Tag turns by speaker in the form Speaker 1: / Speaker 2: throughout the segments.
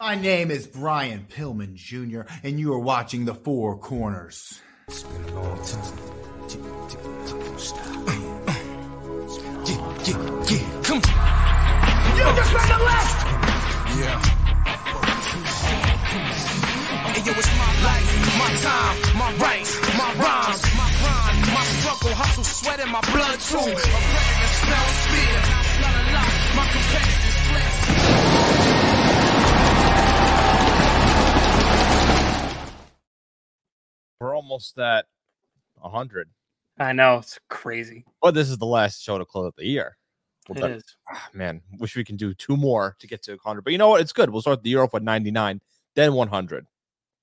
Speaker 1: My name is Brian Pillman Jr., and you are watching The Four Corners.
Speaker 2: It's been a long time. Yeah, yeah, yeah. Come on. Yo, just right to left. Yeah. Hey, yo, it's my life, my time, my rights, my rhymes, my grind, my struggle, hustle, sweat in my blood too. A predator smell of fear. Not a lot. My competitors blessed.
Speaker 3: We're almost at hundred.
Speaker 4: I know it's crazy.
Speaker 3: But this is the last show to close out the year. We'll
Speaker 4: It
Speaker 3: bet-
Speaker 4: is.
Speaker 3: ah, man, wish we can do two more to get to hundred. But you know what? It's good. We'll start the year off with ninety nine, then one hundred.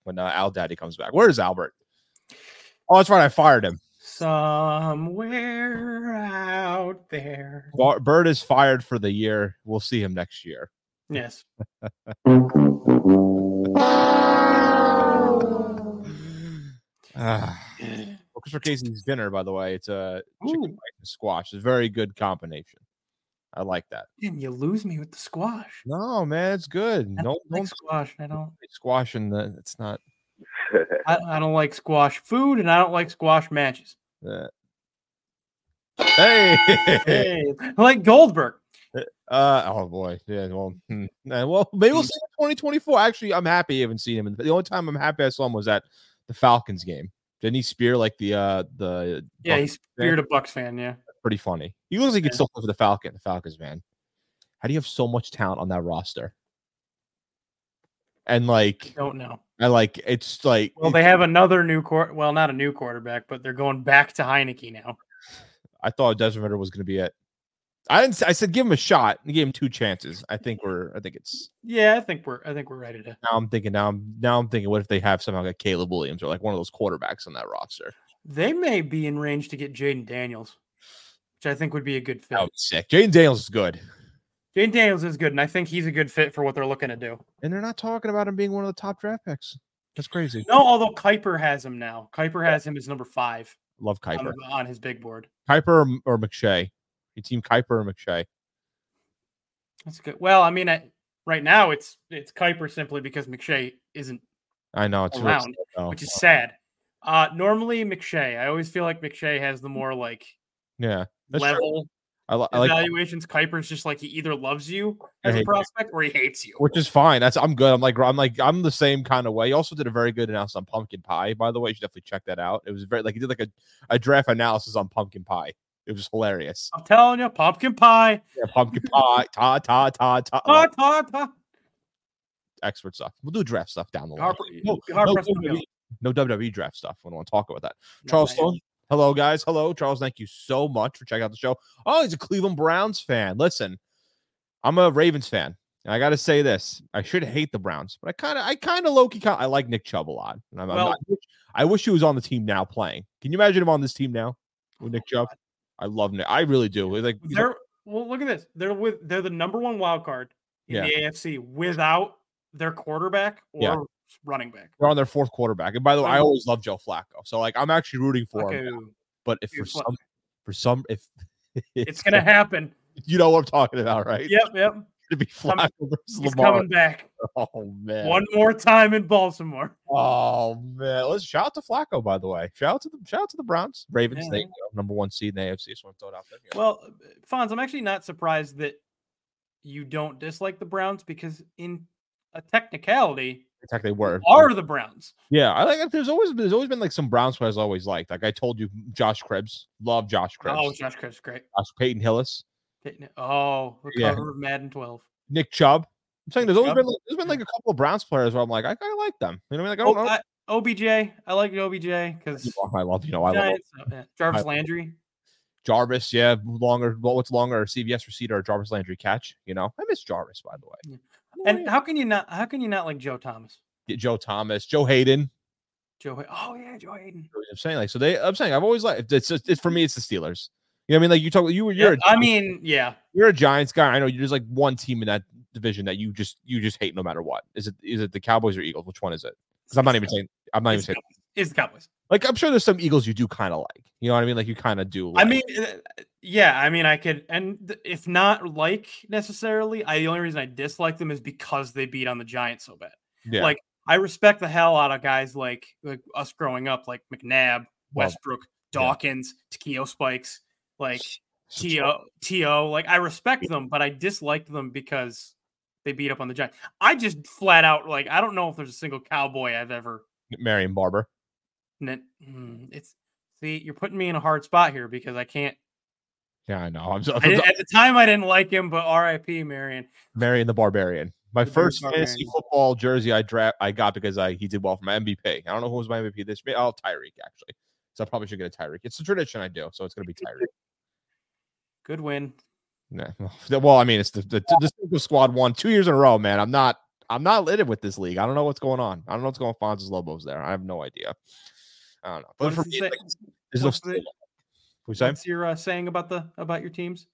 Speaker 3: When uh, Al Daddy comes back, where is Albert? Oh, that's right. I fired him.
Speaker 4: Somewhere out there.
Speaker 3: Bar- Bird is fired for the year. We'll see him next year.
Speaker 4: Yes.
Speaker 3: Ah. Focus for Casey's dinner, by the way. It's a chicken
Speaker 4: Ooh,
Speaker 3: rice and squash. It's a very good combination. I like that.
Speaker 4: and you lose me with the squash.
Speaker 3: No, man, it's good.
Speaker 4: I
Speaker 3: No,
Speaker 4: don't like
Speaker 3: don't
Speaker 4: squash. I don't.
Speaker 3: squash in the. It's not.
Speaker 4: I, I don't like squash food, and I don't like squash matches.
Speaker 3: Uh, hey.
Speaker 4: Hey, I like Goldberg.
Speaker 3: Uh, oh boy. Yeah. Well. hmm. Uh, Well, maybe we'll see him in 2024. Actually, I'm happy I haven't seen him. The only time I'm happy I saw him was at the Falcons game. Didn't he spear like the uh the?
Speaker 4: Yeah,
Speaker 3: Buc-
Speaker 4: he's spirit of Bucks fan. Yeah,
Speaker 3: pretty funny. He looks like he
Speaker 4: Yeah.
Speaker 3: could still play for the Falcon, the Falcons, man. How do you have so much talent on that roster? And like,
Speaker 4: don't know.
Speaker 3: I like it's like
Speaker 4: Well, they have another new court. Well, not a new quarterback, but they're going back to Heineke now.
Speaker 3: I thought Desmond Ritter was going to be it. I didn't. s- I said give him a shot. and gave him two chances. I think we're. I think it's
Speaker 4: Yeah, I think we're. I think we're ready to.
Speaker 3: now. I'm thinking now. I'm now. I'm thinking. What if they have somehow like Caleb Williams or like one of those quarterbacks on that roster?
Speaker 4: They may be in range to get Jaden Daniels, which I think would be a good fit.
Speaker 3: That would be sick. Jaden Daniels is good,
Speaker 4: Jaden Daniels is good, and I think he's a good fit for what they're looking to do.
Speaker 3: and they're not talking about him being one of the top draft picks. That's crazy.
Speaker 4: No, although Kuiper has him now. Kuiper has him as number five
Speaker 3: Love
Speaker 4: on,
Speaker 3: Kuiper.
Speaker 4: the- on his big board.
Speaker 3: Kuiper or, M- or McShay. You team Kuiper or McShay.
Speaker 4: That's good. Well, I mean, I, right now it's it's Kuiper simply because McShay isn't,
Speaker 3: I know it's
Speaker 4: around,
Speaker 3: Oh,
Speaker 4: which is sad. Uh normally McShay, I always feel like McShay has the more like
Speaker 3: yeah. That's true.
Speaker 4: level
Speaker 3: I, li- I like
Speaker 4: evaluations. Kuiper's just like he either loves you
Speaker 3: I
Speaker 4: as
Speaker 3: hate
Speaker 4: a
Speaker 3: you.
Speaker 4: prospect or he hates you.
Speaker 3: which is fine. That's I'm good. I'm like I'm like I'm the same kind of way. He also did a very good analysis on pumpkin pie. By the way, you should definitely check that out. It was very like he did like a, a draft analysis on pumpkin pie. It was hilarious.
Speaker 4: I'm telling you, pumpkin pie.
Speaker 3: Yeah, pumpkin pie, ta ta ta ta. I
Speaker 4: Ta,
Speaker 3: love
Speaker 4: ta, ta.
Speaker 3: Expert stuff. We'll do draft stuff down the line.
Speaker 4: Harper-
Speaker 3: No,
Speaker 4: you-
Speaker 3: no,
Speaker 4: Harper has to go.
Speaker 3: WWE, no WWE draft stuff. We don't want to talk about that.
Speaker 4: No,
Speaker 3: Charles
Speaker 4: man.
Speaker 3: Stone. Hello, guys. Hello, Charles. Thank you so much for checking out the show. Oh, he's a Cleveland Browns fan. Listen, I'm a Ravens fan, and I got to say this: I should hate the Browns, but I kind of, I kind of low key, kinda, I like Nick Chubb a lot. And I'm, I'm
Speaker 4: Well-
Speaker 3: not- i wish, I wish he was on the team now playing. Can you imagine him on this team now with Nick Chubb? I love Nick. I really do. He's Like, he's like-
Speaker 4: They're well. Look at this. They're with. They're the number one wild card in
Speaker 3: Yeah.
Speaker 4: the AFC without their quarterback or
Speaker 3: Yeah.
Speaker 4: running back.
Speaker 3: they're on their fourth quarterback. And by the way, I
Speaker 4: Um,
Speaker 3: always love Joe Flacco, so like I'm actually rooting for him.
Speaker 4: Flacco.
Speaker 3: But if
Speaker 4: Dude,
Speaker 3: for
Speaker 4: Fla-
Speaker 3: some, for some, if
Speaker 4: It's gonna happen.
Speaker 3: you know what I'm talking about, right?
Speaker 4: Yep, yep.
Speaker 3: to be
Speaker 4: Some-
Speaker 3: Flacco versus
Speaker 4: He's
Speaker 3: Lamar.
Speaker 4: coming back
Speaker 3: Oh man.
Speaker 4: one more time in Baltimore.
Speaker 3: Oh man. Let's shout out to Flacco, by the way. Shout out to the shout out to the Browns. Ravens,
Speaker 4: Yeah.
Speaker 3: they go. number one seed in the AFC. Just want to throw it out there. Yeah.
Speaker 4: Well, Fonz, I'm actually not surprised that you don't dislike the Browns because in a technicality,
Speaker 3: In fact, they were.
Speaker 4: are the Browns.
Speaker 3: Yeah, I like. There's always there's always been like some Browns players I always liked. Like I told you, Josh Krebs, love Josh Krebs.
Speaker 4: Oh, Josh Krebs, great.
Speaker 3: Josh Peyton Hillis,
Speaker 4: Hitting it. Oh, the
Speaker 3: Yeah.
Speaker 4: cover of Madden 12.
Speaker 3: Nick Chubb. I'm saying there's always
Speaker 4: Chubb.
Speaker 3: been like, there's been like a couple of Browns players where I'm like I kind of like them. You know what I mean? Like I
Speaker 4: Oh,
Speaker 3: don't know.
Speaker 4: I- OBJ, I like OBJ because
Speaker 3: I love you know I love
Speaker 4: uh, Jarvis
Speaker 3: I-
Speaker 4: Landry.
Speaker 3: Jarvis. Yeah, longer. Well, what's longer, a CVS receiver or Jarvis Landry catch? You know, I miss Jarvis by the way.
Speaker 4: Yeah.
Speaker 3: Oh,
Speaker 4: And how can you not? How can you not like Joe Thomas?
Speaker 3: get Joe Thomas, Joe Hayden.
Speaker 4: Joe. Hay- Oh yeah, Joe Hayden.
Speaker 3: I'm saying like so they. I'm saying I've always liked it's just it's for me it's the Steelers. You know what I mean? Like you talk you were you're
Speaker 4: Yeah, uh
Speaker 3: a
Speaker 4: I
Speaker 3: Gi-
Speaker 4: mean, yeah,
Speaker 3: you're a Giants guy. I know you're just like one team in that division that you just you just hate no matter what. Is it is it the Cowboys or Eagles? Which one is it? Because I'm not even saying I'm not even
Speaker 4: it's
Speaker 3: saying
Speaker 4: Bills. is the Cowboys.
Speaker 3: Like I'm sure there's some Eagles you do kind of like. You know what I mean? Like you kind of do.
Speaker 4: I
Speaker 3: like.
Speaker 4: mean, uh, yeah, I mean, I could, and th- it's not like necessarily. I the only reason I dislike them is because they beat on the Giants so bad.
Speaker 3: yeah.
Speaker 4: like, I respect the hell out of guys like like us growing up, like McNabb,
Speaker 3: Well,
Speaker 4: Westbrook,
Speaker 3: yeah.
Speaker 4: Dawkins, Takio Spikes, like
Speaker 3: So-
Speaker 4: To To. Like I respect them, but I disliked them because they beat up on the Giants. I just flat out like I don't know if there's a single cowboy I've ever.
Speaker 3: Marion Barber.
Speaker 4: n- mm, It's see, you're putting me in a hard spot here because I can't.
Speaker 3: Yeah, I know. I'm, so-
Speaker 4: I didn't- at the time, I didn't like him, but R.I.P. Marion.
Speaker 3: Marion the Barbarian. My
Speaker 4: The Bears
Speaker 3: first fantasy
Speaker 4: Barbarian.
Speaker 3: football jersey I draft I got because I he did well for my MVP. I don't know who was my MVP this year. Oh, Tyreek actually. So I probably should get a Tyreek. It's a tradition I do, so it's gonna be Tyreek.
Speaker 4: Good win.
Speaker 3: Nah, well, well, I mean, it's the the, the Cinco squad won two years in a row, man. I'm not I'm not lit with this league. I don't know what's going on. I don't know what's going on. Fonz's Lobos there. I have no idea. I don't know. But
Speaker 4: What
Speaker 3: for
Speaker 4: does
Speaker 3: me,
Speaker 4: it say-
Speaker 3: like, there's no
Speaker 4: what's the-
Speaker 3: still- we say
Speaker 4: What's your uh, saying about the about your teams?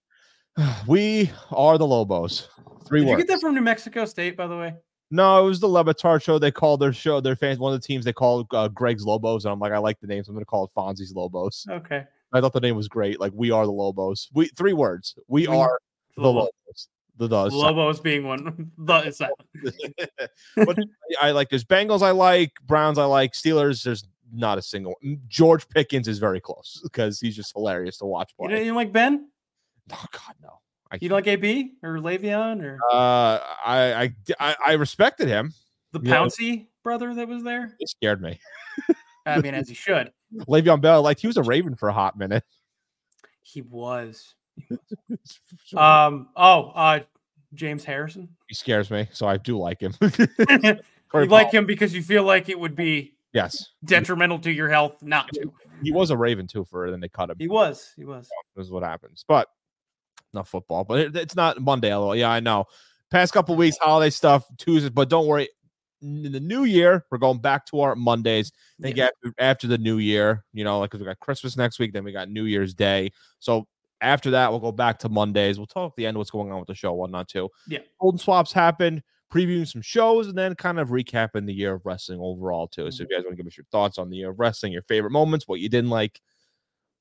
Speaker 3: we are the Lobos. Three
Speaker 4: Did you
Speaker 3: words.
Speaker 4: get that from New Mexico State, by the way?
Speaker 3: No, it was the Levitar show. They called their show, their fans, one of the teams they called uh, Greg's Lobos. And I'm like, I like the name. So I'm going to call it Fonzie's Lobos.
Speaker 4: Okay.
Speaker 3: I thought the name was great. Like, we are the Lobos. We Three words. We,
Speaker 4: We-
Speaker 3: are the
Speaker 4: Lo-
Speaker 3: Lobos. The, the,
Speaker 4: Lobos being one. the is silent.
Speaker 3: but I like, there's Bengals I like, Browns I like, Steelers, there's not a single one. George Pickens is very close because he's just hilarious to watch
Speaker 4: You
Speaker 3: play.
Speaker 4: didn't you like Ben?
Speaker 3: Oh, God, no. I
Speaker 4: You
Speaker 3: can't.
Speaker 4: don't like AB or Le'Veon or
Speaker 3: uh, I, I, I, I respected him.
Speaker 4: the
Speaker 3: yeah.
Speaker 4: Pouncy brother that was there?
Speaker 3: It scared me.
Speaker 4: I mean, as he should.
Speaker 3: Le'Veon Bell, like, he was a Raven for a hot minute.
Speaker 4: He was. Um. Oh. Uh. James Harrison.
Speaker 3: he scares me, so I do like him.
Speaker 4: you
Speaker 3: Corey
Speaker 4: like
Speaker 3: Powell,
Speaker 4: him because you feel like it would be
Speaker 3: Yes,
Speaker 4: detrimental to your health not to.
Speaker 3: he was a Raven too for, then they cut him.
Speaker 4: He was. He was.
Speaker 3: This is what happens. But not football. But it, it's not Monday. Although, yeah, I know. Past couple weeks, holiday stuff, Tuesdays. But don't worry. In the new year, we're going back to our Mondays. I think
Speaker 4: Yeah.
Speaker 3: after, after the new year, you know, like 'cause we got Christmas next week, then we got New Year's Day. So after that, we'll go back to Mondays. We'll talk at the end what's going on with the show, whatnot too.
Speaker 4: Yeah.
Speaker 3: golden swaps happened. Previewing some shows and then kind of recapping the year of wrestling overall too. So if
Speaker 4: Mm-hmm.
Speaker 3: you guys want to give us your thoughts on the year of wrestling, your favorite moments, what you didn't like,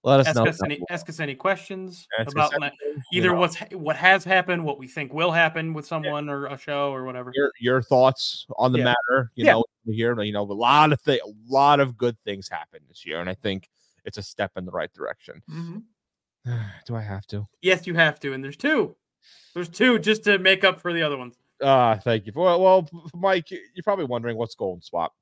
Speaker 3: let us
Speaker 4: Ask
Speaker 3: know.
Speaker 4: us, any, ask us any questions
Speaker 3: Ask us
Speaker 4: about
Speaker 3: any-
Speaker 4: my-
Speaker 3: you
Speaker 4: either
Speaker 3: know.
Speaker 4: what's ha- what has happened, what we think will happen with someone or a show or whatever.
Speaker 3: your your thoughts on the
Speaker 4: Yeah.
Speaker 3: matter. You
Speaker 4: Yeah.
Speaker 3: know, here, you know, a lot of thi- a lot of good things happened this year, and I think it's a step in the right direction.
Speaker 4: Mhm.
Speaker 3: Do I have to?
Speaker 4: Yes, you have to, and there's two. There's two just to make up for the other ones.
Speaker 3: Ah, thank you. Well, well, Mike, you're probably wondering what's Golden Swap.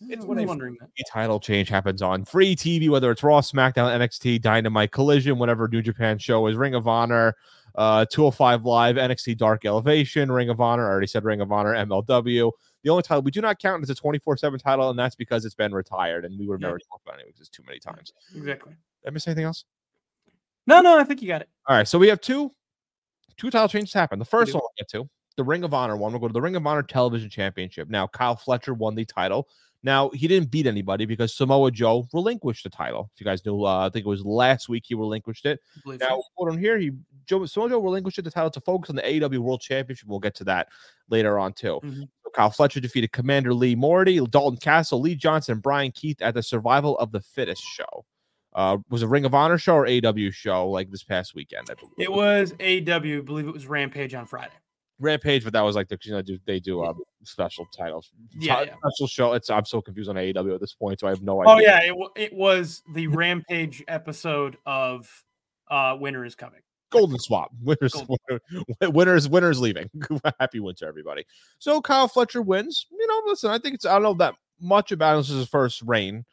Speaker 4: It's
Speaker 3: what
Speaker 4: what
Speaker 3: I-
Speaker 4: I'm wondering. That.
Speaker 3: A title change happens on free TV, whether it's Raw, SmackDown, NXT, Dynamite, Collision, whatever New Japan show is, Ring of Honor, uh, 205 Live, NXT Dark Elevation, Ring of Honor. I already said Ring of Honor, MLW. The only title we do not count is a 24 7 title, and that's because it's been retired, and we were
Speaker 4: Yeah.
Speaker 3: never talked about it because it's too many times.
Speaker 4: Exactly.
Speaker 3: Did I miss anything else?
Speaker 4: No, no, I think you got it.
Speaker 3: All right, so we have two two title changes happen. The first
Speaker 4: do.
Speaker 3: one we'll get to the Ring of Honor one. We'll go to the Ring of Honor Television Championship. Now Kyle Fletcher won the title. Now he didn't beat anybody because Samoa Joe relinquished the title. If you guys knew, uh, I think it was last week he relinquished it.
Speaker 4: I believe
Speaker 3: Now
Speaker 4: so.
Speaker 3: hold on here, he Joe Samoa Joe relinquished the title to focus on the AEW World Championship. We'll get to that later on too.
Speaker 4: Mhm.
Speaker 3: So Kyle Fletcher defeated Commander Lee Morty, Dalton Castle, Lee Johnson, and Brian Keith at the Survival of the Fittest show. Uh, was a Ring of Honor show or AEW show like this past weekend? I believe.
Speaker 4: It was AW, I believe it was Rampage on Friday.
Speaker 3: Rampage, but that was like the you know do- they do um, special titles,
Speaker 4: Yeah,
Speaker 3: Ti-
Speaker 4: yeah.
Speaker 3: special show. It's I'm so confused on AEW at this point, so I have no idea.
Speaker 4: Oh yeah, it, wa- it was the Rampage episode of uh Winter is Coming.
Speaker 3: Golden Swap. Winners,
Speaker 4: Golden
Speaker 3: winners, winners leaving. Happy winter, everybody. So Kyle Fletcher wins. You know, listen, I think it's I don't know that much about him. This is his first reign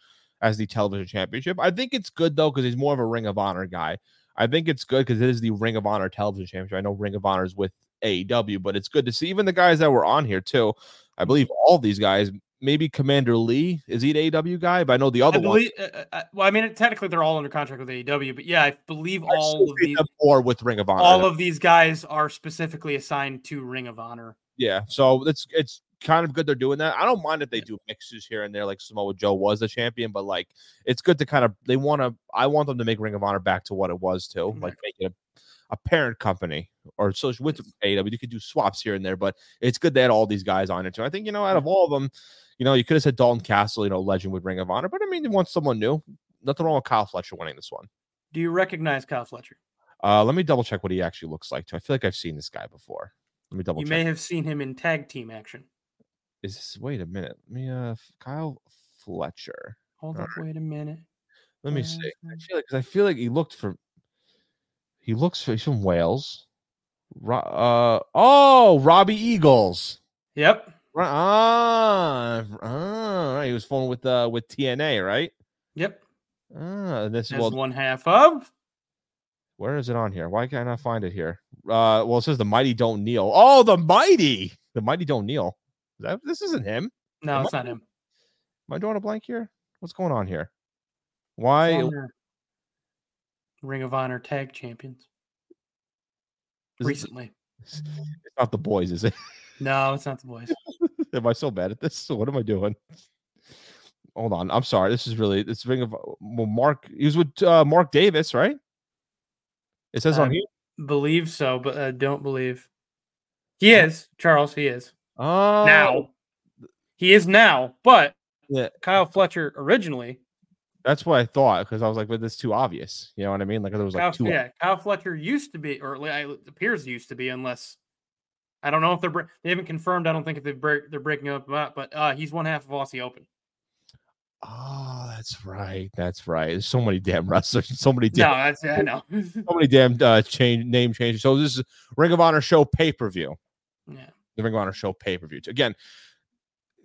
Speaker 3: as the television championship. I think it's good though, because he's more of a Ring of Honor guy. I think it's good because it is the Ring of Honor television championship. I know Ring of Honor is with AEW, but it's good to see even the guys that were on here too. I believe all these guys, maybe Commander Lee, is he an AEW guy? But I know the
Speaker 4: I
Speaker 3: other one
Speaker 4: believe. Uh, uh, well, I mean, technically they're all under contract with AEW, but yeah, I believe
Speaker 3: I
Speaker 4: all of
Speaker 3: associate
Speaker 4: these
Speaker 3: them more with Ring of Honor.
Speaker 4: all of these guys are specifically assigned to Ring of Honor.
Speaker 3: Yeah, so it's it's kind of good they're doing that. I don't mind if they do mixes here and there, like Samoa Joe was the champion, but like it's good to kind of they want to. I want them to make Ring of Honor back to what it was too, like make it a, a parent company or so E it's with AEW. You could do swaps here and there, but it's good they had all these guys on it too. I think you know out of all of them, You know, you could have said Dalton Castle, you know, legend with Ring of Honor, but I mean, you want someone new. Nothing wrong with Kyle Fletcher winning this one.
Speaker 4: Do you recognize Kyle Fletcher?
Speaker 3: Uh, let me double check what he actually looks like. Too. I feel like I've seen this guy before. Let me double
Speaker 4: you
Speaker 3: check.
Speaker 4: may have seen him in tag team action.
Speaker 3: Is this, wait a minute. Let me uh, Kyle Fletcher.
Speaker 4: Hold
Speaker 3: All
Speaker 4: up, wait a minute.
Speaker 3: Let me
Speaker 4: Uh,
Speaker 3: see. I feel like 'cause I feel like he looked for. He looks for. He's from Wales. Ro- uh oh, Robbie Eagles.
Speaker 4: Yep.
Speaker 3: Ro- Ah, ah, he was filming with uh with TNA, right?
Speaker 4: Yep.
Speaker 3: Ah, and this
Speaker 4: As
Speaker 3: well,
Speaker 4: one half of
Speaker 3: where is it on here? Why can't I find it here? Uh, well, it says the mighty don't kneel. Oh, the mighty, the mighty don't kneel. Is That this isn't him.
Speaker 4: no,
Speaker 3: Am
Speaker 4: it's
Speaker 3: I-
Speaker 4: not him.
Speaker 3: Am I drawing a blank here? What's going on here? Why
Speaker 4: Former Ring of Honor tag champions
Speaker 3: is it-
Speaker 4: recently.
Speaker 3: it's not the boys, is it?
Speaker 4: No, it's not the boys.
Speaker 3: Am I so bad at this? What am I doing? Hold on. I'm sorry. This is really this ring of well, Mark. He was with uh, Mark Davis, right? It says on
Speaker 4: Um,
Speaker 3: here.
Speaker 4: believe so, but uh, don't believe. He is Charles. He is
Speaker 3: Oh,
Speaker 4: now. He is now, but
Speaker 3: Yeah.
Speaker 4: Kyle Fletcher originally.
Speaker 3: that's what I thought because I was like, "But that's too obvious." You know what I mean? Like there was like
Speaker 4: Kyle,
Speaker 3: two.
Speaker 4: Oh, yeah, Kyle Fletcher used to be, or at lea- it appears used to be, unless I don't know if they're bre- they haven't confirmed. I don't think if they break they're breaking up, or not, but uh, he's one half of Aussie Open.
Speaker 3: Oh, that's right. That's right. There's so many damn wrestlers. So many
Speaker 4: No,
Speaker 3: damn.
Speaker 4: that's I know.
Speaker 3: So many damn uh, change name changes. So this is Ring of Honor show pay per view.
Speaker 4: yeah,
Speaker 3: the Ring of Honor show pay per view. Again,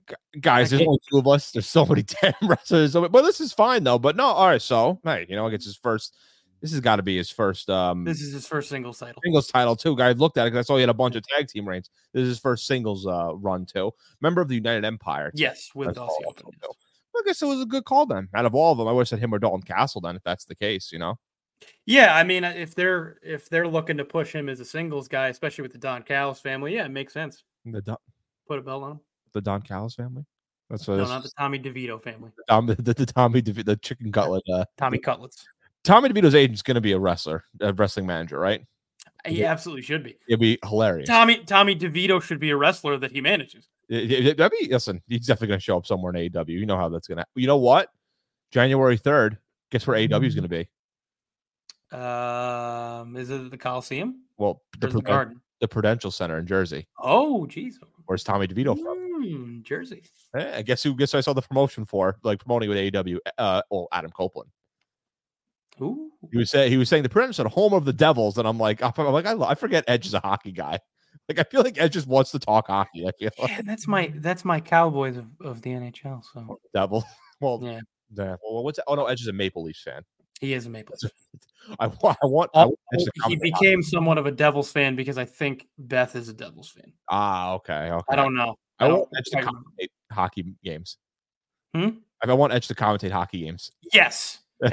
Speaker 3: gu- guys, there's
Speaker 4: can't-
Speaker 3: only two of us. There's so many damn wrestlers. So many- But this is fine though. But no, all right. So hey, you know, I guess his first. This has got to be his first um
Speaker 4: this is his first singles title.
Speaker 3: singles title too. Guy looked at it because I saw he had a bunch of tag team reigns. This is his first singles uh run too. Member of the United Empire.
Speaker 4: Yes, with
Speaker 3: That's
Speaker 4: Aussie
Speaker 3: all
Speaker 4: Open.
Speaker 3: I'll go. I guess it was a good call then. Out of all of them, I would have said him or Dalton Castle then, if that's the case, you know.
Speaker 4: Yeah, I mean, if they're if they're looking to push him as a singles guy, especially with the Don Callis family, yeah, it makes sense.
Speaker 3: The Don,
Speaker 4: Put a belt on him.
Speaker 3: the Don Callis family. That's what
Speaker 4: No,
Speaker 3: this
Speaker 4: not the
Speaker 3: is.
Speaker 4: Tommy DeVito family.
Speaker 3: Dom- the, the, Tommy DeVito- the chicken cutlet uh,
Speaker 4: Tommy Cutlets.
Speaker 3: Tommy DeVito's agent's going to be a wrestler, a wrestling manager, right?
Speaker 4: He
Speaker 3: Yeah.
Speaker 4: absolutely should be.
Speaker 3: It'd be hilarious.
Speaker 4: Tommy Tommy DeVito should be a wrestler that he manages.
Speaker 3: It- it- that'd be listen. He's definitely going to show up somewhere in AEW. You know how that's going to. You know what? January third. Guess where AEW
Speaker 4: Mm-hmm.
Speaker 3: is going to be?
Speaker 4: Um, is it the Coliseum?
Speaker 3: Well,
Speaker 4: Or
Speaker 3: the,
Speaker 4: is it the
Speaker 3: Pruden-
Speaker 4: Garden?
Speaker 3: the Prudential Center in Jersey.
Speaker 4: Oh, jeez.
Speaker 3: Where's Tommy DeVito from?
Speaker 4: Mm, Jersey.
Speaker 3: Eh, I guess who? Guess who I saw the promotion for, like promoting with AEW. Uh, well, Adam Copeland.
Speaker 4: Ooh.
Speaker 3: He was saying he was saying the Prudential Center, home of the Devils, and I'm like, I'm like, I, lo- I forget Edge is a hockey guy. Like I feel like Edge just wants to talk hockey. I feel like
Speaker 4: Yeah, that's my that's my Cowboys of, of the NHL. So
Speaker 3: Devil. Well,
Speaker 4: Yeah.
Speaker 3: nah. well, what's oh no, Edge is a Maple Leafs fan.
Speaker 4: he is a Maple. Leaf.
Speaker 3: I want. I want. I
Speaker 4: Oh,
Speaker 3: want this to
Speaker 4: he
Speaker 3: come out.
Speaker 4: became somewhat of a Devils fan because I think Beth is a Devils fan.
Speaker 3: Ah, okay. Okay.
Speaker 4: I don't know.
Speaker 3: I
Speaker 4: I
Speaker 3: want
Speaker 4: don't.
Speaker 3: Edge to
Speaker 4: I don't know.
Speaker 3: commentate hockey games.
Speaker 4: Hmm?
Speaker 3: If I want Edge to commentate hockey games,
Speaker 4: Yes.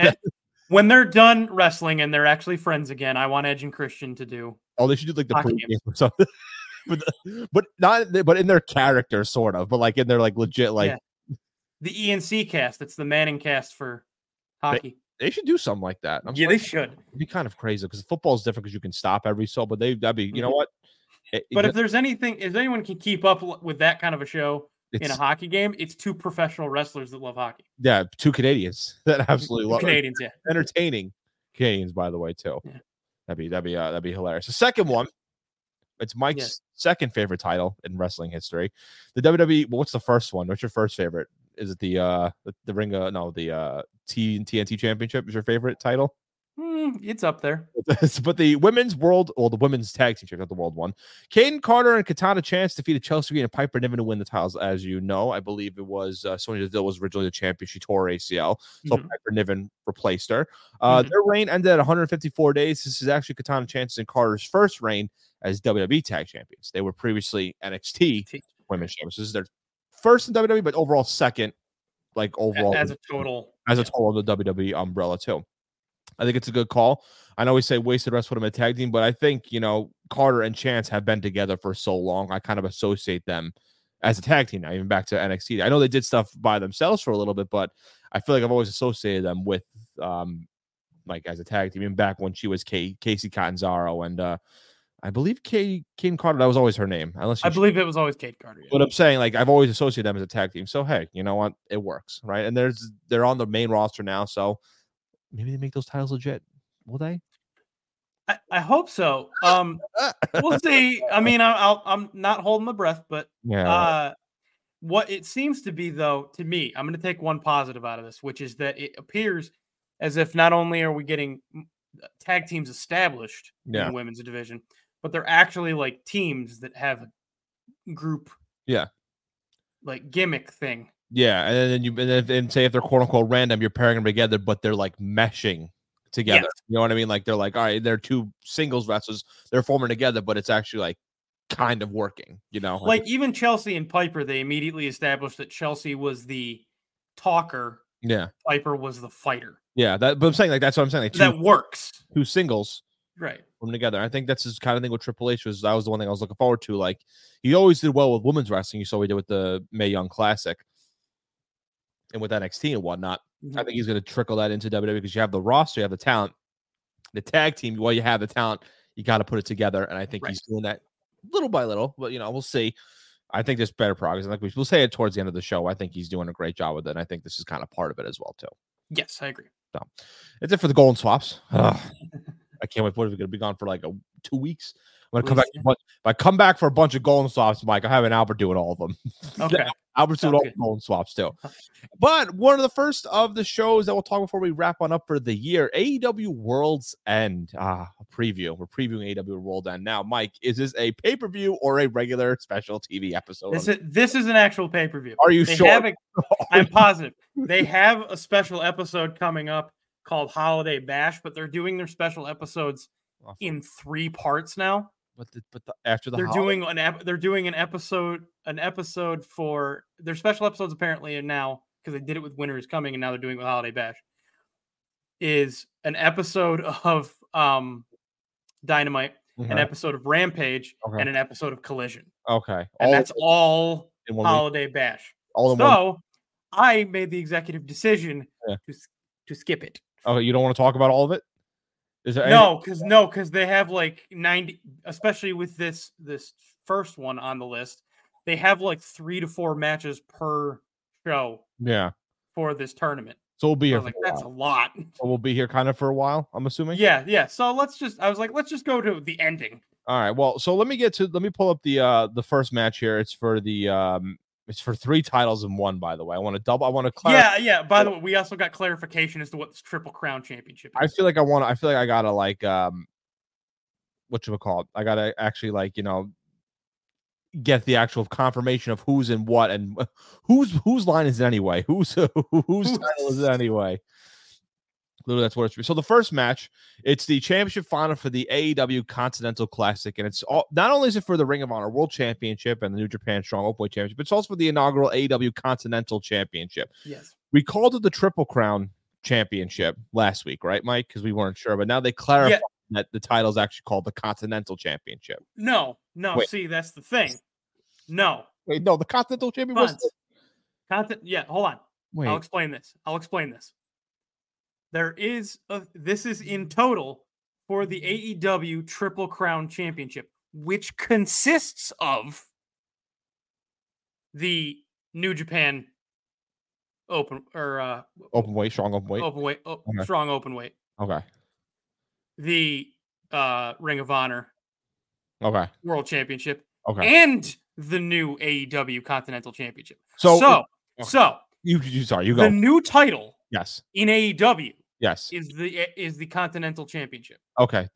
Speaker 4: And when they're done wrestling and they're actually friends again, I want Edge and Christian to do.
Speaker 3: oh, they should do like the
Speaker 4: Hockey
Speaker 3: pregame
Speaker 4: games.
Speaker 3: or something. but, the- but not. But in their character, sort of. But like in their like legit like
Speaker 4: Yeah. The ENC cast. It's the Manning cast for hockey.
Speaker 3: they should do something like that. I'm
Speaker 4: yeah,
Speaker 3: sorry,
Speaker 4: they should.
Speaker 3: it'd be kind of crazy because football is different because you can stop every so. But they that'd be you know
Speaker 4: Mhm.
Speaker 3: what. It-
Speaker 4: But
Speaker 3: it-
Speaker 4: if there's anything, if anyone can keep up l- with that kind of a show in
Speaker 3: it's,
Speaker 4: a hockey game, it's two professional wrestlers that love hockey.
Speaker 3: yeah, two Canadians
Speaker 4: Mm-hmm.
Speaker 3: that absolutely love it.
Speaker 4: Canadians, yeah.
Speaker 3: entertaining Canadians, by the way, too.
Speaker 4: Yeah.
Speaker 3: That'd be that'd be uh, that'd be hilarious. The second one, it's Mike's
Speaker 4: Yes.
Speaker 3: second favorite title in wrestling history. The WWE. well, What's the first one? What's your first favorite? Is it the uh the, the ring? Uh, no, the uh T and TNT Championship is your favorite title.
Speaker 4: Mm, it's up there.
Speaker 3: but the women's world, well, the women's tag team championship, not the world one. Caden Carter and Katana Chance defeated Chelsea Green and Piper Niven to win the titles. As you know, I believe it was uh, Sonya Deville was originally the champion. She tore her ACL. So
Speaker 4: Mhm.
Speaker 3: Piper Niven replaced her. Uh,
Speaker 4: Mhm.
Speaker 3: Their reign ended at 154 days. This is actually Katana Chance and Carter's first reign as WWE Tag Champions. They were previously NXT
Speaker 4: T-
Speaker 3: Women's Champions. This is their first in WWE, but overall second, like overall
Speaker 4: As a total.
Speaker 3: as a
Speaker 4: yeah.
Speaker 3: total of the WWE umbrella too. I think it's a good call. I know we say wasted rest with him a tag team, but I think you know Carter and Chance have been together for so long. I kind of associate them as a tag team now, even back to NXT. I know they did stuff by themselves for a little bit, but I feel like I've always associated them with um like as a tag team, even back when she was K- Casey Catanzaro and uh I believe Kay, Caden Carter. That was always her name, unless
Speaker 4: I
Speaker 3: you-
Speaker 4: believe it was always Kate Carter. yeah.
Speaker 3: But I'm saying, like, I've always associated them as a tag team. So hey, you know what? It works, right? And there's they're on the main roster now, so maybe they make those titles legit. Will they?
Speaker 4: I, I hope so. Um, we'll see. I mean, I, I'll, I'm not holding my breath, but
Speaker 3: Yeah.
Speaker 4: uh, what it seems to be, though, to me, I'm going to take one positive out of this, which is that it appears as if not only are we getting mm, tag teams established in
Speaker 3: Yeah.
Speaker 4: the women's division, but they're actually like teams that have a group,
Speaker 3: Yeah.
Speaker 4: like gimmick thing.
Speaker 3: yeah, and then you and, then, and say if they're quote unquote random, you're pairing them together, but they're like meshing together. You know what I mean? Like they're like, all right, they're two singles wrestlers. They're forming together, but it's actually like kind of working. You know,
Speaker 4: Like even Chelsea and Piper, they immediately established that Chelsea was the talker,
Speaker 3: yeah,
Speaker 4: Piper was the fighter.
Speaker 3: yeah. That, but I'm saying like that's what I'm saying. Like two,
Speaker 4: That works.
Speaker 3: two singles
Speaker 4: Right.
Speaker 3: them together. I think that's his kind of thing with Triple H was that was the one thing I was looking forward to. Like he always did well with women's wrestling. You saw what he did with the May Young Classic and with NXT and whatnot. I think he's going to trickle that into WWE because you have the roster, you have the talent, the tag team. While you have the talent, you got to put it together. And I think
Speaker 4: Right.
Speaker 3: he's doing that little by little. But you know, we'll see. I think there's better progress. And like we- we'll say it towards the end of the show. I think he's doing a great job with it. And I think this is kind of part of it as well too.
Speaker 4: Yes, I agree.
Speaker 3: That's it for the golden swaps. Ugh. I can't wait. What are we going to be gone for like a, two weeks? I'm going to come back.
Speaker 4: Weeks,
Speaker 3: for a bunch- If I come back for a bunch of golden swaps, Mike, I'll have an Albert doing all of them.
Speaker 4: Okay.
Speaker 3: Albert's doing all
Speaker 4: Okay.
Speaker 3: the golden swaps too. But one of the first of the shows that we'll talk before we wrap on up for the year AEW World's End. Ah, a preview. We're previewing AEW World End. Now, Mike, is this a pay per view or a regular special TV episode?
Speaker 4: This is this is an actual pay per view.
Speaker 3: Are you sure?
Speaker 4: Have a, I'm positive they have a special episode coming up called Holiday Bash, but they're doing their special episodes in three parts now.
Speaker 3: but, the, but the, after the
Speaker 4: they're
Speaker 3: holiday-
Speaker 4: doing an ep- they're doing an episode an episode for their special episodes apparently and now because they did it with Winter is Coming and now they're doing it with Holiday Bash is an episode of um Dynamite, an
Speaker 3: Okay.
Speaker 4: episode of Rampage,
Speaker 3: Okay.
Speaker 4: and an episode of Collision.
Speaker 3: Mm-hmm. okay.
Speaker 4: And
Speaker 3: All
Speaker 4: that's Oh, all
Speaker 3: in one week.
Speaker 4: holiday bash.
Speaker 3: All in one
Speaker 4: So I made the executive decision
Speaker 3: Yeah.
Speaker 4: to s- to skip it.
Speaker 3: Okay, you don't want to talk about all of it? Is there anything-
Speaker 4: No, because no, because they have like ninety, especially with this this first one on the list, they have like three to four matches per show
Speaker 3: Yeah.
Speaker 4: for this tournament.
Speaker 3: So we'll be
Speaker 4: I
Speaker 3: here.
Speaker 4: was
Speaker 3: for
Speaker 4: like,
Speaker 3: a
Speaker 4: that's
Speaker 3: while.
Speaker 4: a lot.
Speaker 3: So we'll be here kind of for a while. I'm assuming.
Speaker 4: Yeah, yeah. So let's just, I was like, let's just go to the ending.
Speaker 3: All right. Well, so let me get to let me pull up the uh the first match here. It's for the um it's for three titles in one. By the way, I want to double. I want to clarify.
Speaker 4: yeah, yeah. By the way, we also got clarification as to what this Triple Crown Championship
Speaker 3: I
Speaker 4: is.
Speaker 3: feel like I want. to I feel like I gotta like um, what you call it? I gotta actually like you know get the actual confirmation of who's in what and whose whose line is it anyway. Who's whose title is it anyway? Literally, that's what it's. So the first match, it's the championship final for the AEW Continental Classic, and it's all not only is it for the Ring of Honor World Championship and the New Japan Strong Openweight Championship, but it's also for the inaugural AEW Continental Championship
Speaker 4: yes.
Speaker 3: we called it the Triple Crown Championship last week, right, Mike? Because we weren't sure, but now they clarified that the title is actually called the Continental Championship.
Speaker 4: No, no.
Speaker 3: Wait.
Speaker 4: See, that's the thing. No.
Speaker 3: Wait, no, the Continental Championship.
Speaker 4: Fonz.
Speaker 3: Was the-
Speaker 4: Content. Yeah, hold on.
Speaker 3: Wait,
Speaker 4: I'll explain this. I'll explain this. There is a, this is
Speaker 3: Mm-hmm.
Speaker 4: in total for the AEW Triple Crown Championship, which consists of the New Japan Open or uh,
Speaker 3: open weight, strong open weight.
Speaker 4: Open Weight, o-
Speaker 3: Okay.
Speaker 4: Strong Open Weight,
Speaker 3: Okay,
Speaker 4: the uh, Ring of Honor
Speaker 3: okay,
Speaker 4: World Championship,
Speaker 3: okay.
Speaker 4: and the new AEW Continental Championship.
Speaker 3: So,
Speaker 4: so,
Speaker 3: okay.
Speaker 4: so
Speaker 3: you, you sorry, you go.
Speaker 4: the new title
Speaker 3: Yes,
Speaker 4: in E AEW
Speaker 3: yes.
Speaker 4: is the eh, is the Continental Championship.
Speaker 3: Okay,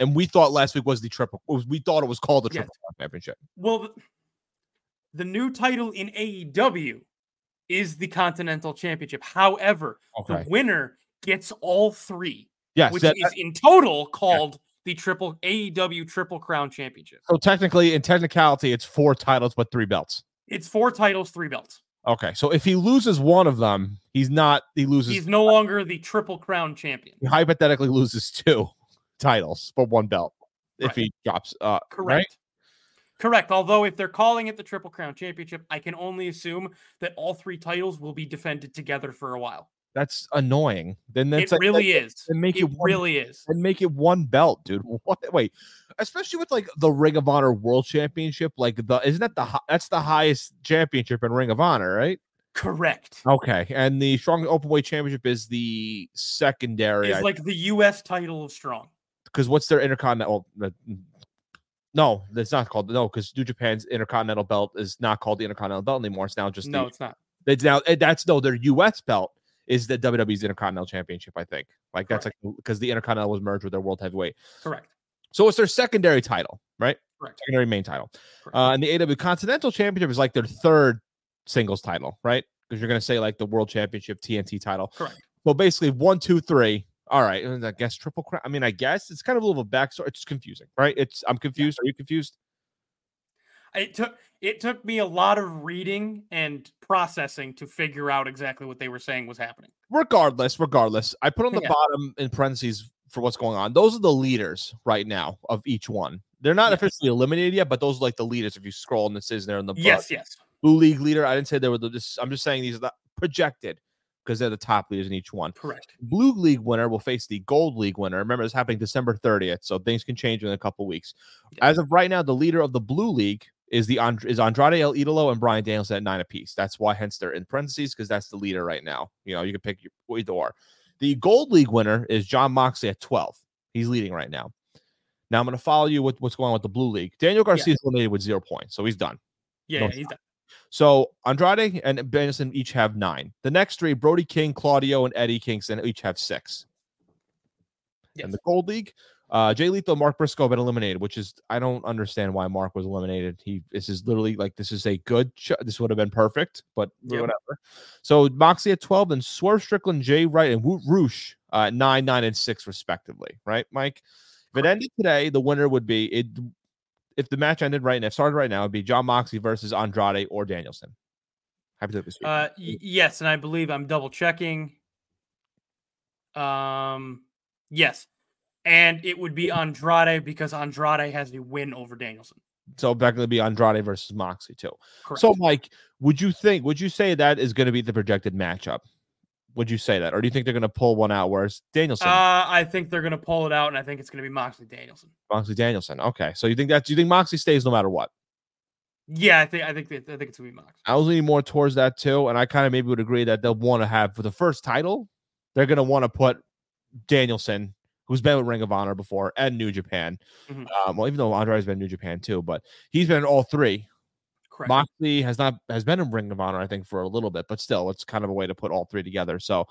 Speaker 3: and we thought last week was the triple. was- We thought it was called the
Speaker 4: Yes.
Speaker 3: Triple Crown Championship.
Speaker 4: Well, th- the new title in AEW is the Continental Championship. However,
Speaker 3: Okay,
Speaker 4: the winner gets all three,
Speaker 3: yes.
Speaker 4: which
Speaker 3: that-
Speaker 4: is in total called the Triple AEW Triple Crown Championship.
Speaker 3: so technically, in technicality, it's four titles but three belts.
Speaker 4: It's four titles, three belts.
Speaker 3: Okay, so if he loses one of them, he's not. He loses.
Speaker 4: He's no longer the Triple Crown champion.
Speaker 3: he hypothetically loses two titles but one belt if
Speaker 4: Right.
Speaker 3: he drops uh right?
Speaker 4: Correct. Correct. Although if they're calling it the Triple Crown Championship, I can only assume that all three titles will be defended together for a while.
Speaker 3: That's annoying. Then that's
Speaker 4: it really
Speaker 3: is.
Speaker 4: is.
Speaker 3: and make
Speaker 4: it
Speaker 3: it one-
Speaker 4: really is.
Speaker 3: and make it one belt, dude. What? Wait, especially with like the Ring of Honor World Championship, like the isn't that the hi- that's the highest championship in Ring of Honor, right?
Speaker 4: Correct.
Speaker 3: Okay, and the Strong Openweight Championship is the secondary,
Speaker 4: It's like the U.S. title of strong.
Speaker 3: because what's their intercontinental? the- No, that's not called no, because New Japan's intercontinental belt is not called the intercontinental belt anymore. It's now just
Speaker 4: No,
Speaker 3: the,
Speaker 4: it's not.
Speaker 3: it's now eh, that's no their U.S. belt is the WWE's Intercontinental Championship, I think. Like that's like because the Intercontinental was merged with their World Heavyweight.
Speaker 4: Correct.
Speaker 3: So it's their secondary title, right?
Speaker 4: Correct.
Speaker 3: Secondary main title.
Speaker 4: Correct.
Speaker 3: Uh, and the AW Continental Championship is like their third singles title, right? Because you're going to say like the World Championship TNT title.
Speaker 4: Correct.
Speaker 3: Well, basically one, two, three. All right. and I guess triple crown. I mean, I guess it's kind of a little of a backstory. It's confusing, right? It's I'm confused. Are you confused?
Speaker 4: It took it took me a lot of reading and processing to figure out exactly what they were saying was happening.
Speaker 3: regardless, regardless, I put on the
Speaker 4: Yeah.
Speaker 3: bottom in parentheses for what's going on. Those are the leaders right now of each one. They're not
Speaker 4: Yes.
Speaker 3: officially eliminated yet, but those are like the leaders. If you scroll and it says they're in the
Speaker 4: Yes, yes.
Speaker 3: blue league leader. I didn't say they were the. This, I'm just saying these are the projected because they're the top leaders in each one.
Speaker 4: Correct.
Speaker 3: Blue league winner will face the gold league winner. Remember, this is happening December 30th, so things can change in a couple weeks. As of right now, the leader of the blue league is the And- is Andrade El Idolo and Brian Danielson at nine apiece. That's why, hence, they're in parentheses because that's the leader right now. You know, you can pick your- either or. The gold league winner is John Moxley at 12. He's leading right now. Now I'm going to follow you with what's going on with the blue league. Daniel Garcia is eliminated with zero points, so he's done.
Speaker 4: Yeah,
Speaker 3: No,
Speaker 4: yeah
Speaker 3: it's
Speaker 4: he's done.
Speaker 3: So Andrade and Benison each have nine. The next three, Brody King, Claudio, and Eddie Kingston, each have six.
Speaker 4: Yes.
Speaker 3: And the Gold League, uh, Jay Lethal, Mark Briscoe have been eliminated, which is I don't understand why Mark was eliminated. He this is literally like this is a good ch- this would have been perfect, but
Speaker 4: Yep.
Speaker 3: whatever. So Moxie at twelve, and Swerve Strickland, Jay Wright, and Woot Roosh uh, at nine, nine, and six respectively. Right, Mike. If it ended today, the winner would be it. If the match ended right and it started right now, it'd be John Moxley versus Andrade or Danielson. Happy to speak.
Speaker 4: Uh, y- yes, and I believe I'm double checking. Um, yes, and it would be Andrade because Andrade has the win over Danielson.
Speaker 3: so back to be Andrade versus Moxley too.
Speaker 4: Correct.
Speaker 3: So, Mike, would you think? Would you say that is going to be the projected matchup? Would you say that, or do you think they're going to pull one out where it's Danielson,
Speaker 4: uh, I think they're gonna pull it out, and I think it's gonna be Moxley Danielson.
Speaker 3: Moxley, Danielson? Okay, so you think that? Do you think Moxley stays no matter what?
Speaker 4: Yeah, I think I think that- I think it's gonna be Mox.
Speaker 3: I was leaning more towards that too, and I kind of maybe would agree that they'll want to have for the first title, they're going to want to put Danielson, who's been with Ring of Honor before and New Japan.
Speaker 4: Mhm.
Speaker 3: Um, well, even though Andrade's been in New Japan too, but he's been in all three.
Speaker 4: Correct.
Speaker 3: Moxley has not has been in Ring of Honor, I think, for a little bit, but still, it's kind of a way to put all three together. So,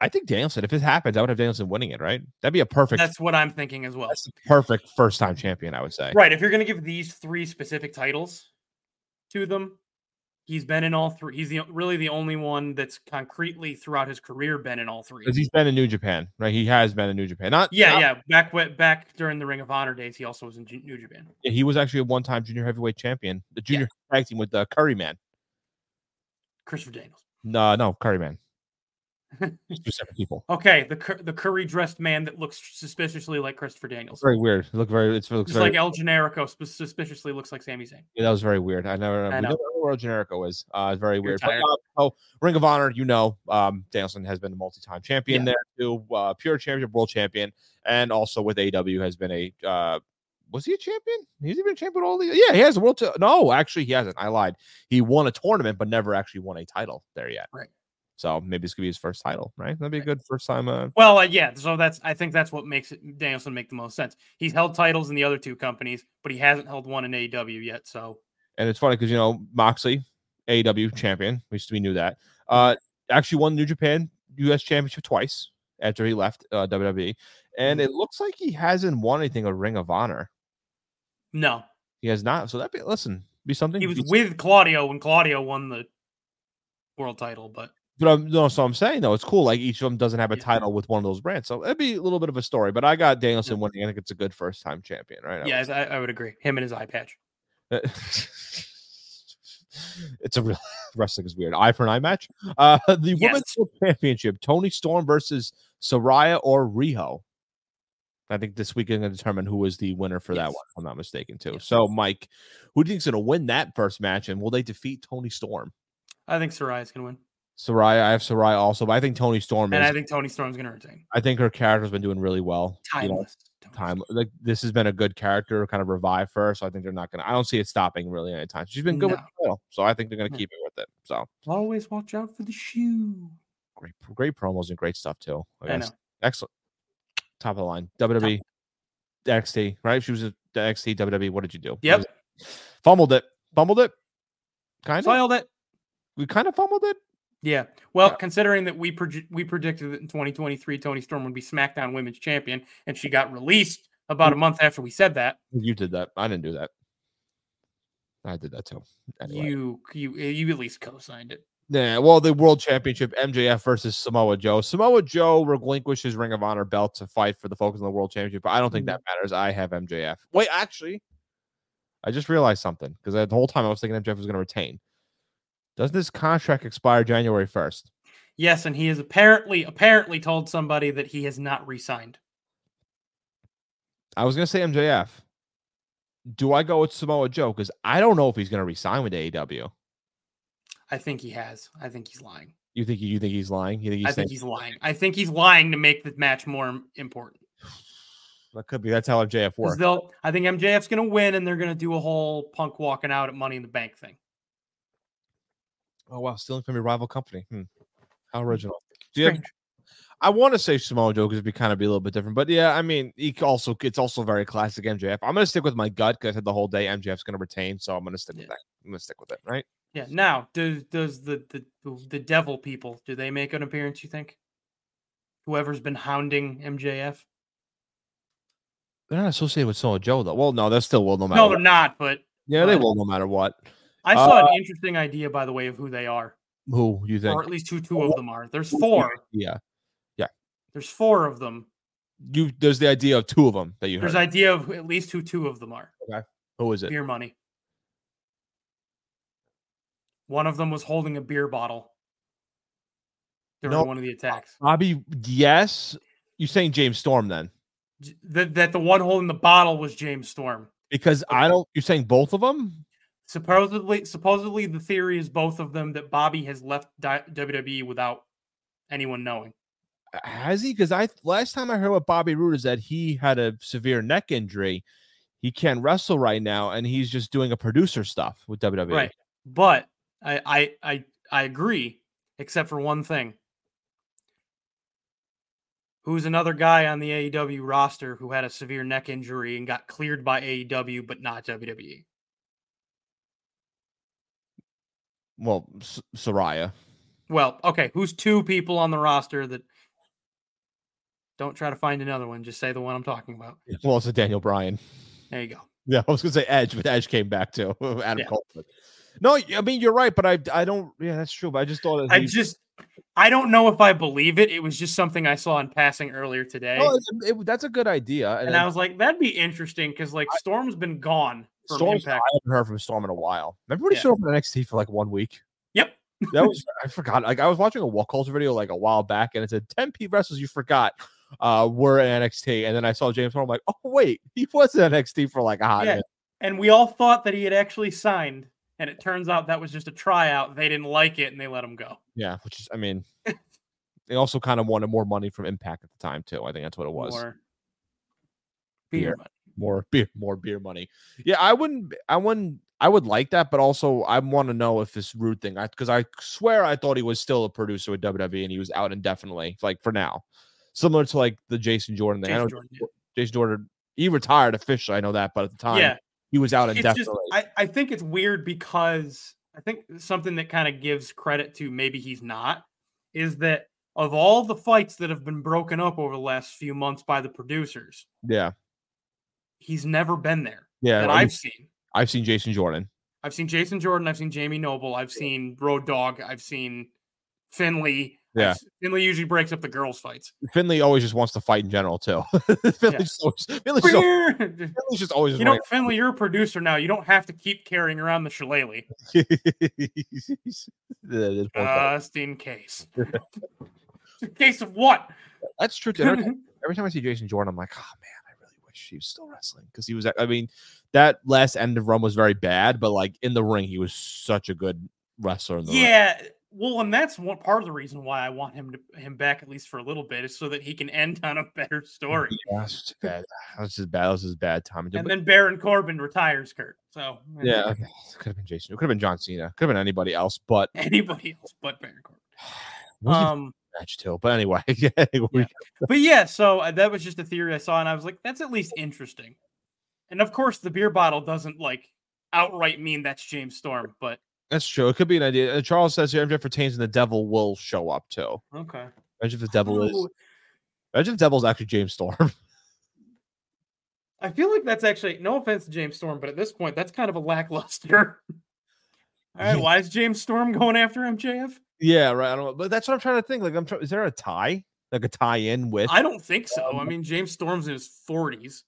Speaker 3: I think Danielson, if it happens, I would have Danielson winning it. Right? That'd be a perfect,
Speaker 4: That's what I'm thinking as well.
Speaker 3: that's the perfect first time champion. I would say.
Speaker 4: Right. If you're going to give these three specific titles to them, he's been in all three. He's the really the only one that's concretely throughout his career been in all three.
Speaker 3: Because he's been in New Japan, right? He has been in New Japan. Not
Speaker 4: yeah,
Speaker 3: not-
Speaker 4: yeah. Back when- back during the Ring of Honor days, he also was in Ju- New Japan.
Speaker 3: He was actually a one-time junior heavyweight champion, the junior tag team with the Curry Man.
Speaker 4: Christopher Daniels.
Speaker 3: No, no, Curry Man. It's Two separate people.
Speaker 4: Okay, the cur- the curry dressed man that looks suspiciously like Christopher Daniels.
Speaker 3: It's very weird. It looked very. It's, it looks
Speaker 4: Just
Speaker 3: very.
Speaker 4: like El Generico sp- suspiciously looks like Sami Zayn.
Speaker 3: Yeah, that was very weird. I never
Speaker 4: I
Speaker 3: we
Speaker 4: know.
Speaker 3: know where World Generico is. Uh, it's very weird. But,
Speaker 4: tired.
Speaker 3: uh, oh, Ring of Honor, you know, um, Danielson has been a multi-time champion
Speaker 4: Yeah.
Speaker 3: there too, uh, pure championship, world champion, and also with AW has been a. Uh, was he a champion? He's even a champion all the. Yeah, he has a world. T- no, actually, he hasn't. I lied. He won a tournament, but never actually won a title there yet.
Speaker 4: Right.
Speaker 3: So maybe this could be his first title. Right. That'd be a
Speaker 4: Right.
Speaker 3: good first time. Uh,
Speaker 4: Well, uh, yeah. So that's I think that's what makes it Danielson make the most sense. He's held titles in the other two companies, but he hasn't held one in AEW yet. So
Speaker 3: and it's funny because you know Moxley, AEW champion. We used to we knew that. Uh, actually won New Japan U.S. Championship twice after he left uh, WWE, and
Speaker 4: Mm.
Speaker 3: it looks like he hasn't won anything a Ring of Honor.
Speaker 4: no,
Speaker 3: He has not. So that be listen be something.
Speaker 4: he was
Speaker 3: be-
Speaker 4: with Claudio when Claudio won the world title, but
Speaker 3: but I'm, no, so I'm saying though it's cool. Like each of them doesn't have a
Speaker 4: Yeah.
Speaker 3: title with one of those brands, so it'd be a little bit of a story. But I got Danielson winning. I think it's a good first time champion, right? I
Speaker 4: yeah, I, I would agree. Him and his eye patch.
Speaker 3: it's a real wrestling is weird. Eye for an eye match. Uh, the women's
Speaker 4: Yes.
Speaker 3: World championship: Tony Storm versus Soraya or Riho. I think this weekend going to determine who is the winner for that
Speaker 4: Yes.
Speaker 3: one. If I'm not mistaken, too.
Speaker 4: Yes.
Speaker 3: So, Mike, who do you think's going to win that first match, and will they defeat Tony Storm?
Speaker 4: I think Soraya's gonna win.
Speaker 3: Soraya, I have Soraya also, but I think Tony Storm is.
Speaker 4: and I think Tony Storm's going to retain.
Speaker 3: I think her character's been doing really well. you know,
Speaker 4: Timeless. Tony Storm.
Speaker 3: time like this has been a good character kind of revive for her, so I think they're not gonna. I don't see it stopping really anytime. She's been good with
Speaker 4: No. Hmm.
Speaker 3: the title, so I think they're gonna
Speaker 4: No.
Speaker 3: keep it with it. So
Speaker 4: Always watch out for the shoe.
Speaker 3: great, great promos and great stuff too. I
Speaker 4: I
Speaker 3: guess.
Speaker 4: know.
Speaker 3: Excellent. Top of the line. WWE, NXT, right? She was a the NXT, WWE. E, What did you do? It
Speaker 4: Yep.
Speaker 3: was- Fumbled it. Fumbled it. Kind of.
Speaker 4: Soiled it.
Speaker 3: We kind of fumbled it.
Speaker 4: Yeah. Well,
Speaker 3: Yeah.
Speaker 4: considering that we proje- we predicted that in 2023 Tony Storm would be SmackDown Women's Champion, and she got released
Speaker 3: Mm.
Speaker 4: about a month after we said that,
Speaker 3: You did that. I didn't do that. I did that too. Anyway.
Speaker 4: you you you at least co-signed it.
Speaker 3: Yeah, well, the world championship, MJF versus Samoa Joe. Samoa Joe relinquished his Ring of Honor belt to fight for the focus on the world championship, but I don't think
Speaker 4: Mhm.
Speaker 3: that matters. I have MJF. Wait, actually, I just realized something because the whole time I was thinking MJF was going to retain. Doesn't this contract expire January 1st?
Speaker 4: Yes, and he has apparently apparently told somebody that he has not re-signed.
Speaker 3: I was going to say MJF. Do I go with Samoa Joe? Because I don't know if he's going to resign with E AEW.
Speaker 4: I think he has. I think he's lying.
Speaker 3: You think you think he's lying? You think he's
Speaker 4: I think
Speaker 3: saying-
Speaker 4: he's lying. I think he's lying to make the match more im- important.
Speaker 3: that could be that's how MJF
Speaker 4: 'Cause
Speaker 3: works.
Speaker 4: They'll, I think MJF's going to win, and they're going to do a whole Punk walking out at Money in the Bank thing.
Speaker 3: oh wow, stealing from your rival company. Hmm. How original. Do you have-
Speaker 4: Strange.
Speaker 3: I want to say Samoa Joe because it'd be kind of be a little bit different, but yeah, I mean, he c- also it's also very classic MJF. I'm gonna stick with my gut because I said the whole day MJF's gonna retain, so I'm gonna stick
Speaker 4: Yeah.
Speaker 3: with that. I'm gonna stick with it, right?
Speaker 4: Yeah. Now, does does the, the the devil people do they make an appearance? You think? Whoever's been hounding MJF?
Speaker 3: They're not associated with Samoa Joe though. Well, no, they still will no matter.
Speaker 4: No, they're
Speaker 3: what.
Speaker 4: not. But
Speaker 3: yeah, they
Speaker 4: but-
Speaker 3: will no matter what. Uh,
Speaker 4: I saw an interesting idea, by the way, of who they are,
Speaker 3: Who you think?
Speaker 4: or at least who
Speaker 3: Oh,
Speaker 4: two of them are. There's four.
Speaker 3: Yeah,
Speaker 4: There's four of them.
Speaker 3: you. There's the idea of two of them that you heard.
Speaker 4: There's idea of who- at least who two of them are.
Speaker 3: Who is it?
Speaker 4: Beer money. One of them was holding a beer bottle during
Speaker 3: No.
Speaker 4: one of the attacks.
Speaker 3: Bobby. Yes, you're saying James Storm then
Speaker 4: J- That that the one holding the bottle was James Storm.
Speaker 3: because I don't. You're saying both of them.
Speaker 4: Supposedly, supposedly the theory is both of them that Bobby has left di- WWE without anyone knowing.
Speaker 3: Has he? Because I last time I heard what Bobby Roode is that he had a severe neck injury. He can't wrestle right now, and he's just doing a producer stuff with E. WWE.
Speaker 4: Right. But I I I, I agree, except for one thing. Who's another guy on the AEW roster who had a severe neck injury and got cleared by AEW but not E? WWE?
Speaker 3: Well, S- Soraya.
Speaker 4: Well, okay, who's two people on the roster that don't try to find another one, just say the one I'm talking about.
Speaker 3: Well, it's a Daniel Bryan.
Speaker 4: There you go.
Speaker 3: Yeah, I was gonna say Edge, but Edge came back too. Adam
Speaker 4: Yeah.
Speaker 3: Copeland. No, I mean you're right, but I I don't. Yeah, that's true. But I just thought.
Speaker 4: I
Speaker 3: he-
Speaker 4: just I don't know if I believe it. It was just something I saw in passing earlier today.
Speaker 3: No, it's- it- that's a good idea. And,
Speaker 4: and
Speaker 3: then
Speaker 4: I was like, that'd be interesting because like Storm's been gone from
Speaker 3: Storm. I
Speaker 4: impact.
Speaker 3: haven't heard from Storm in a while. Remember when
Speaker 4: Yeah.
Speaker 3: he showed up in NXT for like one week?
Speaker 4: Yep.
Speaker 3: that was I forgot. Like I was watching a What Culture video like a while back, and it said 10 P wrestlers you forgot uh were in NXT, and then I saw James Storm. I'm like, oh wait, he was in NXT for like a hot
Speaker 4: Yeah.
Speaker 3: minute.
Speaker 4: And we all thought that he had actually signed, and it turns out that was just a tryout. They didn't like it and they let him go.
Speaker 3: Yeah, which is I mean, they also kind of wanted more money from Impact at the time too. I think that's what it was.
Speaker 4: Or
Speaker 3: Beer.
Speaker 4: beer. money.
Speaker 3: more beer, more beer money. Yeah, I wouldn't, I wouldn't, I would like that, but also I want to know if this rude thing, I because I swear I thought he was still a producer with WWE and he was out indefinitely, like for now, similar to like the Jason Jordan thing. I
Speaker 4: Jason
Speaker 3: know
Speaker 4: Jordan, yeah.
Speaker 3: Jason Jordan, he retired officially, I know that, but at the time,
Speaker 4: yeah,
Speaker 3: he was out
Speaker 4: it's
Speaker 3: indefinitely.
Speaker 4: just I, I think it's weird because I think something that kind of gives credit to maybe he's not is that of all the fights that have been broken up over the last few months by the producers,
Speaker 3: yeah,
Speaker 4: he's never been there
Speaker 3: yeah.
Speaker 4: that
Speaker 3: I mean,
Speaker 4: I've seen.
Speaker 3: I've seen Jason Jordan.
Speaker 4: I've seen Jason Jordan. I've seen Jamie Noble. I've seen Road Dog. I've seen Finley. I've
Speaker 3: Yeah.
Speaker 4: s- Finley usually breaks up the girls' fights.
Speaker 3: Finley always just wants to fight in general too. Finley's, just always, Finley's, just, always-
Speaker 4: you
Speaker 3: Finley's just always.
Speaker 4: know,
Speaker 3: running.
Speaker 4: Finley, you're a producer now. You don't have to keep carrying around the shillelagh
Speaker 3: Yeah, there's one guy.
Speaker 4: just in case. in case of what?
Speaker 3: That's true. too. Every every time I see Jason Jordan, I'm like, oh man, I really wish he was still wrestling because he was. I mean, that last end of run was very bad, but like in the ring, he was such a good wrestler. In the ring.
Speaker 4: yeah, Well, and that's one part of the reason why I want him to him back at least for a little bit is so that he can end on a better story.
Speaker 3: Yeah, that's just bad. That's just bad. That was just bad time.
Speaker 4: And then Baron Corbin retires Kurt. So you know,
Speaker 3: yeah, okay. it could have been Jason. It could have been John Cena. Could have been anybody else. But
Speaker 4: anybody else but Baron Corbin.
Speaker 3: wasn't
Speaker 4: Um,
Speaker 3: match till. But anyway, yeah, we-
Speaker 4: but yeah, so uh, that was just a theory I saw, and I was like, that's at least interesting. And of course, the beer bottle doesn't like outright mean that's James Storm, but
Speaker 3: that's true. It could be an idea. Uh, Charles says here, MJF retains and the devil will show up too.
Speaker 4: okay.
Speaker 3: Imagine if the devil is.
Speaker 4: Ooh,
Speaker 3: Imagine if the devil's actually James Storm.
Speaker 4: I feel like that's actually no offense to James Storm, but at this point, that's kind of a lackluster. All
Speaker 3: Yeah.
Speaker 4: right, why is James Storm going after MJF?
Speaker 3: yeah, right. I don't. know. But that's what I'm trying to think. Like, I'm. Try- is there a tie? Like a tie-in with?
Speaker 4: I don't think so. I mean, James Storm's in his 40s.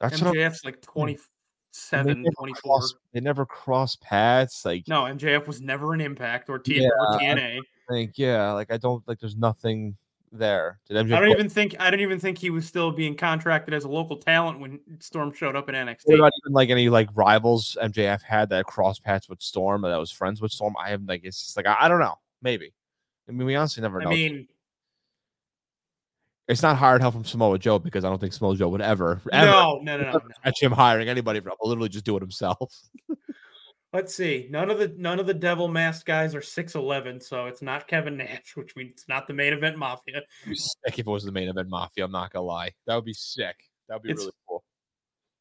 Speaker 3: um, that's what I'm-
Speaker 4: MJF's like 27,
Speaker 3: they, never
Speaker 4: 24.
Speaker 3: cross, they never cross paths. Like,
Speaker 4: No, MJF was never an impact or, T-
Speaker 3: Yeah,
Speaker 4: or
Speaker 3: I-
Speaker 4: TNA.
Speaker 3: like, yeah, like I don't like. There's nothing there. Did MJF?
Speaker 4: I don't
Speaker 3: go-
Speaker 4: even think I don't even think he was still being contracted as a local talent when Storm showed up in
Speaker 3: What
Speaker 4: NXT.
Speaker 3: about even like any like rivals MJF had that cross paths with Storm or that was friends with Storm? I have like it's just like I, I don't know. Maybe. I mean, we honestly never
Speaker 4: I
Speaker 3: know.
Speaker 4: mean,
Speaker 3: it's not hired help from Samoa Joe because I don't think Samoa Joe would ever ever
Speaker 4: no, no, no, no, no.
Speaker 3: catch him hiring anybody for help. He'll Literally, just do it himself.
Speaker 4: Let's see. None of the none of the devil masked guys are six eleven, so it's not Kevin Nash, which means it's not the main event mafia.
Speaker 3: It'd be sick if it was the main event Mafia. I'm not gonna lie. That would be sick. That would be
Speaker 4: It's-
Speaker 3: really cool.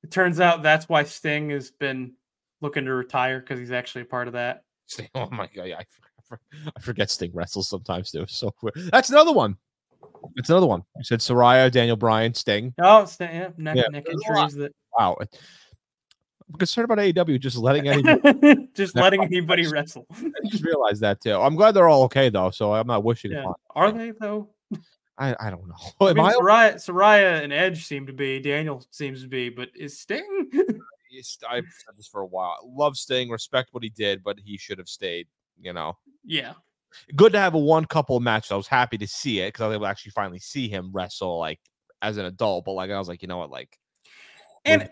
Speaker 4: It turns out that's why Sting has been looking to retire because he's actually a part of that.
Speaker 3: Sting- Oh my god, yeah, I, for- I for- I forget Sting wrestles sometimes too. So weird. that's another one. That's another one. You said Soraya, Daniel Bryan, Sting.
Speaker 4: Oh, Sting, yeah, neck,
Speaker 3: Yeah,
Speaker 4: neck
Speaker 3: there's a lot.
Speaker 4: injuries that
Speaker 3: Wow. I'm concerned about AEW just letting any
Speaker 4: just
Speaker 3: Neck
Speaker 4: letting
Speaker 3: problems.
Speaker 4: anybody wrestle.
Speaker 3: I just realized that too. I'm glad they're all okay though, so I'm not wishing
Speaker 4: Yeah.
Speaker 3: upon.
Speaker 4: Are they though?
Speaker 3: I, I don't know.
Speaker 4: I
Speaker 3: Am
Speaker 4: mean,
Speaker 3: I,
Speaker 4: Soraya, Soraya and Edge seem to be. Daniel seems to be, but is Sting?
Speaker 3: yes, I've said this for a while. Love Sting, respect what he did, but he should have stayed. You know,
Speaker 4: yeah.
Speaker 3: good to have a one couple match. I was happy to see it because I was able to actually finally see him wrestle like as an adult. But like I was like, you know what, like
Speaker 4: And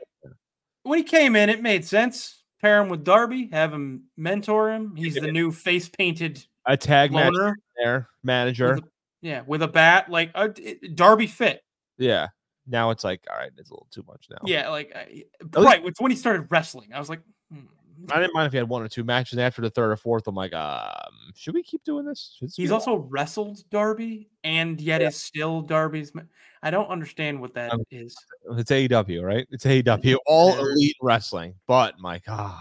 Speaker 4: when he came in, it made sense. Pair him with Darby, have him mentor him. He's the new face painted
Speaker 3: a tag match
Speaker 4: loner.
Speaker 3: there, manager.
Speaker 4: With a, yeah, with a bat. Like uh, d- Darby fit.
Speaker 3: yeah. Now it's like, all right, it's a little too much now.
Speaker 4: Yeah, like I,
Speaker 3: least-
Speaker 4: right. It's when he started wrestling. I was like, hmm.
Speaker 3: I didn't mind if he had one or two matches after the third or fourth. I'm like, um, should we keep doing this? Should this
Speaker 4: he's
Speaker 3: be-
Speaker 4: also wrestled Darby, and yet
Speaker 3: Yeah.
Speaker 4: is still Darby's. ma- I don't understand what that
Speaker 3: Um,
Speaker 4: is.
Speaker 3: It's AEW, right? It's AEW, all
Speaker 4: Yeah.
Speaker 3: elite wrestling. But my God,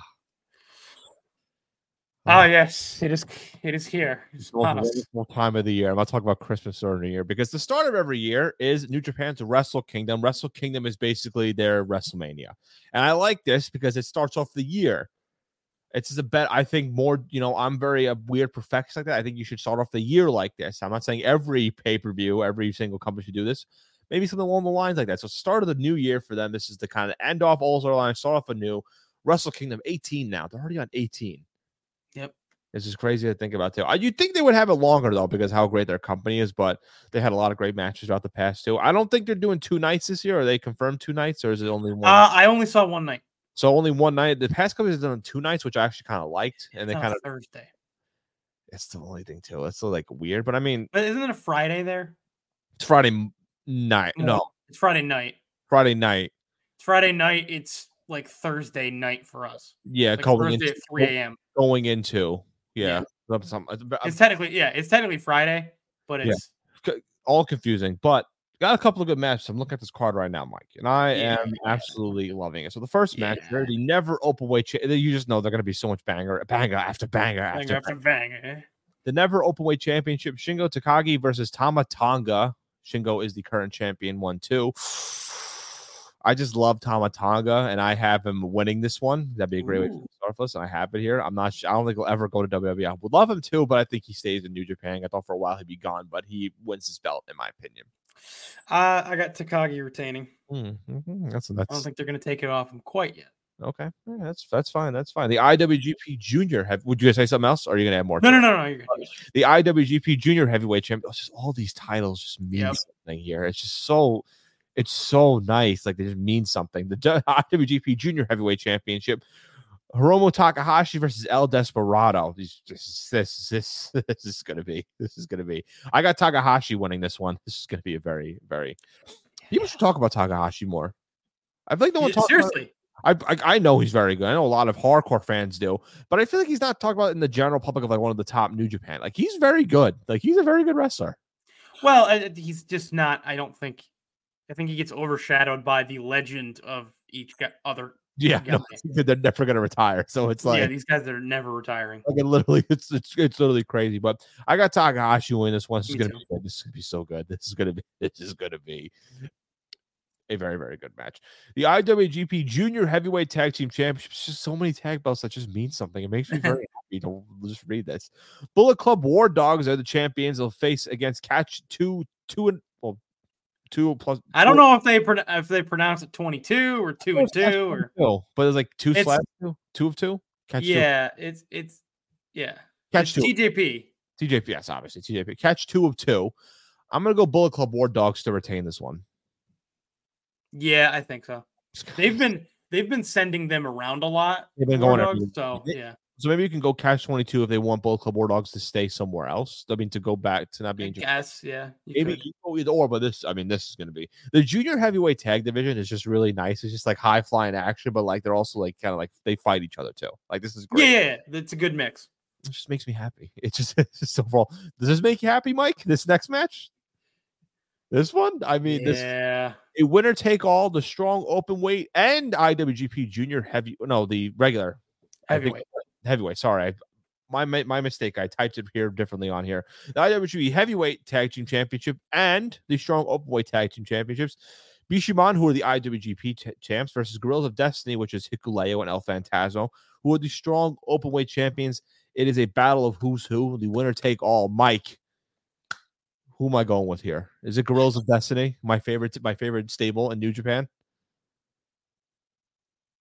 Speaker 4: Oh yes, it is. It is here. It's
Speaker 3: it's the most
Speaker 4: upon us.
Speaker 3: wonderful time of the year. I'm not talking about Christmas or New Year because the start of every year is New Japan's Wrestle Kingdom. Wrestle Kingdom is basically their WrestleMania, and I like this because it starts off the year. It's just a bet. I think more. You know, I'm very a weird perfectionist like that. I think you should start off the year like this. I'm not saying every pay per view, every single company should do this. Maybe something along the lines like that. So start of the new year for them. This is the kind of end off all star line. Start off a new Wrestle Kingdom 18 now. They're already on 18.
Speaker 4: Yep.
Speaker 3: This is crazy to think about too. Uh, You'd think they would have it longer though, because how great their company is. But they had a lot of great matches throughout the past too. I don't think they're doing two nights this year. Are they confirmed two nights, or is it only one?
Speaker 4: Uh, I only saw one night.
Speaker 3: so only one night. The past couple years have done two nights, which I actually kind of liked, and
Speaker 4: It's
Speaker 3: they
Speaker 4: on
Speaker 3: kind of
Speaker 4: Thursday.
Speaker 3: it's the only thing too. It's so like weird, but I mean,
Speaker 4: But isn't it a Friday there?
Speaker 3: it's Friday m- night. No,
Speaker 4: It's Friday night.
Speaker 3: Friday night.
Speaker 4: It's Friday night. It's like Thursday night for us.
Speaker 3: Yeah,
Speaker 4: Like
Speaker 3: going
Speaker 4: Thursday
Speaker 3: into
Speaker 4: at 3 a.m.
Speaker 3: going into yeah.
Speaker 4: Yeah.
Speaker 3: some- some- it's about-
Speaker 4: It's technically, yeah, it's technically Friday, but
Speaker 3: Um, Yeah.
Speaker 4: it's
Speaker 3: all confusing, but got a couple of good matches. I'm looking at this card right now, Mike, and I
Speaker 4: Yeah.
Speaker 3: am absolutely loving it. So the first match,
Speaker 4: Yeah.
Speaker 3: they're the never open weight. Cha- you just know they're going to be so much banger, banger after banger
Speaker 4: bang
Speaker 3: after.
Speaker 4: after bang. eh?
Speaker 3: The never open weight championship, Shingo Takagi versus Tama Tonga. Shingo is the current champion, one two. I just love Tama Tonga, and I have him winning this one. That'd be a great way to
Speaker 4: Ooh.
Speaker 3: start off this, and I have it here. I'm not. su- I don't think he'll ever go to WWE. I would love him too, but I think he stays in New Japan. I thought for a while he'd be gone, but he wins his belt, in my opinion.
Speaker 4: Uh, I got Takagi retaining.
Speaker 3: Mm, mhm, That's
Speaker 4: I don't
Speaker 3: that's
Speaker 4: think they're going to take it off him quite yet.
Speaker 3: okay. yeah, that's that's fine. That's fine. The IWGP Junior. Have, would you guys say something else? Or are you gonna add more?
Speaker 4: No,
Speaker 3: to
Speaker 4: no,
Speaker 3: it?
Speaker 4: no, no. You're good. you're good.
Speaker 3: The IWGP Junior Heavyweight Champion. It's just all these titles just mean
Speaker 4: Yep.
Speaker 3: something here. It's just so, it's so nice. Like they just mean something. The D- IWGP Junior Heavyweight Championship. Hiromu Takahashi versus El Desperado. These- This, this, this, this is gonna be. This is gonna be. I got Takahashi winning this one. This is gonna be a very, very. People should talk about Takahashi more. I feel like no one
Speaker 4: Yeah,
Speaker 3: talks. about-
Speaker 4: Seriously,
Speaker 3: I, I I know he's very good. I know a lot of hardcore fans do, but I feel like he's not talked about in the general public of like one of the top New Japan. Like he's very good. Like he's a very good wrestler.
Speaker 4: well, I- he's just not. I don't think. I think he gets overshadowed by the legend of each guy, other.
Speaker 3: Yeah,
Speaker 4: guy.
Speaker 3: no, they're never gonna retire. So it's like
Speaker 4: yeah, these guys are never retiring.
Speaker 3: Like it literally, it's it's it's literally crazy. But I got Takahashi win this one. This is
Speaker 4: Me
Speaker 3: gonna
Speaker 4: too.
Speaker 3: be good. This is gonna be so good. This is gonna be this is gonna be a very very good match. The IWGP Junior Heavyweight Tag Team Championship. It's just so many tag belts that just mean something. It makes me very happy to just read this. Bullet Club War Dogs are the champions. They'll face against Catch Two Two and well two plus.
Speaker 4: I don't
Speaker 3: well,
Speaker 4: know if they pro- if they pronounce it twenty two or two and
Speaker 3: slash
Speaker 4: two or
Speaker 3: no, but it's like two
Speaker 4: It's-
Speaker 3: slash two, two of two. Catch two.
Speaker 4: yeah, it's it's yeah.
Speaker 3: Catch
Speaker 4: it's
Speaker 3: two.
Speaker 4: TJP.
Speaker 3: TJP, yes, obviously TJP. Catch two of two. I'm gonna go Bullet Club War Dogs to retain this one.
Speaker 4: Yeah, I think so. They've been they've been sending them around a lot.
Speaker 3: They've been
Speaker 4: War
Speaker 3: going
Speaker 4: dogs,
Speaker 3: everywhere.
Speaker 4: so
Speaker 3: They-
Speaker 4: yeah,
Speaker 3: So maybe you can go catch 22 if they want Bullet Club War Dogs to stay somewhere else. I mean, to go back to not
Speaker 4: I
Speaker 3: being Japan.
Speaker 4: guess yeah. you
Speaker 3: Maybe
Speaker 4: could.
Speaker 3: you go either or, but this, I mean, this is going to be the junior heavyweight tag division is just really nice. It's just like high flying action, but like they're also like kind of like they fight each other too. Like this is
Speaker 4: Yeah,
Speaker 3: great.
Speaker 4: yeah, yeah, that's a good mix.
Speaker 3: It just makes me happy. It just, it's just overall. Does this make you happy, Mike? This next match? This one? I mean, this
Speaker 4: yeah,
Speaker 3: a winner take all, the strong open weight and IWGP Junior Heavy. No, the regular I think-
Speaker 4: heavyweight.
Speaker 3: heavyweight. Sorry, I, my mi- my mistake. I typed it here differently on here. The IWGP Heavyweight Tag Team Championship and the Strong Openweight Tag Team Championships. Bishamon, who are the IWGP t- champs, versus Gorillas of Destiny, which is Hikuleo and El Fantasmo, who are the Strong Openweight champions. It is a battle of who's who. The winner take all. Mike, who am I going with here? Is it Gorillas of Destiny, my favorite, my favorite stable in New Japan?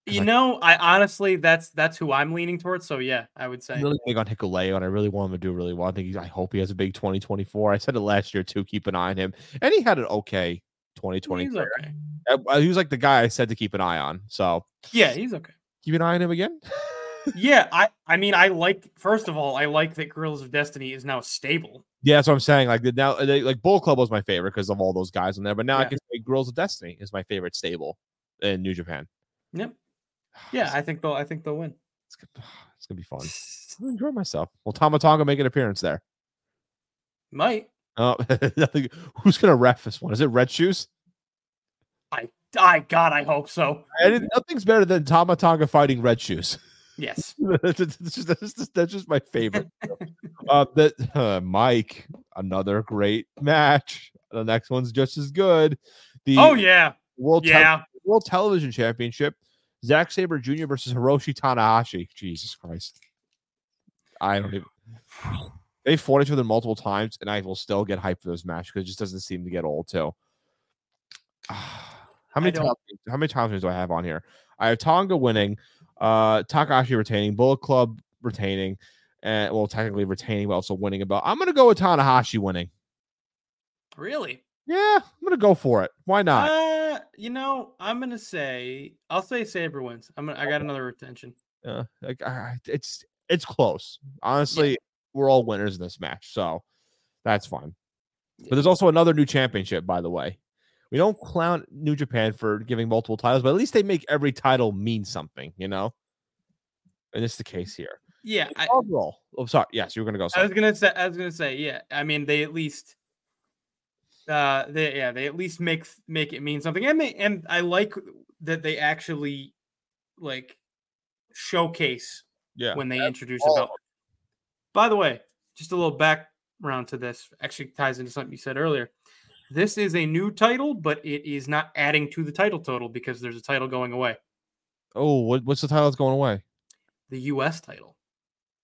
Speaker 4: You
Speaker 3: I-
Speaker 4: know, I honestly that's that's who I'm leaning towards. So yeah, I would say
Speaker 3: I'm really big on Hikuleo, and I really want him to do really well. I think he's, I hope he has a big 2024. I said it last year too. Keep an eye on him, and he had an okay
Speaker 4: he's
Speaker 3: 2020.
Speaker 4: okay.
Speaker 3: uh, He was like the guy I said to keep an eye on. So
Speaker 4: Yeah, he's okay.
Speaker 3: keep an eye on him again.
Speaker 4: Yeah, I I mean I like first of all I like that Gorillas of Destiny is now stable.
Speaker 3: yeah, that's what I'm saying. Like the- now, uh, they, like Bull Club was my favorite because of all those guys in there. But now I
Speaker 4: Yeah.
Speaker 3: can say Girls of Destiny is my favorite stable in New Japan.
Speaker 4: Yep. Yeah, I think they'll I think they'll win.
Speaker 3: it's, gonna- it's gonna be fun. I'm enjoying myself. Will Tomatonga make an appearance there?
Speaker 4: Might
Speaker 3: Oh, nothing- who's gonna ref this one? Is it Red Shoes?
Speaker 4: I God I hope so.
Speaker 3: I didn't- nothing's better than Tomatonga fighting Red Shoes.
Speaker 4: Yes.
Speaker 3: that's, just, that's just- that's just my favorite. uh, that uh, Mike, another great match. The next one's just as good. The
Speaker 4: Oh yeah,
Speaker 3: World Te-
Speaker 4: yeah.
Speaker 3: World Television Championship, Zack Saber Jr. versus Hiroshi Tanahashi. Jesus Christ, I don't even. They fought each other multiple times, and I will still get hyped for this match because it just doesn't seem to get old. Too. how many
Speaker 4: don't-
Speaker 3: times? How many times do I have on here? I have Tonga winning, uh, Takahashi retaining, Bullet Club retaining, and well, technically retaining, but also winning. About I'm gonna go with Tanahashi winning.
Speaker 4: Really?
Speaker 3: Yeah, I'm gonna go for it. Why not?
Speaker 4: Uh, you know, I'm gonna say I'll say Saber wins. I'm gonna I got another retention.
Speaker 3: Yeah, Uh, like I, I- it's it's close. Honestly, we're all winners in this match, so that's fine. But there's also another new championship, by the way. We don't clown New Japan for giving multiple titles, but at least they make every title mean something, you know. And it's the case here.
Speaker 4: Yeah, I,
Speaker 3: Overall, oh, sorry. Yes, you were gonna go.
Speaker 4: I
Speaker 3: Sorry.
Speaker 4: was gonna say I was gonna say yeah. I mean, they at least uh they yeah they at least make make it mean something and they and I like that they actually like showcase
Speaker 3: yeah.
Speaker 4: when they introduce
Speaker 3: all
Speaker 4: the belt. By the way, just a little background to this actually ties into something you said earlier. This is a new title, but it is not adding to the title total because there's a title going away.
Speaker 3: Oh, what, what's the title that's going away?
Speaker 4: The US title.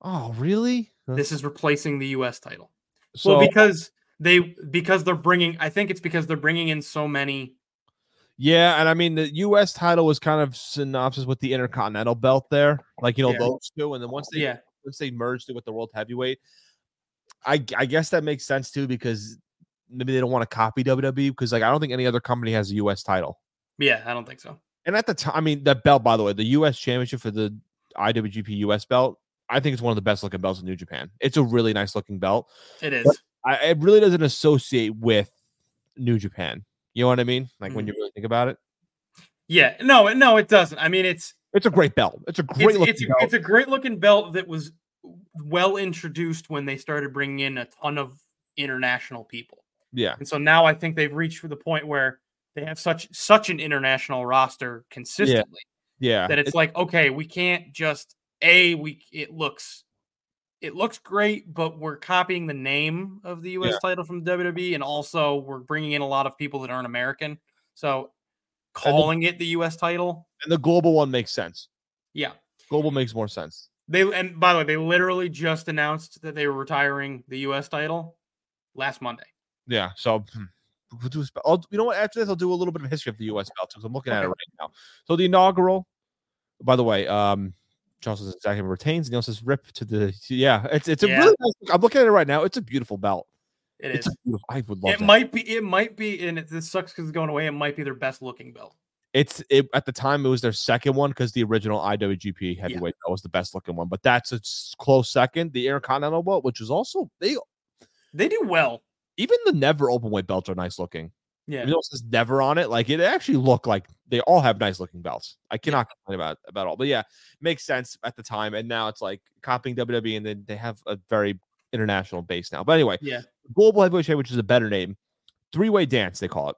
Speaker 3: Oh, really? Huh.
Speaker 4: This is replacing the US title.
Speaker 3: So
Speaker 4: well, because they because they're bringing. I think it's because they're bringing in so many.
Speaker 3: yeah, and I mean the U.S. title was kind of synopsis with the Intercontinental Belt there, like you know
Speaker 4: Yeah.
Speaker 3: those two, and then once they
Speaker 4: Yeah,
Speaker 3: once they merged it with the world heavyweight, I g- I guess that makes sense too because maybe they don't want to copy WWE because like I don't think any other company has a U.S. title.
Speaker 4: yeah. I don't think so.
Speaker 3: And at the time, I mean that belt, by the way, the U.S. championship for the IWGP US belt. I think it's one of the best looking belts in New Japan. It's a really nice looking belt.
Speaker 4: It is.
Speaker 3: I, it really doesn't associate with New Japan. You know what I mean? Like
Speaker 4: Mm.
Speaker 3: when you really think about it,
Speaker 4: Yeah. No, it- no, it doesn't. I mean, it's
Speaker 3: it's a great belt. It's a great
Speaker 4: it's,
Speaker 3: looking
Speaker 4: it's, a,
Speaker 3: belt.
Speaker 4: it's a great looking belt that was well introduced when they started bringing in a ton of international people.
Speaker 3: yeah,
Speaker 4: And so now I think they've reached the point where they have such such an international roster consistently
Speaker 3: yeah.
Speaker 4: that it's, like okay, we can't just a we it looks it looks great, but we're copying the name of the US
Speaker 3: Yeah.
Speaker 4: title from WWE and also we're bringing in a lot of people that aren't American. So
Speaker 3: the-
Speaker 4: calling it the US title,
Speaker 3: and the global one makes sense.
Speaker 4: yeah.
Speaker 3: Global makes more sense.
Speaker 4: They and by the way, they literally just announced that they were retiring the U.S. title last Monday.
Speaker 3: Yeah. So hmm, we'll do a spe- I'll, you know what? After this, I'll do a little bit of history of the U.S. belt because I'm looking at it
Speaker 4: Okay.
Speaker 3: right now. So the inaugural, by the way, um, Charles says exactly retains. Neil says rip to the yeah. It's it's a
Speaker 4: Yeah.
Speaker 3: really nice, I'm looking at it right now. It's a beautiful belt.
Speaker 4: It
Speaker 3: it's
Speaker 4: is.
Speaker 3: A beautiful, I would love
Speaker 4: It
Speaker 3: it.
Speaker 4: might be. It might be. And it, this sucks because it's going away. It might be their best looking belt.
Speaker 3: It's it, at the time it was their second one because the original IWGP heavyweight belt was the best looking one, but that's a s- close second. The Intercontinental belt, which is also they
Speaker 4: They do well.
Speaker 3: even the never open weight belts are nice looking.
Speaker 4: Yeah.
Speaker 3: even though it says never on it, like it actually look like they all have nice looking belts. I cannot complain about about all, but yeah, makes sense at the time. And now it's like copying WWE, and then they have a very international base now. But anyway,
Speaker 4: Yeah.
Speaker 3: Global Heavyweight Championship, which is a better name, three way dance they call it.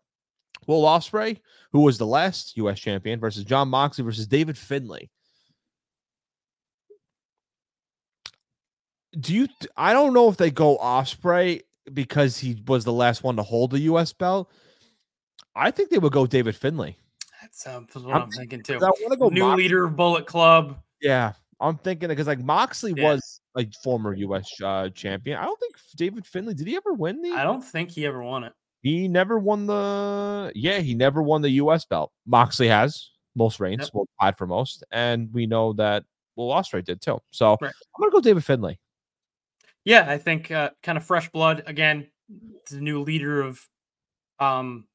Speaker 3: Will Ospreay, who was the last U.S. champion, versus John Moxley versus David Finlay. Do you? th- I don't know if they go Osprey because he was the last one to hold the U.S. belt. I think they would go David Finlay.
Speaker 4: That's, um, that's what
Speaker 3: I'm
Speaker 4: I'm, thinking too.
Speaker 3: 'Cause I want to go.
Speaker 4: New
Speaker 3: Mox-
Speaker 4: leader of Bullet Club.
Speaker 3: yeah, I'm thinking because like Moxley
Speaker 4: Yeah.
Speaker 3: was a former U.S. Uh, champion. I don't think David Finlay did he ever win the?
Speaker 4: I don't think he ever won it.
Speaker 3: He never won the yeah, he never won the US belt. Moxley has most reigns,
Speaker 4: Yep.
Speaker 3: well tied for most, and we know that Will Ospreay did too. So
Speaker 4: Right.
Speaker 3: I'm gonna go David Finlay.
Speaker 4: Yeah, I think uh, kind of fresh blood again. The new leader of, um,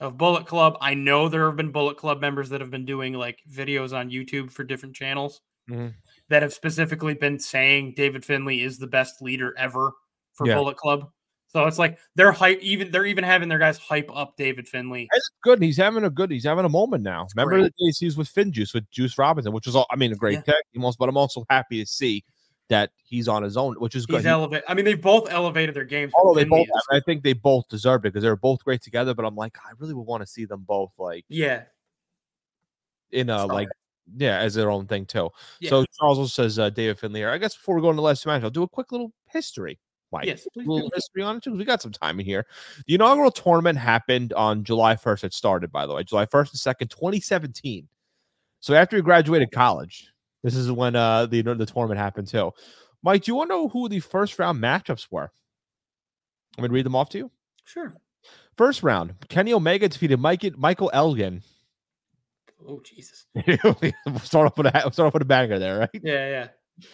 Speaker 4: of Bullet Club. I know there have been Bullet Club members that have been doing like videos on YouTube for different channels
Speaker 3: Mhm.
Speaker 4: that have specifically been saying David Finley is the best leader ever for
Speaker 3: Yeah.
Speaker 4: Bullet Club. So it's like they're hype. Even they're even having their guys hype up David Finley.
Speaker 3: That's good. He's having a good he's having a moment now. Remember
Speaker 4: great.
Speaker 3: the days he was with Finn Juice with Juice Robinson, which is all I mean a great
Speaker 4: Yeah.
Speaker 3: tech almost, but I'm also happy to see that he's on his own, which is good.
Speaker 4: He's
Speaker 3: He-
Speaker 4: elevate. I mean, they both elevated their games. but
Speaker 3: although Oh, they
Speaker 4: Finley
Speaker 3: both
Speaker 4: is-
Speaker 3: I think they both deserved it because they were both great together, but I'm like, I really would want to see them both like
Speaker 4: yeah,
Speaker 3: in a
Speaker 4: Solid.
Speaker 3: like yeah as their own thing too.
Speaker 4: Yeah.
Speaker 3: So Charles also says uh, David Finley. here. I guess before we go into the last match, I'll do a quick little history. Mike,
Speaker 4: yes, please
Speaker 3: little
Speaker 4: do.
Speaker 3: history on it too. 'cause We got some time in here. The inaugural tournament happened on July 1st. It started, by the way, July 1st and 2nd, 2017. So after he graduated college, this is when uh, the the tournament happened too. Mike, do you want to know who the first round matchups were? I'm going to read them off to you.
Speaker 4: sure.
Speaker 3: First round, Kenny Omega defeated Mike, Michael Elgin.
Speaker 4: Oh Jesus.
Speaker 3: We'll start off with a start off with a banger there, right?
Speaker 4: Yeah, yeah.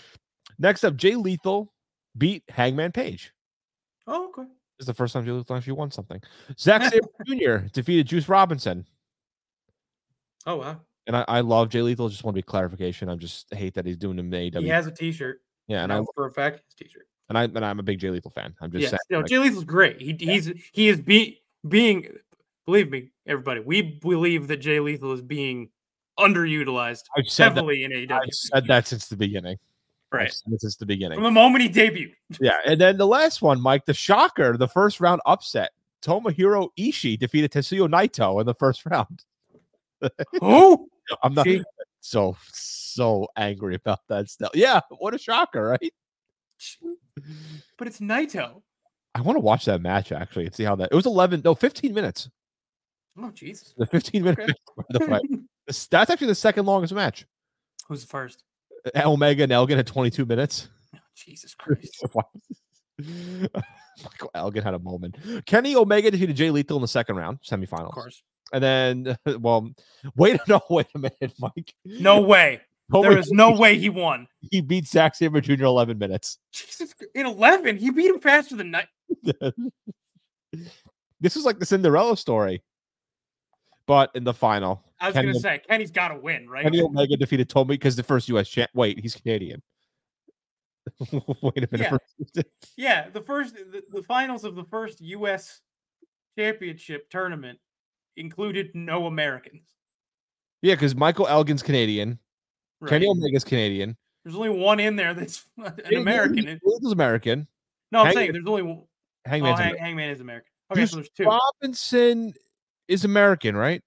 Speaker 3: Next up, Jay Lethal beat Hangman Page.
Speaker 4: Oh, okay.
Speaker 3: This is the first time Jay Lethal actually won something. Zack Sabre Jr. defeated Juice Robinson.
Speaker 4: Oh wow.
Speaker 3: And I, I love Jay Lethal. Just want to be clarification. I just hate that he's doing him the AEW.
Speaker 4: He has a T-shirt.
Speaker 3: yeah, and
Speaker 4: I
Speaker 3: I
Speaker 4: know for a fact his T-shirt.
Speaker 3: and I and I'm a big Jay Lethal fan. I'm just
Speaker 4: Yes,
Speaker 3: saying.
Speaker 4: no,
Speaker 3: like,
Speaker 4: Jay Lethal's great. He he's he is be being believe me, everybody. We believe that Jay Lethal is being underutilized
Speaker 3: I've said that.
Speaker 4: heavily in AEW.
Speaker 3: I've said that since the beginning. I've
Speaker 4: right
Speaker 3: said it since the beginning.
Speaker 4: from the moment he debuted.
Speaker 3: Yeah, and then the last one, Mike, the shocker, the first round upset. Tomohiro Ishii defeated Tetsuya Naito in the first round.
Speaker 4: Oh,
Speaker 3: I'm not
Speaker 4: Gee.
Speaker 3: so so angry about that still. Yeah, what a shocker, right?
Speaker 4: but it's Naito.
Speaker 3: I want to watch that match actually and see how that it was 11 no 15 minutes.
Speaker 4: Oh, Jesus.
Speaker 3: The 15 minute
Speaker 4: Okay.
Speaker 3: match, by the way. This- That's actually the second longest match.
Speaker 4: Who's the first?
Speaker 3: Omega and Elgin had 22 minutes.
Speaker 4: Oh, Jesus Christ.
Speaker 3: Michael Elgin had a moment. Kenny Omega defeated Jay Lethal in the second round,
Speaker 4: Of
Speaker 3: semifinals.
Speaker 4: course.
Speaker 3: And then, well, wait, no, wait a minute, Mike.
Speaker 4: No way. There
Speaker 3: Tomohiro
Speaker 4: is no way he won.
Speaker 3: He beat Zack Sabre Jr. 11 minutes.
Speaker 4: Jesus, Christ, in eleven, he beat him faster than Naito.
Speaker 3: this was like the Cinderella story, but in the final,
Speaker 4: I was
Speaker 3: Kenny
Speaker 4: gonna
Speaker 3: and-
Speaker 4: say Kenny's got to win, right?
Speaker 3: Kenny Omega defeated Tommy because the first U.S. champ. Wait, he's Canadian. Wait a minute.
Speaker 4: Yeah.
Speaker 3: first-
Speaker 4: Yeah, the first the, the finals of the first U.S. championship tournament included no Americans.
Speaker 3: yeah, because Michael Elgin's Canadian.
Speaker 4: Right?
Speaker 3: Kenny Omega's Canadian.
Speaker 4: there's only one in there that's an American. in-
Speaker 3: Who's American?
Speaker 4: No, I'm
Speaker 3: Hang-
Speaker 4: saying there's only one. Oh,
Speaker 3: Hangman's
Speaker 4: Hang,
Speaker 3: American.
Speaker 4: Hangman is American. Okay, so there's two.
Speaker 3: Robinson is American, right?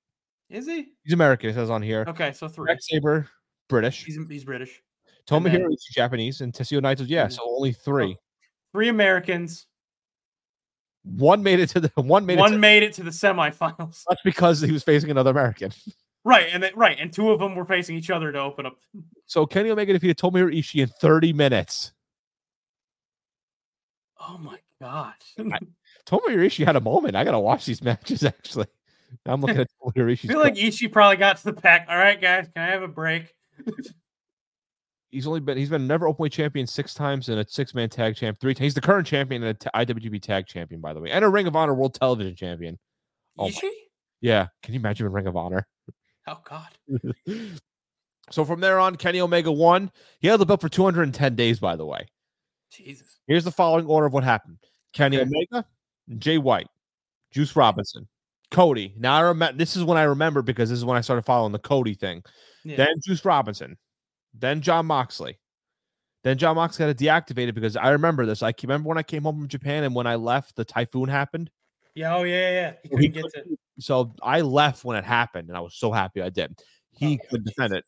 Speaker 4: Is he?
Speaker 3: He's American. It says on here.
Speaker 4: Okay, so three.
Speaker 3: Zack Saber, British.
Speaker 4: He's, he's British. and then-
Speaker 3: Tomohiro is Japanese, and Tetsuya Naito. Yeah,
Speaker 4: Mhm.
Speaker 3: so only three.
Speaker 4: Three Americans.
Speaker 3: One made it to the one made
Speaker 4: one
Speaker 3: it. To,
Speaker 4: made it to the semifinals.
Speaker 3: that's because he was facing another American.
Speaker 4: Right, and then, right, and two of them were facing each other to open up.
Speaker 3: So Kenny Omega defeated Tomohiro Ishii in 30 minutes.
Speaker 4: Oh my god!
Speaker 3: Tomohiro Ishii had a moment. I gotta watch these matches actually. I'm looking at Tomohiro
Speaker 4: I
Speaker 3: Ishii's.
Speaker 4: feel like Ichi probably got to the pack. All right, guys, can I have a break?
Speaker 3: he's only been he's been a never openweight champion six times and a six man tag champ three times. He's the current champion and a t- IWGP tag champion, by the way, and a Ring of Honor World Television champion. Oh my-
Speaker 4: Ishii?
Speaker 3: Yeah, can you imagine a Ring of Honor?
Speaker 4: Oh god!
Speaker 3: so from there on, Kenny Omega won. He held the belt for 210 days, by the way.
Speaker 4: Jesus!
Speaker 3: Here's the following order of what happened: Kenny
Speaker 4: Okay.
Speaker 3: Omega, Jay White, Juice Robinson, Cody. Now I remember this is when I remember because this is when I started following the Cody thing.
Speaker 4: Yeah.
Speaker 3: Then Juice Robinson, then John Moxley, then John Moxley got it deactivated because I remember this. I c- remember when I came home from Japan and when I left, the typhoon happened.
Speaker 4: yeah, oh yeah, yeah, yeah. He
Speaker 3: Well, he
Speaker 4: couldn't get to.
Speaker 3: So I left when it happened, and I was so happy I did. He
Speaker 4: Oh,
Speaker 3: could defend it.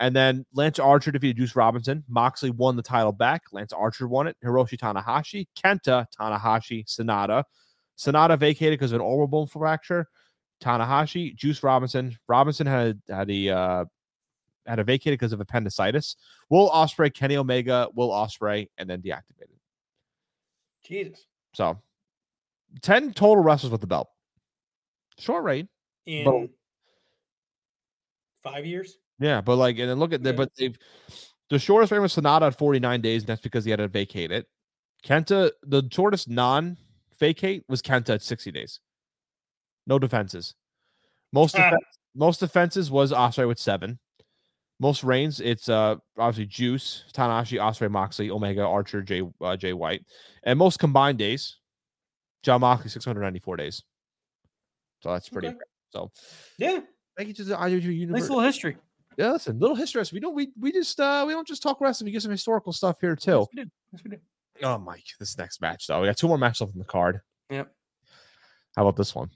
Speaker 3: And then Lance Archer defeated Juice Robinson. Moxley won the title back. Lance Archer won it. Hiroshi Tanahashi, Kenta Tanahashi, Sonata. Sonata vacated because of an orbital bone fracture. Tanahashi, Juice Robinson. Robinson had had a uh, had a vacated because of appendicitis. Will Osprey, Kenny Omega, Will Osprey, and then deactivated.
Speaker 4: Jesus!
Speaker 3: So ten total wrestlers with the belt. Short reign.
Speaker 4: In
Speaker 3: Boom.
Speaker 4: five years.
Speaker 3: Yeah, but like, and then look at the
Speaker 4: Yeah.
Speaker 3: but they've the shortest reign was Sonata at 49 days, and that's because he had to vacate it. Kenta, the shortest non vacate was Kenta at 60 days. No defenses. Most
Speaker 4: Ah.
Speaker 3: defen- most defenses was Osprey with seven. Most reigns, it's uh obviously Juice, Tanahashi, Osprey, Moxley, Omega, Archer, Jay uh, Jay White, and most combined days, John Moxley 694 days. So that's pretty.
Speaker 4: Okay.
Speaker 3: impressive. So
Speaker 4: Yeah,
Speaker 3: thank you to the IWG
Speaker 4: nice
Speaker 3: Universe
Speaker 4: little history.
Speaker 3: yeah, listen, little history. lesson. We don't we we just uh we don't just talk wrestling, we get some historical stuff here too.
Speaker 4: Yes, we do. Yes, we do.
Speaker 3: Oh Mike, this next match though. We got two more matches left in the card.
Speaker 4: Yep.
Speaker 3: How about this one?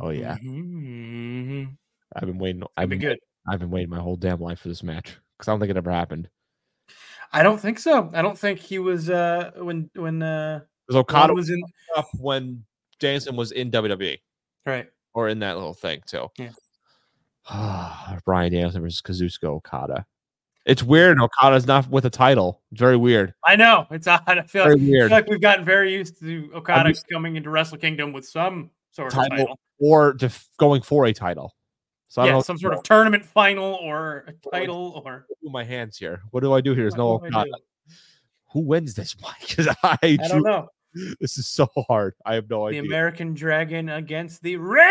Speaker 3: Oh yeah.
Speaker 4: Mhm.
Speaker 3: I've been waiting.
Speaker 4: That'd
Speaker 3: I've
Speaker 4: be
Speaker 3: been,
Speaker 4: good.
Speaker 3: I've been waiting my whole damn life for this match because I don't think it ever happened. It
Speaker 4: I don't think so. I don't think he was uh when when uh
Speaker 3: was
Speaker 4: Kata
Speaker 3: Okada
Speaker 4: was in
Speaker 3: up when Danielson was in WWE
Speaker 4: right.
Speaker 3: or in that little thing too.
Speaker 4: Yeah.
Speaker 3: Brian Danielson versus Kazuchika Okada. It's weird. Okada's not with a title. It's very weird.
Speaker 4: I know it's odd. I feel
Speaker 3: Very
Speaker 4: like, I
Speaker 3: weird.
Speaker 4: feel like we've gotten very used to Okada
Speaker 3: used
Speaker 4: coming into Wrestle Kingdom with some sort of
Speaker 3: Title.
Speaker 4: title,
Speaker 3: Or def- going for a title. So I don't
Speaker 4: yeah,
Speaker 3: know
Speaker 4: some sort of tournament final or a
Speaker 3: Or-
Speaker 4: title or
Speaker 3: do my hands here? What do I do here? There's no
Speaker 4: What do I
Speaker 3: Okada.
Speaker 4: do?
Speaker 3: Who wins this, Mike? 'Cause I,
Speaker 4: I
Speaker 3: truly-
Speaker 4: don't know.
Speaker 3: this is so hard. I have no
Speaker 4: The
Speaker 3: idea.
Speaker 4: American Dragon against the Rainmaker.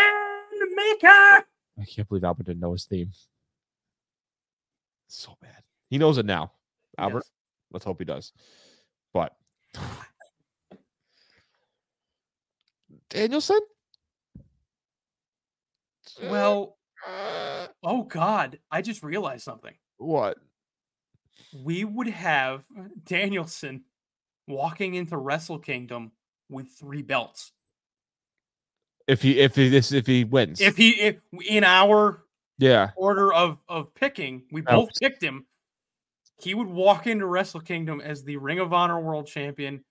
Speaker 3: I can't believe Albert didn't know his theme. So bad. He knows it now. Albert,
Speaker 4: Yes.
Speaker 3: let's hope he does. But Danielson? Mm.
Speaker 4: Well,
Speaker 3: Uh,
Speaker 4: oh god, I just realized something.
Speaker 3: what?
Speaker 4: We would have Danielson walking into Wrestle Kingdom with three belts.
Speaker 3: If he if he this if he wins.
Speaker 4: If he if, in our
Speaker 3: yeah.
Speaker 4: order of of picking, we
Speaker 3: Oh.
Speaker 4: both picked him. He would walk into Wrestle Kingdom as the Ring of Honor World Champion,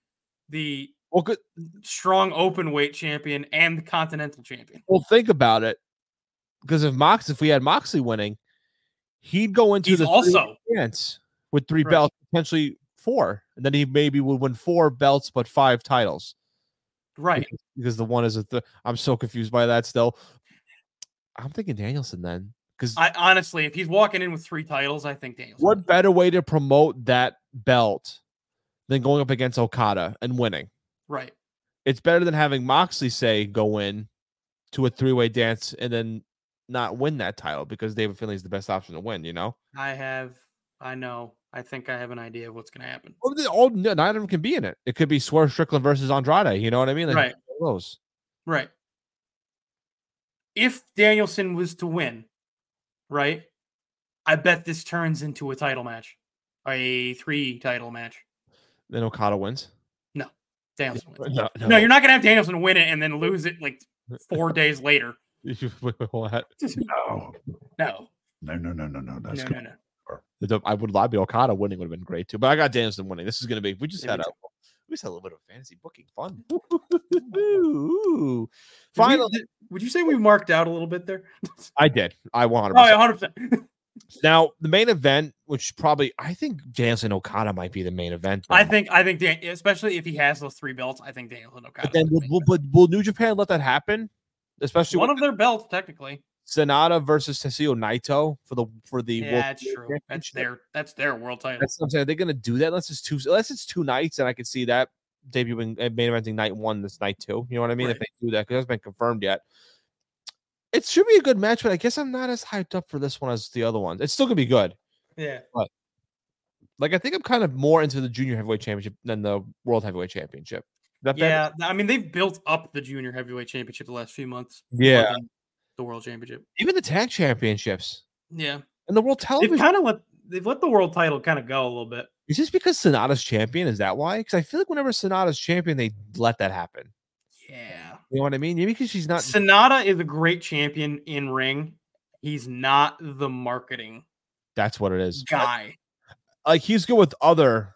Speaker 4: the
Speaker 3: Well good
Speaker 4: strong open weight champion, and the Continental Champion.
Speaker 3: Well, think about it. Because if Mox, if we had Moxley winning, he'd go into
Speaker 4: He's
Speaker 3: the
Speaker 4: also
Speaker 3: chance with three
Speaker 4: Right.
Speaker 3: belts, potentially four, and then he maybe would win four belts but five titles
Speaker 4: right.
Speaker 3: because the one is a. Th- I'm so confused by that still. I'm thinking Danielson then, because
Speaker 4: I honestly, if he's walking in with three titles, I think Danielson.
Speaker 3: what better way to promote that belt than going up against Okada and winning?
Speaker 4: Right.
Speaker 3: It's better than having Moxley say go in to a three way dance and then not win that title because David Finley is the best option to win. You know,
Speaker 4: I have, I know, I think I have an idea of what's going to happen.
Speaker 3: Well, the- all no, neither of them can be in it. It could be Swerve Strickland versus Andrade. You know what I mean?
Speaker 4: Right.
Speaker 3: Close.
Speaker 4: Right. If Danielson was to win, right, I bet this turns into a title match, a three title match.
Speaker 3: Then Okada wins.
Speaker 4: Danielson wins.
Speaker 3: No,
Speaker 4: No, you're not going to have Danielson win it and then lose it like four days later.
Speaker 3: what?
Speaker 5: No,
Speaker 4: No,
Speaker 5: oh, no, no, no, no, no. That's
Speaker 4: no,
Speaker 5: good.
Speaker 4: no, no.
Speaker 3: The- I would lie. Be Okada winning would have been great too, but I got Danielson winning. This is gonna be. We just
Speaker 4: Yeah,
Speaker 3: had
Speaker 4: me
Speaker 3: a we just had a little bit of fantasy booking fun. Ooh. Finally,
Speaker 4: Did we- did- would you say we marked out a little bit there?
Speaker 3: I did. I 100.
Speaker 4: Oh,
Speaker 3: percent
Speaker 4: yeah, 100%.
Speaker 3: Now the main event, which probably I think Danielson Okada might be the main event.
Speaker 4: I
Speaker 3: though.
Speaker 4: think, I think, Dan, especially if he has those three belts, I think Danielson Okada.
Speaker 3: But then will, will, but will New Japan let that happen? Especially
Speaker 4: one
Speaker 3: with
Speaker 4: of their belts, technically.
Speaker 3: Sonata versus Tetsuya Naito for the for the
Speaker 4: Yeah,
Speaker 3: World
Speaker 4: that's true.
Speaker 3: Championship?
Speaker 4: That's their, that's their world title.
Speaker 3: That's what I'm saying. They're gonna do that unless it's two unless it's two nights, and I can see that debuting and main eventing night one this night two. You know what I mean? If they do that, because it hasn't been confirmed yet. It should be a good match, but I guess I'm not as hyped up for this one as the other ones. It's still gonna be good.
Speaker 4: yeah.
Speaker 3: Like I think I'm kind of more into the junior heavyweight championship than the world heavyweight championship. Is that fair?
Speaker 4: Yeah, th- I mean they've built up the junior heavyweight championship the last few months. more
Speaker 3: Yeah.
Speaker 4: than the world championship.
Speaker 3: Even the tag championships
Speaker 4: Yeah,
Speaker 3: and the world
Speaker 4: they've
Speaker 3: television.
Speaker 4: kind of let they've let the world title kind of go a little bit.
Speaker 3: Is this because Sonata's champion? Is that why? Because I feel like whenever Sonata's champion, they let that happen.
Speaker 4: Yeah,
Speaker 3: You know what I mean? Maybe because she's not.
Speaker 4: Sonata is a great champion in ring. He's not the marketing
Speaker 3: that's what it is.
Speaker 4: guy.
Speaker 3: Like he's good with other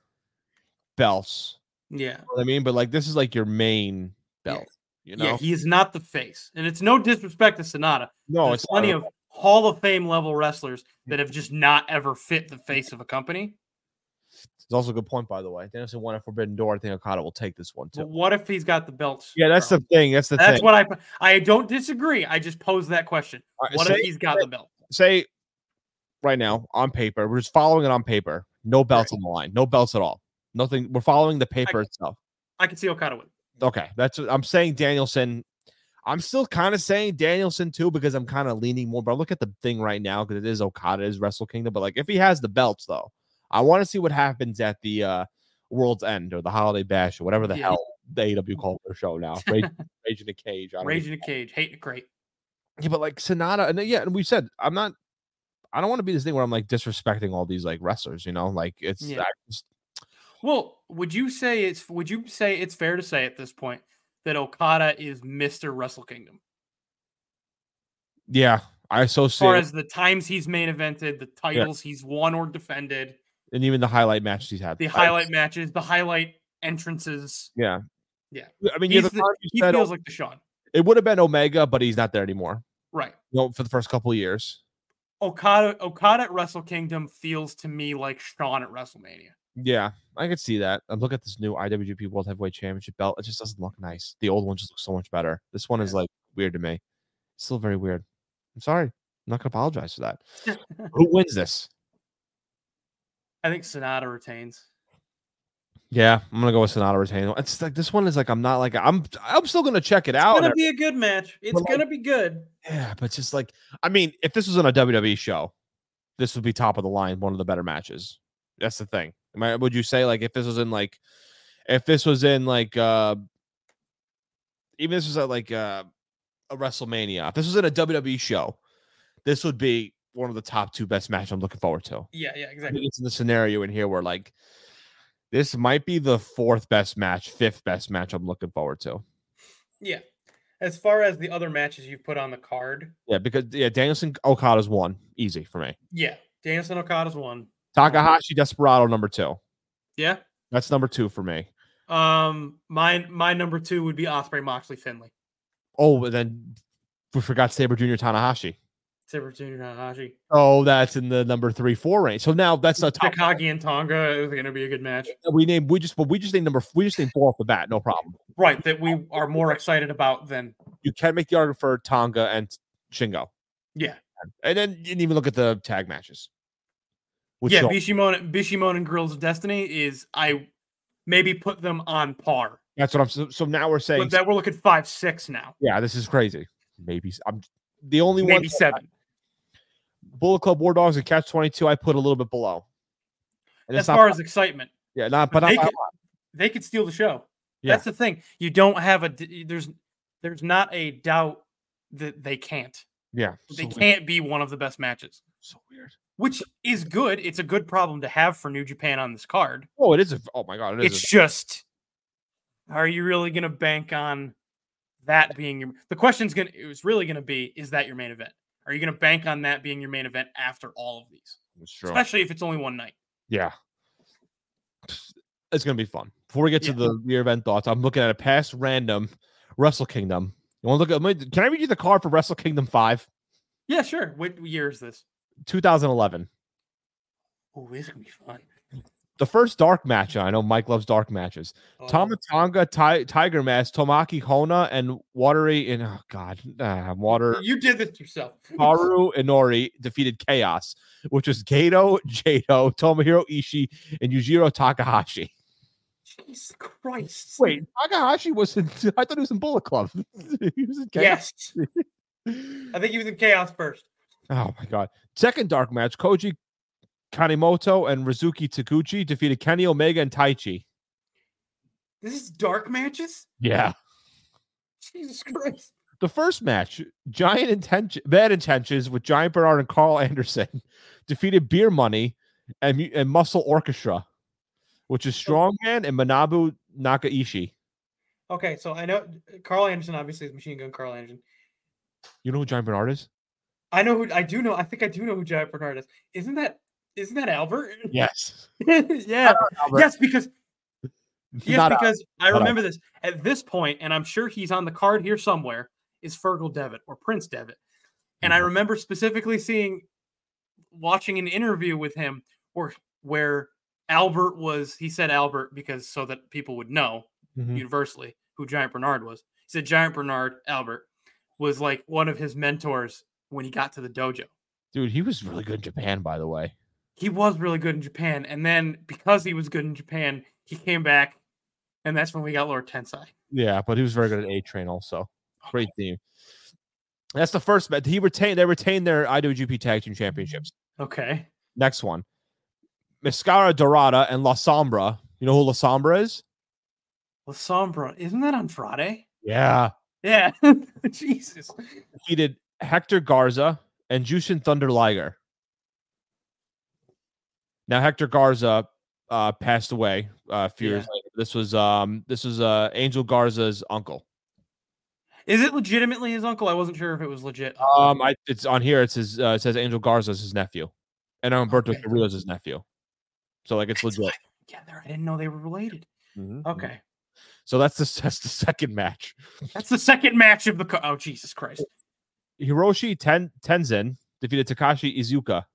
Speaker 3: belts.
Speaker 4: Yeah,
Speaker 3: you know what I mean, but like this is like your main
Speaker 4: Yeah.
Speaker 3: belt. You know?
Speaker 4: yeah, he's not the face, and it's no disrespect to Sonata.
Speaker 3: no,
Speaker 4: There's
Speaker 3: Oh, it's
Speaker 4: plenty of Hall of Fame level wrestlers that have just not ever fit the face of a company.
Speaker 3: It's also a good point, by the way. Danielson won at Forbidden Door. I think Okada will take this one too.
Speaker 4: But what if he's got the belts?
Speaker 3: yeah, that's
Speaker 4: from?
Speaker 3: the thing. That's the
Speaker 4: That's
Speaker 3: thing.
Speaker 4: what I I don't disagree. I just posed that question.
Speaker 3: All right,
Speaker 4: What
Speaker 3: say,
Speaker 4: if he's got the belt?
Speaker 3: say right now on paper, we're just following it on paper. No belts on the line. No belts at all. Nothing. We're following the paper itself.
Speaker 4: I can see Okada win.
Speaker 3: okay that's what i'm saying danielson i'm still kind of saying danielson too because i'm kind of leaning more but i look at the thing right now because it is okada it is wrestle kingdom but like if he has the belts though i want to see what happens at the uh world's end or the holiday bash or whatever the
Speaker 4: Yeah.
Speaker 3: hell the aw call their show now rage, rage in a cage I don't
Speaker 4: Rage
Speaker 3: even-
Speaker 4: in a cage, hate in a crate.
Speaker 3: yeah, but like Sonata, and uh, yeah, and we said I'm not. I don't want to be this thing where I'm like disrespecting all these like wrestlers, you know. Like it's
Speaker 4: Yeah.
Speaker 3: I just-
Speaker 4: Well, would you say it's would you say it's fair to say at this point that Okada is Mr. Wrestle Kingdom?
Speaker 3: yeah, I
Speaker 4: As far
Speaker 3: associate, it,
Speaker 4: as the times he's main evented, the titles he's won or defended,
Speaker 3: and even the highlight matches he's had,
Speaker 4: the
Speaker 3: I-
Speaker 4: highlight matches, the highlight entrances.
Speaker 3: yeah,
Speaker 4: Yeah.
Speaker 3: I mean,
Speaker 4: He's
Speaker 3: you're the,
Speaker 4: the-
Speaker 3: card you
Speaker 4: He
Speaker 3: said,
Speaker 4: feels like the Shawn.
Speaker 3: it would have been Omega, but he's not there anymore.
Speaker 4: Right.
Speaker 3: You know, for the first couple of years.
Speaker 4: Okada Okada at Wrestle Kingdom feels to me like Shawn at WrestleMania.
Speaker 3: Yeah, I could see that. And look at this new IWGP World Heavyweight Championship belt. It just doesn't look nice. The old one just looks so much better. This one is like weird to me. Still very weird. I'm sorry. I'm not gonna apologize for that. Who wins this?
Speaker 4: I think Sonata retains.
Speaker 3: Yeah, I'm gonna go with Sonata retain. It's like this one is like I'm not like I'm I'm still gonna check it
Speaker 4: It's
Speaker 3: out.
Speaker 4: gonna
Speaker 3: and
Speaker 4: be a good match. It's
Speaker 3: Oh, like-
Speaker 4: gonna be good.
Speaker 3: every- yeah, but just like I mean, if this was on a WWE show, this would be top of the line, one of the better matches. That's the thing. Am I, would you say like if this was in like if this was in like uh even this was at like uh a WrestleMania, if this was in a WWE show, this would be one of the top two best matches I'm looking forward to.
Speaker 4: Yeah, yeah,
Speaker 3: I
Speaker 4: exactly.
Speaker 3: mean, It's in the scenario in here where like this might be the fourth best match, fifth best match I'm looking forward to.
Speaker 4: Yeah. As far as the other matches you've put on the card,
Speaker 3: Yeah, because yeah, Danielson Okada's one easy for me.
Speaker 4: yeah, Danielson Okada's one.
Speaker 3: Takahashi Desperado number two.
Speaker 4: Yeah.
Speaker 3: That's number two for me.
Speaker 4: Um, my my number two would be Osprey Moxley Finley.
Speaker 3: Oh, and then we forgot Saber Junior Tanahashi.
Speaker 4: Saber Junior Tanahashi.
Speaker 3: Oh, that's in the number three four range. So now that's a top.
Speaker 4: Takagi and Tonga is gonna be a good match.
Speaker 3: We named we just but we just named number we just named four off the bat. No problem.
Speaker 4: Right, that we are more excited about than
Speaker 3: You can make the argument for Tonga and Shingo,
Speaker 4: yeah.
Speaker 3: and then you didn't even look at the tag matches. Which
Speaker 4: yeah,
Speaker 3: don't-
Speaker 4: Bishimon Bishimon and Grills of Destiny is I maybe put them on par.
Speaker 3: that's what I'm. So, so now we're saying
Speaker 4: But that we're looking five six now.
Speaker 3: Yeah, this is crazy. Maybe s- I'm the only one
Speaker 4: maybe seven.
Speaker 3: Bullet Club War Dogs and Catch Twenty Two I put a little bit below. And
Speaker 4: As
Speaker 3: it's not
Speaker 4: far
Speaker 3: by-
Speaker 4: as excitement,
Speaker 3: yeah, not
Speaker 4: but
Speaker 3: but not
Speaker 4: they
Speaker 3: by a
Speaker 4: could-
Speaker 3: lot.
Speaker 4: they could steal the show.
Speaker 3: Yeah.
Speaker 4: That's the thing. You don't have a d- there's there's not a doubt that they can't.
Speaker 3: yeah, so
Speaker 4: They
Speaker 3: weird.
Speaker 4: can't be one of the best matches,
Speaker 3: So weird.
Speaker 4: which is good. It's a good problem to have for New Japan on this card.
Speaker 3: Oh, it is. A, oh my god, it is.
Speaker 4: It's just, are you really going to bank on that being your? The question's going to, it was really going to be, is that your main event? Are you going to bank on that being your main event after all of these,
Speaker 3: a, it's true.
Speaker 4: especially if it's only one night?
Speaker 3: Yeah. It's gonna be fun. Before we get to
Speaker 4: Yeah.
Speaker 3: the year event thoughts, I'm looking at a past random Wrestle Kingdom. You want to look at? let me- Can I read you the card for Wrestle Kingdom Five,
Speaker 4: Yeah, sure. What year is this?
Speaker 3: 2011?
Speaker 4: Oh, this is going to be fun.
Speaker 3: The first dark match. I know Mike loves dark matches.
Speaker 4: Oh,
Speaker 3: Tomatonga, Ti- Tiger Mask, Tomaki Hona, and Watery and oh god, uh, Water
Speaker 4: you did this yourself.
Speaker 3: Haru Inori defeated Chaos, which was Gato, Jado, Tomohiro Ishii, and Yujiro Takahashi.
Speaker 4: Jesus Christ.
Speaker 3: Wait, Takahashi was in. I thought he was in Bullet Club. he was in Chaos.
Speaker 4: Yes. I think he was in chaos first.
Speaker 3: Oh my god! Second dark match: Koji Kanemoto and Rizuki Taguchi defeated Kenny Omega and Taichi.
Speaker 4: This is dark matches?
Speaker 3: Yeah.
Speaker 4: Jesus Christ.
Speaker 3: The first match: Giant Intention, Bad Intentions with Giant Bernard and Carl Anderson defeated Beer Money and Mu- and Muscle Orchestra, which is Strongman and Manabu Nakaishi.
Speaker 4: Okay, so I know uh, Carl Anderson obviously is Machine Gun Carl Anderson.
Speaker 3: You know who Giant Bernard is?
Speaker 4: I know who I do know. I think I do know who Jack Bernard is. Isn't that isn't that Albert?
Speaker 3: Yes.
Speaker 4: yeah.
Speaker 3: Albert.
Speaker 4: Yes, because yes,
Speaker 3: Not out.
Speaker 4: because I
Speaker 3: Not out.
Speaker 4: remember this at this point, and I'm sure he's on the card here somewhere. Is Fergal Devitt or Prince Devitt? And I
Speaker 3: Mhm.
Speaker 4: remember specifically seeing, watching an interview with him where where Albert was. He said Albert because so that people would know
Speaker 3: Mhm.
Speaker 4: universally who Giant Bernard was. He said Giant Bernard Albert was like one of his mentors when he got to the dojo.
Speaker 3: dude. He was really good in Japan, by the way.
Speaker 4: He was really good in Japan, and then because he was good in Japan, he came back, and that's when we got Lord Tensai.
Speaker 3: Yeah, but he was very good at A Train also. Great team. That's the first bet. He retained they retained their IWGP Tag Team Championships.
Speaker 4: Okay,
Speaker 3: Next one. Mascara Dorada and La Sombra. You know who La Sombra is?
Speaker 4: La Sombra, isn't that on Friday?
Speaker 3: Yeah.
Speaker 4: Yeah, Jesus.
Speaker 3: He did Hector Garza and Jushin Thunder Liger. Now Hector Garza uh, passed away uh, a few years later. This was um this was uh Angel Garza's uncle.
Speaker 4: Is it legitimately his uncle? I wasn't sure if it was legit. Oh,
Speaker 3: Um, I it's on here. It says uh, it says Angel Garza is his nephew, and Humberto
Speaker 4: Okay.
Speaker 3: Carrillo is his nephew. So like it's
Speaker 4: That's
Speaker 3: legit.
Speaker 4: yeah, there. I didn't know they were related.
Speaker 3: Mm-hmm,
Speaker 4: Okay,
Speaker 3: So that's the that's the second match.
Speaker 4: that's the second match of the. Co- oh Jesus Christ!
Speaker 3: Hiroshi Ten- Tenzin defeated Takashi Izuka,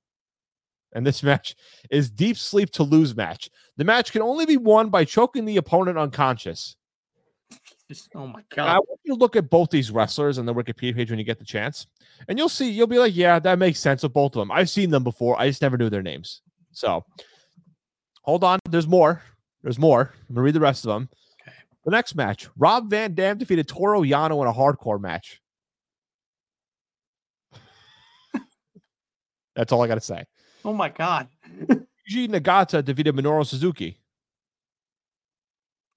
Speaker 3: and this match is deep sleep to lose match. The match can only be won by choking the opponent unconscious.
Speaker 4: Just- oh my
Speaker 3: And I
Speaker 4: God!
Speaker 3: want you to look at both these wrestlers on the Wikipedia page when you get the chance, and you'll see you'll be like, yeah, that makes sense with both of them. I've seen them before. I just never knew their names. So hold on, there's more. There's more. I'm gonna read the rest of them.
Speaker 4: Okay.
Speaker 3: The next match: Rob Van Dam defeated Toro Yano in a hardcore match. That's all I gotta say.
Speaker 4: Oh my God!
Speaker 3: Yuji Nagata defeated Minoru Suzuki.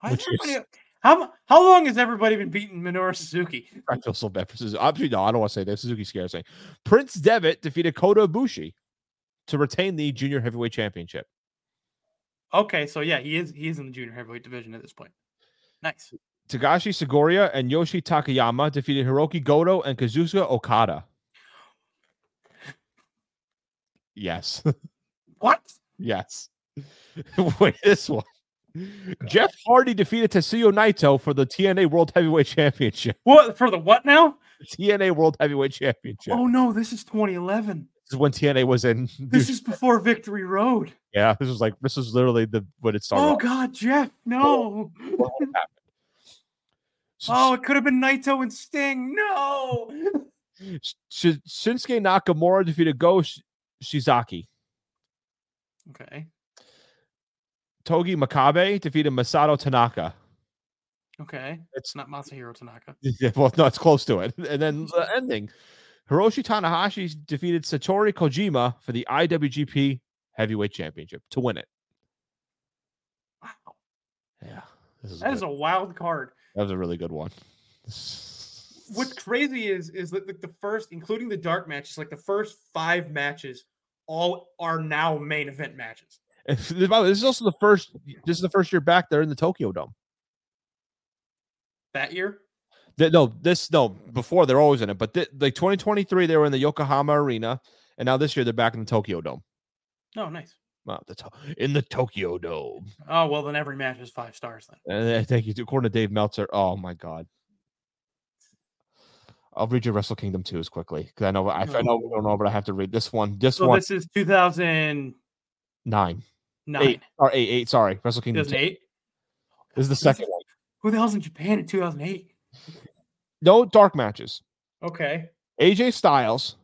Speaker 4: Why
Speaker 3: Which
Speaker 4: is
Speaker 3: is-
Speaker 4: everybody- how mu- how long has everybody been beating Minoru Suzuki?
Speaker 3: I feel so bad for Suzuki. Obviously, no, I don't want to say that. Suzuki scares me. Prince Devitt defeated Kota Ibushi to retain the junior heavyweight championship.
Speaker 4: Okay, so yeah, he is he is in the junior heavyweight division at this point. Nice.
Speaker 3: Tagashi Sagoria and Yoshi Takayama defeated Hiroki Goto and Kazuchika Okada. Yes.
Speaker 4: What?
Speaker 3: yes. Wait, this one. Jeff Hardy defeated Tetsuya Naito for the TNA World Heavyweight Championship.
Speaker 4: What for the what now?
Speaker 3: TNA World Heavyweight Championship.
Speaker 4: Oh no, this is 2011.
Speaker 3: This is when TNA was in.
Speaker 4: This is before Victory Road.
Speaker 3: yeah, this was like this was literally the when it started.
Speaker 4: Oh
Speaker 3: off.
Speaker 4: God, Jeff, no.
Speaker 3: what would happen. S-
Speaker 4: Oh, it could have been Naito and Sting. No.
Speaker 3: S- Sh- Shinsuke Nakamura defeated Go Sh- Shizaki.
Speaker 4: Okay.
Speaker 3: Togi Makabe defeated Masato Tanaka.
Speaker 4: Okay.
Speaker 3: It's
Speaker 4: It's not Masahiro Tanaka.
Speaker 3: yeah, well, no, it's close to it. And then the ending. Hiroshi Tanahashi defeated Satoru Kojima for the IWGP Heavyweight Championship to win it.
Speaker 4: Wow.
Speaker 3: Yeah, this is
Speaker 4: That is
Speaker 3: good.
Speaker 4: a wild card.
Speaker 3: that was a really good one.
Speaker 4: What's crazy is is that like the first, including the dark matches, like the first five matches, all are now main event matches.
Speaker 3: If- this- by the way, this is also the first. This is the first year back there in the Tokyo Dome.
Speaker 4: That year,
Speaker 3: Th- no, this no before they're always in it, but th- like 2023 they were in the Yokohama Arena, and now this year they're back in the Tokyo Dome.
Speaker 4: oh nice.
Speaker 3: Wow, the to- in the Tokyo Dome.
Speaker 4: Oh well, then every match is five stars. Then
Speaker 3: Uh, thank you. According to Dave Meltzer, oh my god. I'll read your Wrestle Kingdom too as quickly because I know I, I know we don't know, but I have to read this one. This
Speaker 4: so
Speaker 3: one
Speaker 4: Mm-hmm. this is two thousand
Speaker 3: nine
Speaker 4: nine,
Speaker 3: eight or eight eight. Sorry, Wrestle
Speaker 4: two
Speaker 3: Kingdom.
Speaker 4: thousand
Speaker 3: 2.
Speaker 4: eight.
Speaker 3: This is the second one.
Speaker 4: Who the hell's in Japan in two thousand eight?
Speaker 3: No dark matches.
Speaker 4: Okay.
Speaker 3: AJ Styles,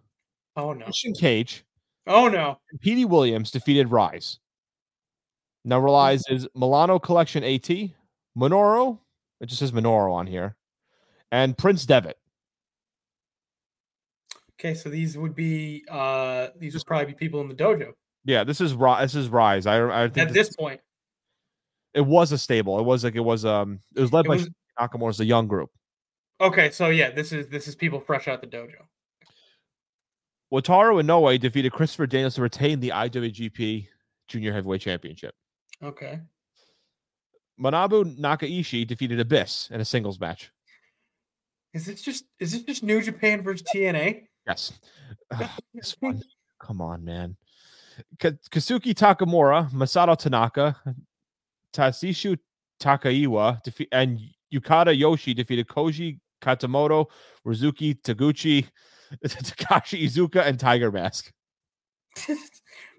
Speaker 4: Oh no.
Speaker 3: Christian Cage,
Speaker 4: Oh no.
Speaker 3: and Petey Williams defeated Rise. Now Rise is Milano Collection AT, Minoru. It just says Minoru on here, and Prince Devitt.
Speaker 4: Okay, so these would be uh these would probably be people in the dojo
Speaker 3: Yeah, this is Ri- this is Rise. I, I think
Speaker 4: at this point.
Speaker 3: it was a stable. It was like it was um it was led
Speaker 4: It
Speaker 3: by
Speaker 4: was-
Speaker 3: Shinsuke Nakamura as a young group.
Speaker 4: Okay, so yeah, this is this is people fresh out the dojo.
Speaker 3: Wataru Inoue defeated Christopher Daniels to retain the IWGP Junior Heavyweight Championship.
Speaker 4: Okay.
Speaker 3: Manabu Nakaishi defeated Abyss in a singles match.
Speaker 4: Is it just is it just New Japan versus TNA?
Speaker 3: Yes. Ugh, this one. Come on, man. Ka- Kazuki Takamura, Masato Tanaka, Tatsushu Takaiwa, defe- and Yukata Yoshi defeated Koji Katamoto, Rizuki Taguchi, Takashi Izuka, and Tiger Mask. Oh.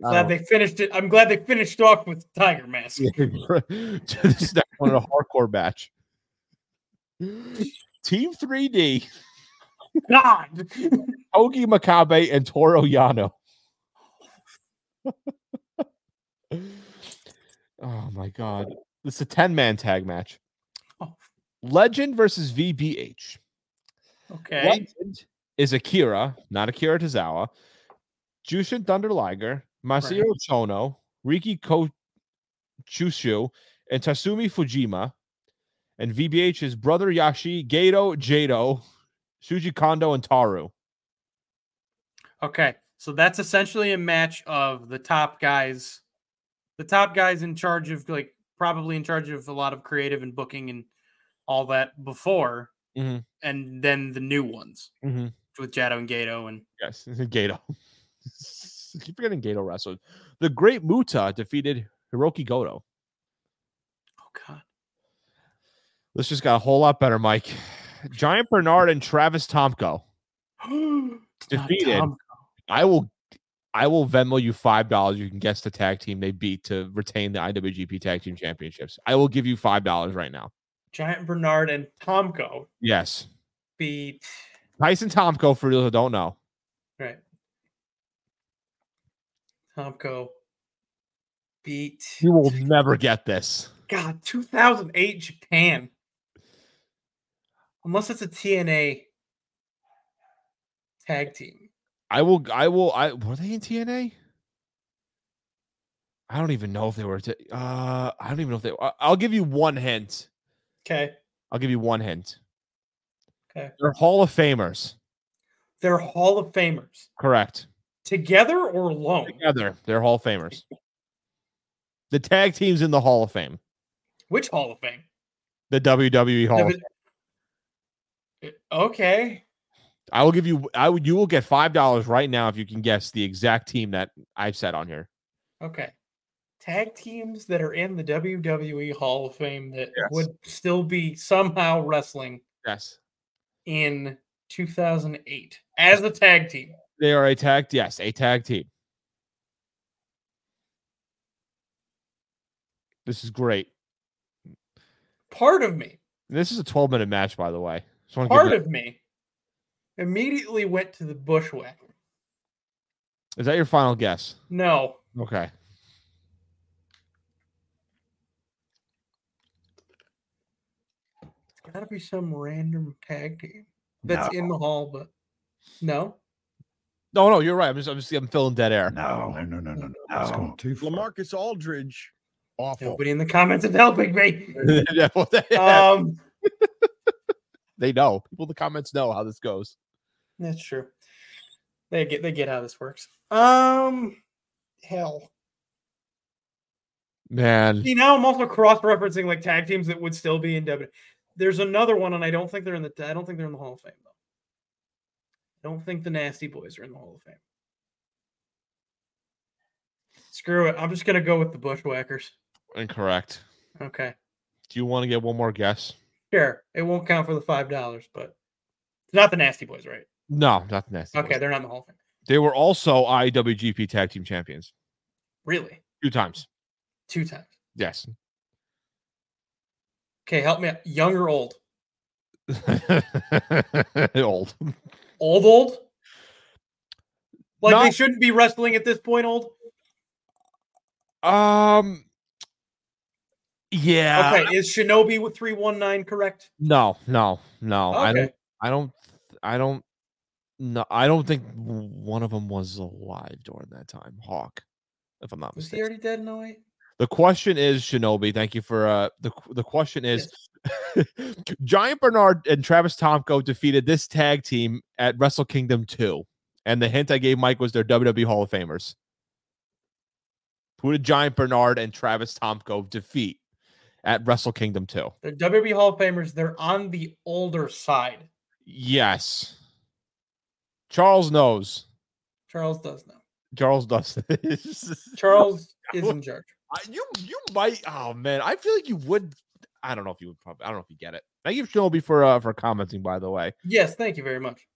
Speaker 5: Oh,
Speaker 4: glad they finished it. I'm glad they finished off with Tiger Mask.
Speaker 3: to this next one in a hardcore match. Team 3D,
Speaker 4: God.
Speaker 3: Ogi Makabe and Toro Yano. oh my god. This is a 10 man tag match.
Speaker 4: Oh.
Speaker 3: Legend versus VBH.
Speaker 4: Okay.
Speaker 3: Legend is Akira, not Akira Tozawa, Jushin Thunder Liger, Masahiro Chono, Riki Ko Chushu, and Tatsumi Fujima. And VBH is Brother Yashi, Gato, Jado, Suji Kondo, and Taru.
Speaker 4: Okay. So that's essentially a match of the top guys, the top guys in charge of like probably in charge of a lot of creative and booking and all that before,
Speaker 3: Mhm.
Speaker 4: and then the new ones
Speaker 3: Mhm.
Speaker 4: with Jado and Gato and
Speaker 3: Yes, Gato. keep forgetting Gato wrestled. The Great Muta defeated Hiroki Goto.
Speaker 4: oh god.
Speaker 3: This just got a whole lot better, Mike. Giant Bernard and Travis Tomko.
Speaker 4: It's not
Speaker 3: Defeated.
Speaker 4: Tom-
Speaker 3: I will I will Venmo you five dollars. You can guess the tag team they beat to retain the IWGP Tag Team Championships. I will give you five dollars right now.
Speaker 4: Giant Bernard and Tomko
Speaker 3: Yes.
Speaker 4: beat
Speaker 3: Tyson Tomko, for those who don't know.
Speaker 4: right. Tomko beat
Speaker 3: You will never get this.
Speaker 4: God 2008 Japan. Unless it's a TNA tag team.
Speaker 3: I will I will I were they in TNA? I don't even know if they were t- uh I don't even know if they I- I'll give you one hint.
Speaker 4: Okay.
Speaker 3: I'll give you one hint.
Speaker 4: Okay.
Speaker 3: They're Hall of Famers.
Speaker 4: They're Hall of Famers.
Speaker 3: Correct.
Speaker 4: Together or alone?
Speaker 3: Together. They're Hall of Famers. The tag team's in the Hall of Fame.
Speaker 4: Which Hall of Fame?
Speaker 3: The WWE Hall. of
Speaker 4: If it- Okay.
Speaker 3: I will give you. I would. You will get five dollars right now if you can guess the exact team that I've said on here.
Speaker 4: Okay. Tag teams that are in the WWE Hall of Fame that
Speaker 3: Yes.
Speaker 4: would still be somehow wrestling
Speaker 3: Yes,
Speaker 4: in 2008 as a tag team.
Speaker 3: they are a tag. Yes, a tag team. This is great.
Speaker 4: Part of me
Speaker 3: This is a twelve-minute match, by the way. Just wanna give
Speaker 4: part
Speaker 3: that-
Speaker 4: of me immediately went to the bushwhacker.
Speaker 3: is that your final guess?
Speaker 4: No,
Speaker 3: Okay.
Speaker 4: it's got to be some random tag team that's in the hall, but no.
Speaker 3: No, no, you're right. I'm just, I'm just, I'm filling dead air.
Speaker 5: No, no, no, no, no,
Speaker 6: That's
Speaker 5: no.
Speaker 6: going too far.
Speaker 7: Lamarcus Aldridge, awful. Uh,
Speaker 4: Nobody in the comments is helping me.
Speaker 3: Yeah, well, they-
Speaker 4: Um,
Speaker 3: they know. People in the comments know how this goes.
Speaker 4: that's true. They get they get how this works. Um, hell.
Speaker 3: Man,
Speaker 4: See, now I'm also cross referencing like tag teams that would still be in W. There's another one, and I don't think they're in the. I don't think they're in the Hall of Fame though. I don't think the Nasty Boys are in the Hall of Fame. Screw it. I'm just gonna go with the Bushwhackers.
Speaker 3: incorrect.
Speaker 4: Okay,
Speaker 3: Do you want to get one more guess?
Speaker 4: sure. It won't count for the five dollars, but it's not the Nasty Boys, right?
Speaker 3: No, not the Nasty
Speaker 4: Okay,
Speaker 3: Boys.
Speaker 4: they're not in the Hall of Fame.
Speaker 3: They were also IWGP Tag Team Champions
Speaker 4: Really,
Speaker 3: two times.
Speaker 4: two times.
Speaker 3: Yes.
Speaker 4: Okay, help me. Out. Young or old?
Speaker 3: Old.
Speaker 4: Old, old. Like they
Speaker 3: Not-
Speaker 4: shouldn't be wrestling at this point. Old.
Speaker 3: Um. Yeah.
Speaker 4: Okay, is Shinobi with three one nine correct?
Speaker 3: No, no, no. Oh, I
Speaker 4: Okay.
Speaker 3: don't. I don't. I don't. No, I don't think one of them was alive during that time. Hawk, if I'm not
Speaker 4: Was he
Speaker 3: mistaken.
Speaker 4: already dead in 08?
Speaker 3: The question is, Shinobi. Thank you for uh. The qu- the question is, Giant Bernard and Travis Tomko defeated this tag team at Wrestle Kingdom two, and the hint I gave Mike was their WWE E Hall of Famers. Who did Giant Bernard and Travis Tomko defeat at Wrestle Kingdom two?
Speaker 4: They're WWE Hall of Famers. They're on the older side.
Speaker 3: Yes. Charles knows.
Speaker 4: Charles does know.
Speaker 3: Charles does. this.
Speaker 4: Charles is in charge.
Speaker 3: I- you you might. Oh man, I feel like you would. I don't know if you would probably. I don't know if you get it. Thank you, Shinobi, for uh, for commenting. By the way,
Speaker 4: Yes, thank you very much.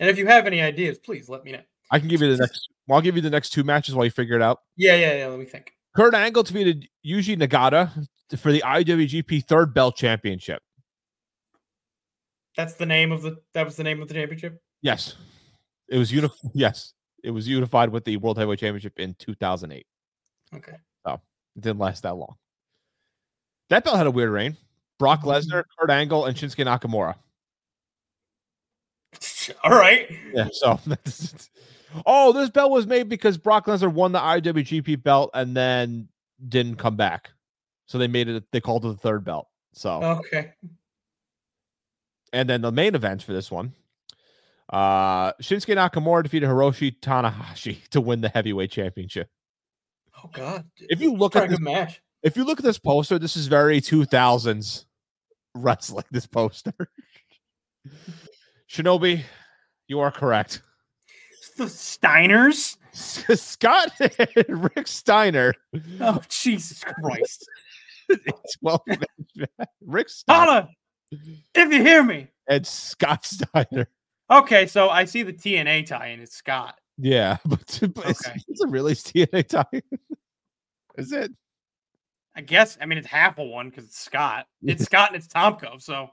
Speaker 4: And if you have any ideas, please let me know.
Speaker 3: I can give you the next. Well, I'll give you the next two matches while you figure it out.
Speaker 4: Yeah, yeah, yeah. Let me think.
Speaker 3: Kurt Angle defeated Yuji Nagata for the IWGP Third Belt Championship.
Speaker 4: That's the name of the that was the name of the championship.
Speaker 3: Yes, it was unif- Yes, it was unified with the World Heavyweight Championship in 2008.
Speaker 4: Okay.
Speaker 3: It didn't last that long. That belt had a weird reign. Brock Lesnar, Kurt Angle, and Shinsuke Nakamura.
Speaker 4: All right.
Speaker 3: Yeah. So, oh, this belt was made because Brock Lesnar won the IWGP belt and then didn't come back. So they made it. They called it the third belt. So,
Speaker 4: Okay.
Speaker 3: and then the main event for this one, uh, Shinsuke Nakamura defeated Hiroshi Tanahashi to win the heavyweight championship.
Speaker 4: Oh god. dude.
Speaker 3: If you look
Speaker 4: Try
Speaker 3: at
Speaker 4: a
Speaker 3: this,
Speaker 4: good match.
Speaker 3: if you look at this poster, this is very 2000s wrestling. This poster, Shinobi, you are correct.
Speaker 4: It's the Steiners.
Speaker 3: Scott Rick Steiner.
Speaker 4: Oh Jesus Christ.
Speaker 3: Well, Rick Steiner
Speaker 4: Holla! If you hear me.
Speaker 3: and Scott Steiner.
Speaker 4: Okay, so I see the TNA tie and it's Scott.
Speaker 3: Yeah, but, but it's,
Speaker 4: Okay.
Speaker 3: it's a really TNA tie. Is it?
Speaker 4: I guess. I mean, it's half a one because it's Scott. It's Scott and it's Tomko. So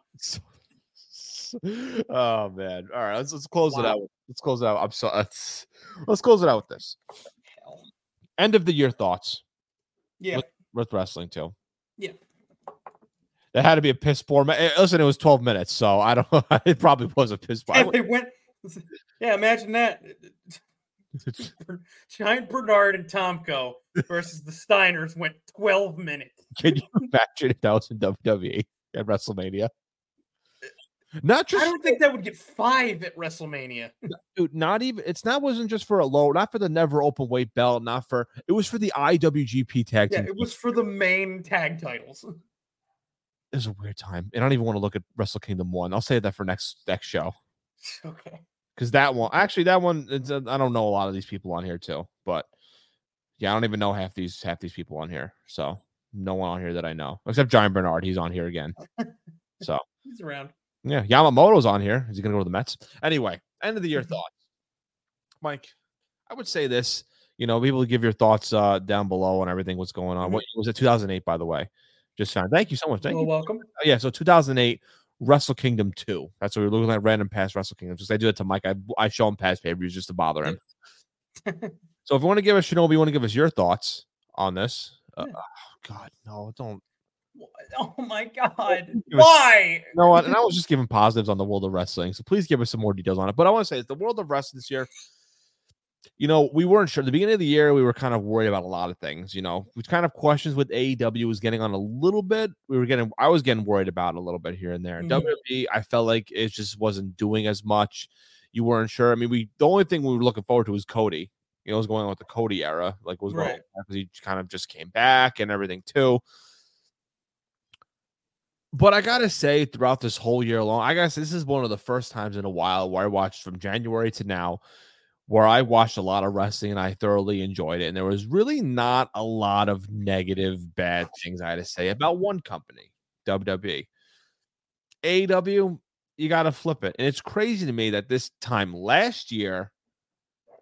Speaker 3: Oh man! All right, let's let's close it
Speaker 4: Wow.
Speaker 3: out. with- Let's close it out. I'm sorry. Let's, let's close it out with this. End of the year thoughts
Speaker 4: yeah,
Speaker 3: What- with wrestling too.
Speaker 4: Yeah.
Speaker 3: That had to be a piss poor. Ma- eh, Listen, it was 12 minutes, so I don't. It probably was a piss poor. I
Speaker 4: if they went. Yeah, imagine that. Giant Bernard and Tomko versus the Steiners went 12 minutes.
Speaker 3: Can you imagine if that was in WWE at WrestleMania? Not
Speaker 4: I
Speaker 3: just
Speaker 4: don't think that would get five at WrestleMania.
Speaker 3: dude, not even it's not wasn't just for a low, not for the never open weight belt, not for it was for the IWGP tag
Speaker 4: Yeah,
Speaker 3: team.
Speaker 4: it was for the main tag titles.
Speaker 3: It was a weird time. And I don't even want to look at Wrestle Kingdom one. I'll save that for next next show.
Speaker 4: Okay.
Speaker 3: Because that one actually that one it's, uh, I don't know a lot of these people on here too, but yeah, I don't even know half these half these people on here. So no one on here that I know except Giant Bernard. He's on here again. So
Speaker 4: He's around.
Speaker 3: Yeah, Yamamoto's on here. Is he gonna go to the Mets? Anyway, end of the
Speaker 4: Mm-hmm.
Speaker 3: year thoughts. Mike, I would say this. You know, be able to give your thoughts uh down below and everything what's going on.
Speaker 4: Mhm.
Speaker 3: What was it 2008, by the way? Just found. Thank you so much. Thank
Speaker 4: well,
Speaker 3: you.
Speaker 4: welcome.
Speaker 3: Oh, yeah, so 2008 Wrestle Kingdom 2. That's what we are looking at random past Wrestle Kingdom. Just I do that to Mike. I, I show him past pay just to bother him. so if you want to give us Shinobi, you want to give us your thoughts on this. Uh,
Speaker 4: Yeah.
Speaker 3: oh, God, no, don't
Speaker 4: Oh my God.
Speaker 3: Give us-
Speaker 4: Why?
Speaker 3: you know what? And I was just giving positives on the world of wrestling. So please give us some more details on it. But I want to say it's the world of wrestling this year. you know, we weren't sure. At the beginning of the year, we were kind of worried about a lot of things. You know, which kind of questions with AEW was getting on a little bit. We were getting, I was getting worried about a little bit here and there.
Speaker 4: Mhm.
Speaker 3: WWE, I felt like it just wasn't doing as much. You weren't sure. I mean, we the only thing we were looking forward to was Cody. You know, what was going on with the Cody era, like what was going on
Speaker 4: Right.
Speaker 3: because he kind of just came back and everything too. But I gotta say, throughout this whole year long, I guess this is one of the first times in a while where I watched from January to now, where I watched a lot of wrestling and I thoroughly enjoyed it. And there was really not a lot of negative, bad things I had to say about one company, E. WWE. AW, you gotta flip it. And it's crazy to me that this time last year,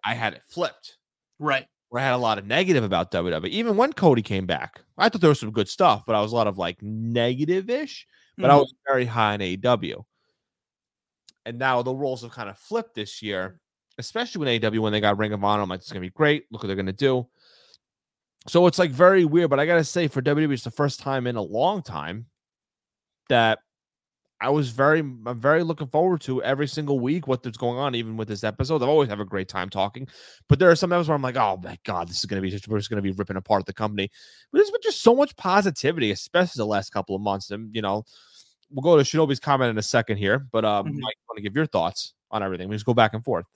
Speaker 3: I had it flipped
Speaker 4: Right.
Speaker 3: where I had a lot of negative about WWE. Even when Cody came back, I thought there was some good stuff, but I was a lot of like negative ish, but I
Speaker 4: Mhm.
Speaker 3: was very high in AW. And now the roles have kind of flipped this year, especially when AW when they got Ring of Honor. I'm like, it's gonna be great. Look what they're gonna do. So it's like very weird, but I gotta say, for WWE, it's the first time in a long time that I was very, I'm very looking forward to every single week what there's going on, even with this episode. I always have a great time talking, but there are some episodes where I'm like, oh my god, this is gonna be just we're just gonna be ripping apart the company. But there's been just so much positivity, especially the last couple of months. And you know, we'll go to Shinobi's comment in a second here, but um,
Speaker 4: Mhm.
Speaker 3: Mike, want to give your thoughts on everything? We just go back and forth.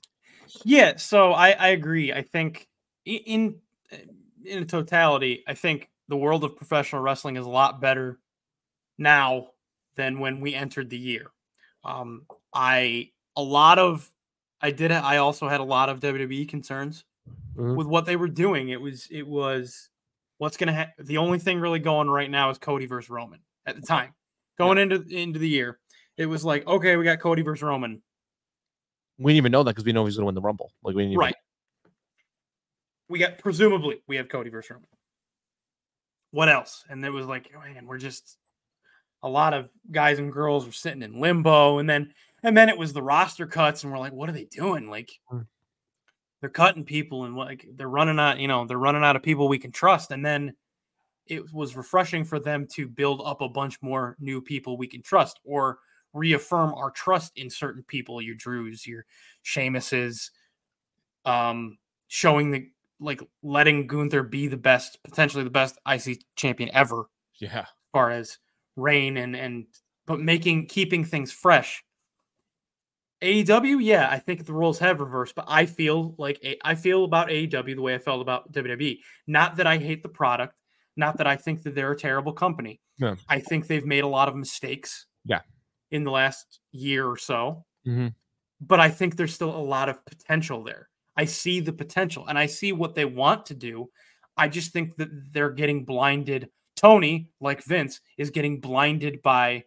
Speaker 4: Yeah, so I, I agree. I think i- in in totality, I think the world of professional wrestling is a lot better now than when we entered the year. Um, I a lot of I did I also had a lot of WWE concerns
Speaker 3: Mhm.
Speaker 4: with what they were doing. It was it was what's gonna happen. The only thing really going right now is Cody versus Roman at the time going into into the year. It was like okay, we got Cody versus Roman.
Speaker 3: We didn't even know that because we know he's gonna win the Rumble. Like we didn't even
Speaker 4: Right. We got presumably we have Cody versus Roman. What else? And it was like, oh, man, we're just a lot of guys and girls were sitting in limbo, and then and then it was the roster cuts, and we're like, what are they doing? Like
Speaker 3: Mm.
Speaker 4: they're cutting people, and like they're running out, you know, they're running out of people we can trust, and then it was refreshing for them to build up a bunch more new people we can trust or reaffirm our trust in certain people, your Drews, your Seamuses, um, showing the like letting Gunther be the best, potentially the best IC champion ever, as
Speaker 3: Yeah.
Speaker 4: far as reign and and but making keeping things fresh. AEW, yeah, I think the roles have reversed, but I feel like A- I feel about AEW the way I felt about WWE. Not that I hate the product, not that I think that they're a terrible company.
Speaker 3: No.
Speaker 4: I think they've made a lot of mistakes.
Speaker 3: Yeah.
Speaker 4: in the last year or so,
Speaker 3: Mhm.
Speaker 4: but I think there's still a lot of potential there. I see the potential and I see what they want to do. I just think that they're getting blinded. Tony, like Vince, is getting blinded by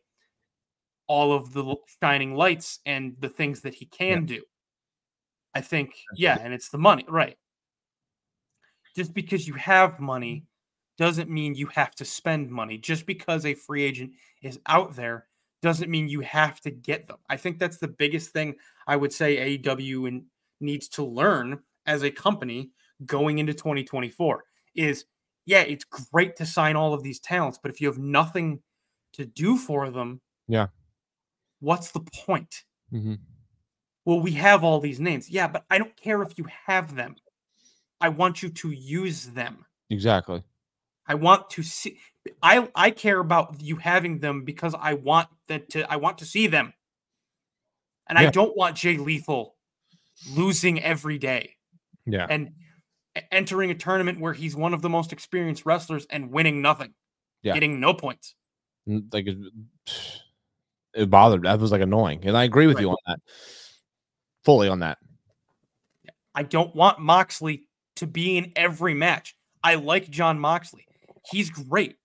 Speaker 4: all of the l- shining lights and the things that he can do. I think, yeah, and it's the money, right? Just because you have money doesn't mean you have to spend money. Just because a free agent is out there doesn't mean you have to get them. I think that's the biggest thing I would say AEW and needs to learn as a company going into 2024 is yeah, it's great to sign all of these talents, but if you have nothing to do for them,
Speaker 3: Yeah.
Speaker 4: What's the point?
Speaker 3: Mm-hmm.
Speaker 4: Well, we have all these names. Yeah, but I don't care if you have them. I want you to use them.
Speaker 3: Exactly.
Speaker 4: I want to see I I care about you having them because I want that to I want to see them. And I
Speaker 3: Yeah.
Speaker 4: don't want Jay Lethal losing every day
Speaker 3: Yeah.
Speaker 4: and e- entering a tournament where he's one of the most experienced wrestlers and winning nothing.
Speaker 3: Yeah.
Speaker 4: Getting no points.
Speaker 3: N- like it, it bothered that was like annoying and i agree with
Speaker 4: Right.
Speaker 3: you on that fully on that
Speaker 4: I don't want Moxley to be in every match. I like John Moxley. He's great.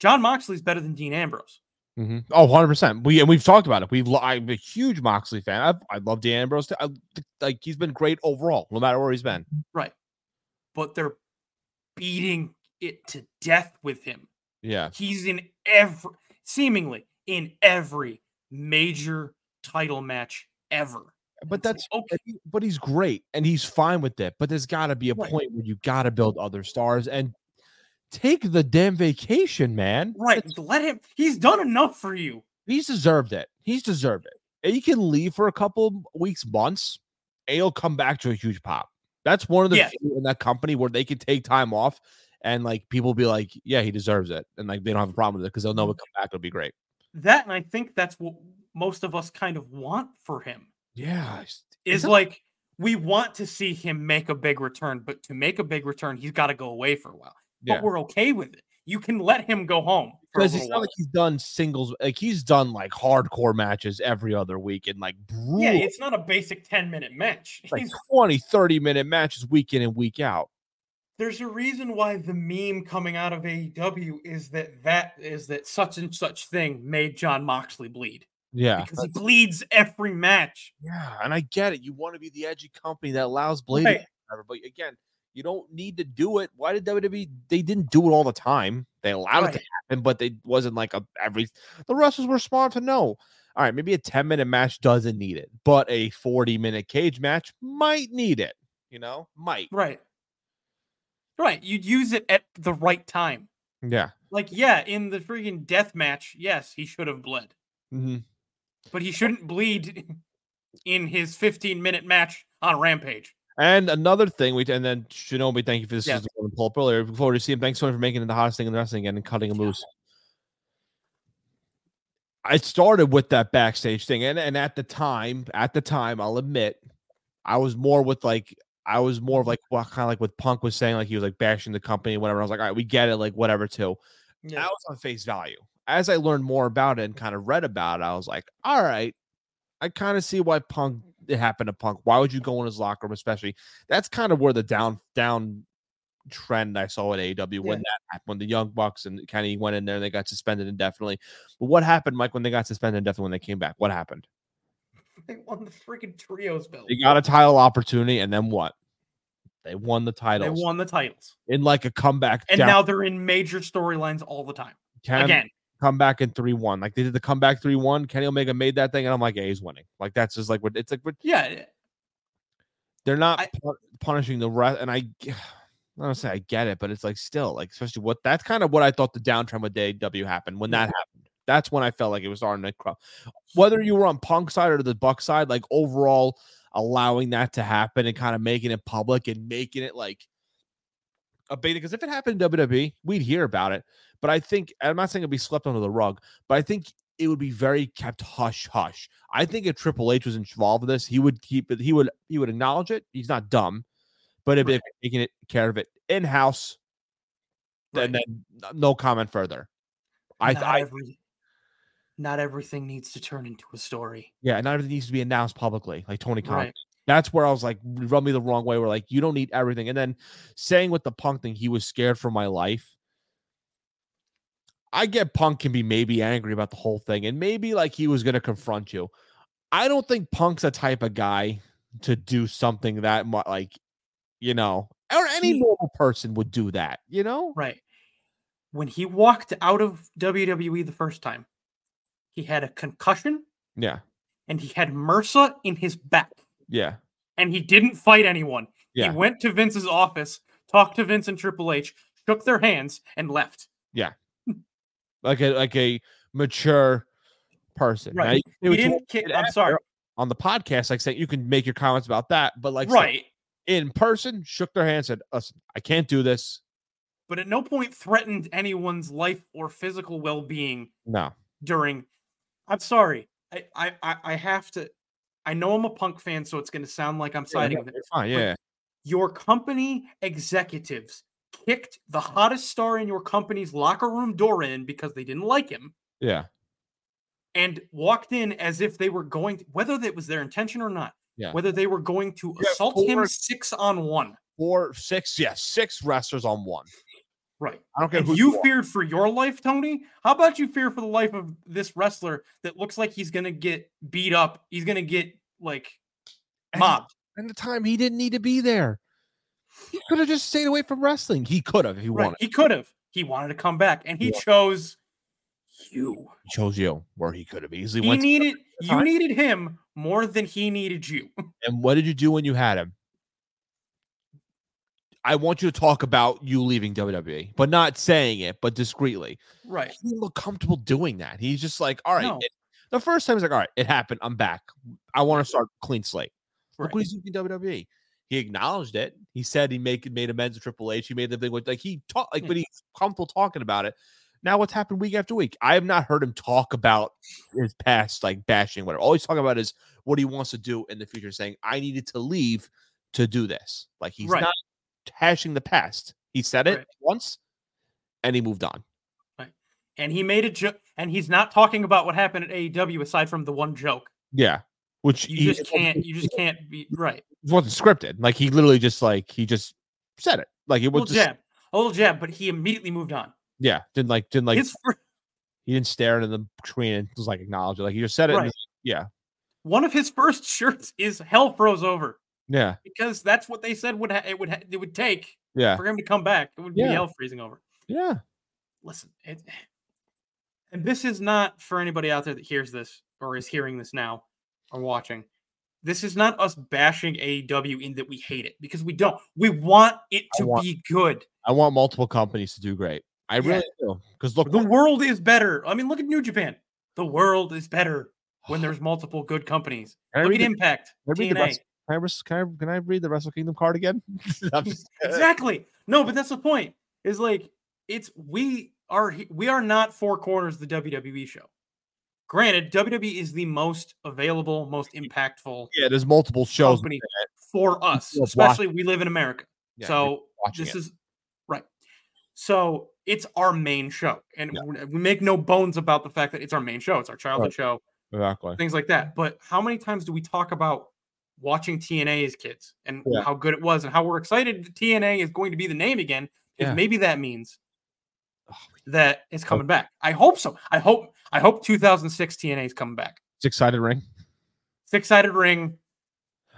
Speaker 4: John Moxley's better than Dean Ambrose.
Speaker 3: Mhm. oh 100% we and we've talked about it we've lo- i'm a huge moxley fan I've, i love dan ambrose too. I, th- like he's been great overall no matter where he's been
Speaker 4: but they're beating it to death with him.
Speaker 3: yeah
Speaker 4: He's in every seemingly in every major title match ever.
Speaker 3: but
Speaker 4: It's like,
Speaker 3: that's
Speaker 4: okay.
Speaker 3: but he's great and he's fine with it but there's got to be a
Speaker 4: Right.
Speaker 3: point where you got to build other stars and take the damn vacation man
Speaker 4: Right. Let him he's done enough for you.
Speaker 3: he's deserved it. He's deserved it. And he can leave for a couple weeks, months, and he'll come back to a huge pop. That's one of the
Speaker 4: Yeah.
Speaker 3: few in that company where they can take time off and like people be like, yeah, he deserves it. And like they don't have a problem with it because they'll know he'll
Speaker 4: Mm-hmm.
Speaker 3: come back. It'll be great.
Speaker 4: That and I think that's what most of us kind of want for him
Speaker 3: Yeah. it's-
Speaker 4: is
Speaker 3: that-
Speaker 4: like we want to see him make a big return, but to make a big return, he's got to go away for a while.
Speaker 3: Yeah.
Speaker 4: But we're okay with it. You can let him go home for a
Speaker 3: Because it's
Speaker 4: little
Speaker 3: not
Speaker 4: while.
Speaker 3: like he's done singles, like he's done like hardcore matches every other week and like brutal,
Speaker 4: yeah, it's not a basic 10 minute match.
Speaker 3: like
Speaker 4: He's-
Speaker 3: 20, 30 minute matches week in and week out.
Speaker 4: there's a reason why the meme coming out of AEW is that that is that such and such thing made John Moxley bleed
Speaker 3: Yeah.
Speaker 4: because he bleeds every match.
Speaker 3: Yeah. And I get it. You want to be the edgy company that allows Blade,
Speaker 4: Right.
Speaker 3: to whatever, but again, you don't need to do it. Why did WWE? They didn't do it all the time. They allowed it to
Speaker 4: Right.
Speaker 3: happen, but they wasn't like a every. The wrestlers were smart to know. All right, maybe a ten minute match doesn't need it, but a forty minute cage match might need it. You know, might.
Speaker 4: Right. Right. You'd use it at the right time.
Speaker 3: Yeah.
Speaker 4: Like, yeah, in the freaking death match, yes, he should have bled,
Speaker 3: Mm-hmm.
Speaker 4: but he shouldn't bleed in his 15 minute match on Rampage.
Speaker 3: And another thing, we and then Shinobi, thank you for this.
Speaker 4: Yeah.
Speaker 3: This is the one we pulled up earlier. Before we see him, thanks so much for making it the hottest thing in the wrestling again and cutting him loose. I started with that backstage thing, and and at the time, at the time, I'll admit, I was more with like I was more of like well, kind of like what Punk was saying, like he was like bashing the company, whatever. I was like, all right, we get it, like whatever too. I was on face value. As I learned more about it and kind of read about it, I was like, all right, I kind of see why Punk it happened to Punk. Why would you go in his locker room, especially? That's kind of where the down down trend I saw at AEW when that happened, when the Young Bucks and Kenny went in there, they got suspended indefinitely. But what happened, Mike, when they got suspended indefinitely when they came back? What happened?
Speaker 4: They won the freaking trios belt.
Speaker 3: They got a title opportunity, and then what? They won the
Speaker 4: They
Speaker 3: titles
Speaker 4: won the titles.
Speaker 3: in like a comeback.
Speaker 4: And
Speaker 3: down-
Speaker 4: now they're in major storylines all the time.
Speaker 3: Ken-
Speaker 4: Again,
Speaker 3: comeback in three one. Like they did the comeback three one. Kenny Omega made that thing, and I'm like, yeah, he's winning. Like that's just like what it's like. What,
Speaker 4: yeah,
Speaker 3: they're not
Speaker 4: I-
Speaker 3: pu- punishing the rest, and I. g- I don't say I get it, but it's like still like especially what that's kind of what I thought the downtrend with AEW happened when that happened. That's when I felt like it was starting to crumble. Whether you were on Punk side or the Buck side, like overall allowing that to happen and kind of making it public and making it like a beta. Because if it happened in WWE, we'd hear about it. But I think I'm not saying it'd be swept under the rug, but I think it would be very kept hush hush. I think if Triple H was involved with this, he would keep it. He would he would acknowledge it. He's not dumb, but if they're taking it care of it in house, then, then n- no comment further. I,
Speaker 4: not,
Speaker 3: I
Speaker 4: every- not everything needs to turn into a story.
Speaker 3: yeah, not everything needs to be announced publicly, like Tony Khan.
Speaker 4: Right.
Speaker 3: That's where I was like, r- rub me the wrong way. We're like, you don't need everything. And then saying with the punk thing, he was scared for my life. I get punk can be maybe angry about the whole thing and maybe like he was going to confront you. I don't think punk's a type of guy to do something that much, like, you know, or any
Speaker 4: He-
Speaker 3: normal person would do that, you know?
Speaker 4: Right. When he walked out of WWE the first time, he had a concussion
Speaker 3: Yeah.
Speaker 4: and he had MRSA in his back
Speaker 3: Yeah.
Speaker 4: and he didn't fight anyone.
Speaker 3: Yeah.
Speaker 4: He went to Vince's office, talked to Vince and Triple H, shook their hands, and left.
Speaker 3: Like a, like a mature person. Now,
Speaker 4: Right.
Speaker 3: you can do
Speaker 4: He
Speaker 3: what you
Speaker 4: didn't
Speaker 3: want
Speaker 4: kick.
Speaker 3: to
Speaker 4: I'm
Speaker 3: after
Speaker 4: sorry.
Speaker 3: On the podcast, like saying you can make your comments about that, but like, saying-
Speaker 4: Right.
Speaker 3: in person, shook their hand, said, "Listen, I can't do this."
Speaker 4: But at no point threatened anyone's life or physical well being
Speaker 3: No,
Speaker 4: during i'm sorry I, I i I have to i know i'm a punk fan so it's going to sound like i'm siding with it
Speaker 3: it's fine. Yeah,
Speaker 4: your company executives kicked the hottest star in your company's locker room door in because they didn't like him
Speaker 3: yeah,
Speaker 4: and walked in as if they were going to, whether that was their intention or not
Speaker 3: Yeah.
Speaker 4: whether they were going to
Speaker 3: Yeah,
Speaker 4: assault him
Speaker 3: forward-
Speaker 4: six on one
Speaker 3: four, six, yeah, six wrestlers on one.
Speaker 4: right
Speaker 3: I don't care
Speaker 4: and
Speaker 3: who
Speaker 4: you
Speaker 3: are.
Speaker 4: feared for your life tony how about you fear for the life of this wrestler that looks like he's going to get beat up he's going to get like
Speaker 3: And-
Speaker 4: mobbed
Speaker 3: And the time he didn't need to be there. He could have just stayed away from wrestling. He could have if he
Speaker 4: Right.
Speaker 3: wanted.
Speaker 4: He could have. He wanted to come back, and he
Speaker 3: Yeah.
Speaker 4: chose you.
Speaker 3: He chose you where he could have easily
Speaker 4: He
Speaker 3: went. to-
Speaker 4: needed
Speaker 3: the
Speaker 4: you
Speaker 3: time.
Speaker 4: needed him more than he needed you.
Speaker 3: and what did you do when you had him? I want you to talk about you leaving WWE, but not saying it, but discreetly.
Speaker 4: Right.
Speaker 3: he didn't look comfortable doing that. He's just like, all right.
Speaker 4: No.
Speaker 3: it- the first time he's like, all right, it happened. I'm back. I want to start clean slate. Look
Speaker 4: Right.
Speaker 3: what he's doing in WWE. He acknowledged it. He said he make made amends to Triple H. He made the thing with like he talked like,
Speaker 4: Hmm.
Speaker 3: but he's comfortable talking about it. Now what's happened week after week? I have not heard him talk about his past like bashing whatever. All he's talking about is what he wants to do in the future, saying I needed to leave to do this. Like he's
Speaker 4: Right.
Speaker 3: not hashing the past. He said it
Speaker 4: Right.
Speaker 3: once, and he moved on.
Speaker 4: and he made a joke, and he's not talking about what happened at AEW aside from the one joke.
Speaker 3: Yeah, which
Speaker 4: You
Speaker 3: he-
Speaker 4: just can't. You just can't be right.
Speaker 3: it wasn't scripted. Like he literally just like he just said it. Like it
Speaker 4: A little
Speaker 3: was just
Speaker 4: jab, a little jab, but he immediately moved on.
Speaker 3: yeah. Didn't like didn't like
Speaker 4: His fir-
Speaker 3: he didn't stare into the screen and just like acknowledge it. Like he just said it. and
Speaker 4: Right.
Speaker 3: just- yeah,
Speaker 4: one of his first shirts is "Hell froze over"
Speaker 3: yeah,
Speaker 4: because that's what they said would ha- it would ha- it would take
Speaker 3: yeah,
Speaker 4: for him to come back. It would
Speaker 3: Yeah.
Speaker 4: be hell freezing over.
Speaker 3: yeah.
Speaker 4: listen, it, and this is not for anybody out there that hears this or is hearing this now or watching. This is not us bashing AEW in that we hate it because we don't. We want it
Speaker 3: I
Speaker 4: to
Speaker 3: want-
Speaker 4: be good.
Speaker 3: I want multiple companies to do great. I
Speaker 4: Yeah.
Speaker 3: really do because look,
Speaker 4: The world is better. I mean, look at New Japan. The world is better when there's multiple good companies.
Speaker 3: can I
Speaker 4: Look
Speaker 3: read
Speaker 4: at
Speaker 3: the-
Speaker 4: Impact,
Speaker 3: I read the
Speaker 4: TNA.
Speaker 3: rest- can I res- can I- can I read the Wrestle Kingdom card again? I'm just-
Speaker 4: exactly. No, but that's the point. Is like it's we are he- we are not four corners of the WWE show. Granted, WWE is the most available, most impactful
Speaker 3: yeah, there's multiple shows.
Speaker 4: company for us,
Speaker 3: Worth
Speaker 4: especially we live in America.
Speaker 3: Yeah, you're
Speaker 4: so
Speaker 3: watching
Speaker 4: this
Speaker 3: it.
Speaker 4: is right. So it's our main show, and
Speaker 3: Yeah.
Speaker 4: we- we make no bones about the fact that it's our main show. It's our childhood show,
Speaker 3: exactly.
Speaker 4: things like that. But how many times do we talk about watching TNA as kids and
Speaker 3: Yeah.
Speaker 4: how good it was, and how we're excited that TNA is going to be the name again? Because
Speaker 3: Yeah. Oh,
Speaker 4: maybe that means that it's coming back. I hope so. I hope. I hope 2006 TNA is coming back.
Speaker 3: Six sided ring.
Speaker 4: Six sided ring,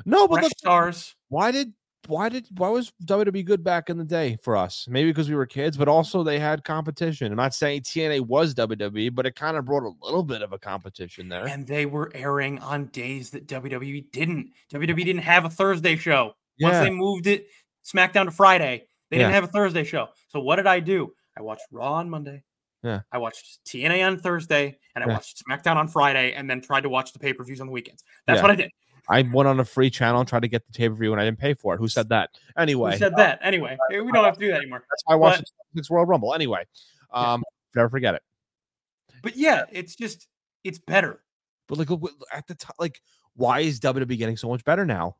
Speaker 3: No, but
Speaker 4: fresh
Speaker 3: look,
Speaker 4: stars.
Speaker 3: why did why did why was WWE good back in the day for us? Maybe because we were kids, but also they had competition. I'm not saying TNA was WWE, but it kind of brought a little bit of a competition there.
Speaker 4: and they were airing on days that WWE didn't. WWE didn't have a Thursday show. Once
Speaker 3: yeah,
Speaker 4: they moved it SmackDown to Friday, they didn't
Speaker 3: Yeah.
Speaker 4: have a Thursday show. So what did I do? I watched Raw on Monday.
Speaker 3: Yeah.
Speaker 4: I watched TNA on Thursday, and I
Speaker 3: Yeah.
Speaker 4: watched SmackDown on Friday, and then tried to watch the pay per views on the weekends. That's
Speaker 3: Yeah.
Speaker 4: what I did.
Speaker 3: I went on a free channel and tried to get the pay per view, and I didn't pay for it. Who said that?
Speaker 4: Who
Speaker 3: Anyway,
Speaker 4: said that anyway? eh, We don't have to do that anymore.
Speaker 3: that's why I watched
Speaker 4: but-
Speaker 3: the 2006 World Rumble. Anyway, um, never forget it.
Speaker 4: But yeah, it's just it's better.
Speaker 3: But like look what- at the time, like why is WWE getting so much better now?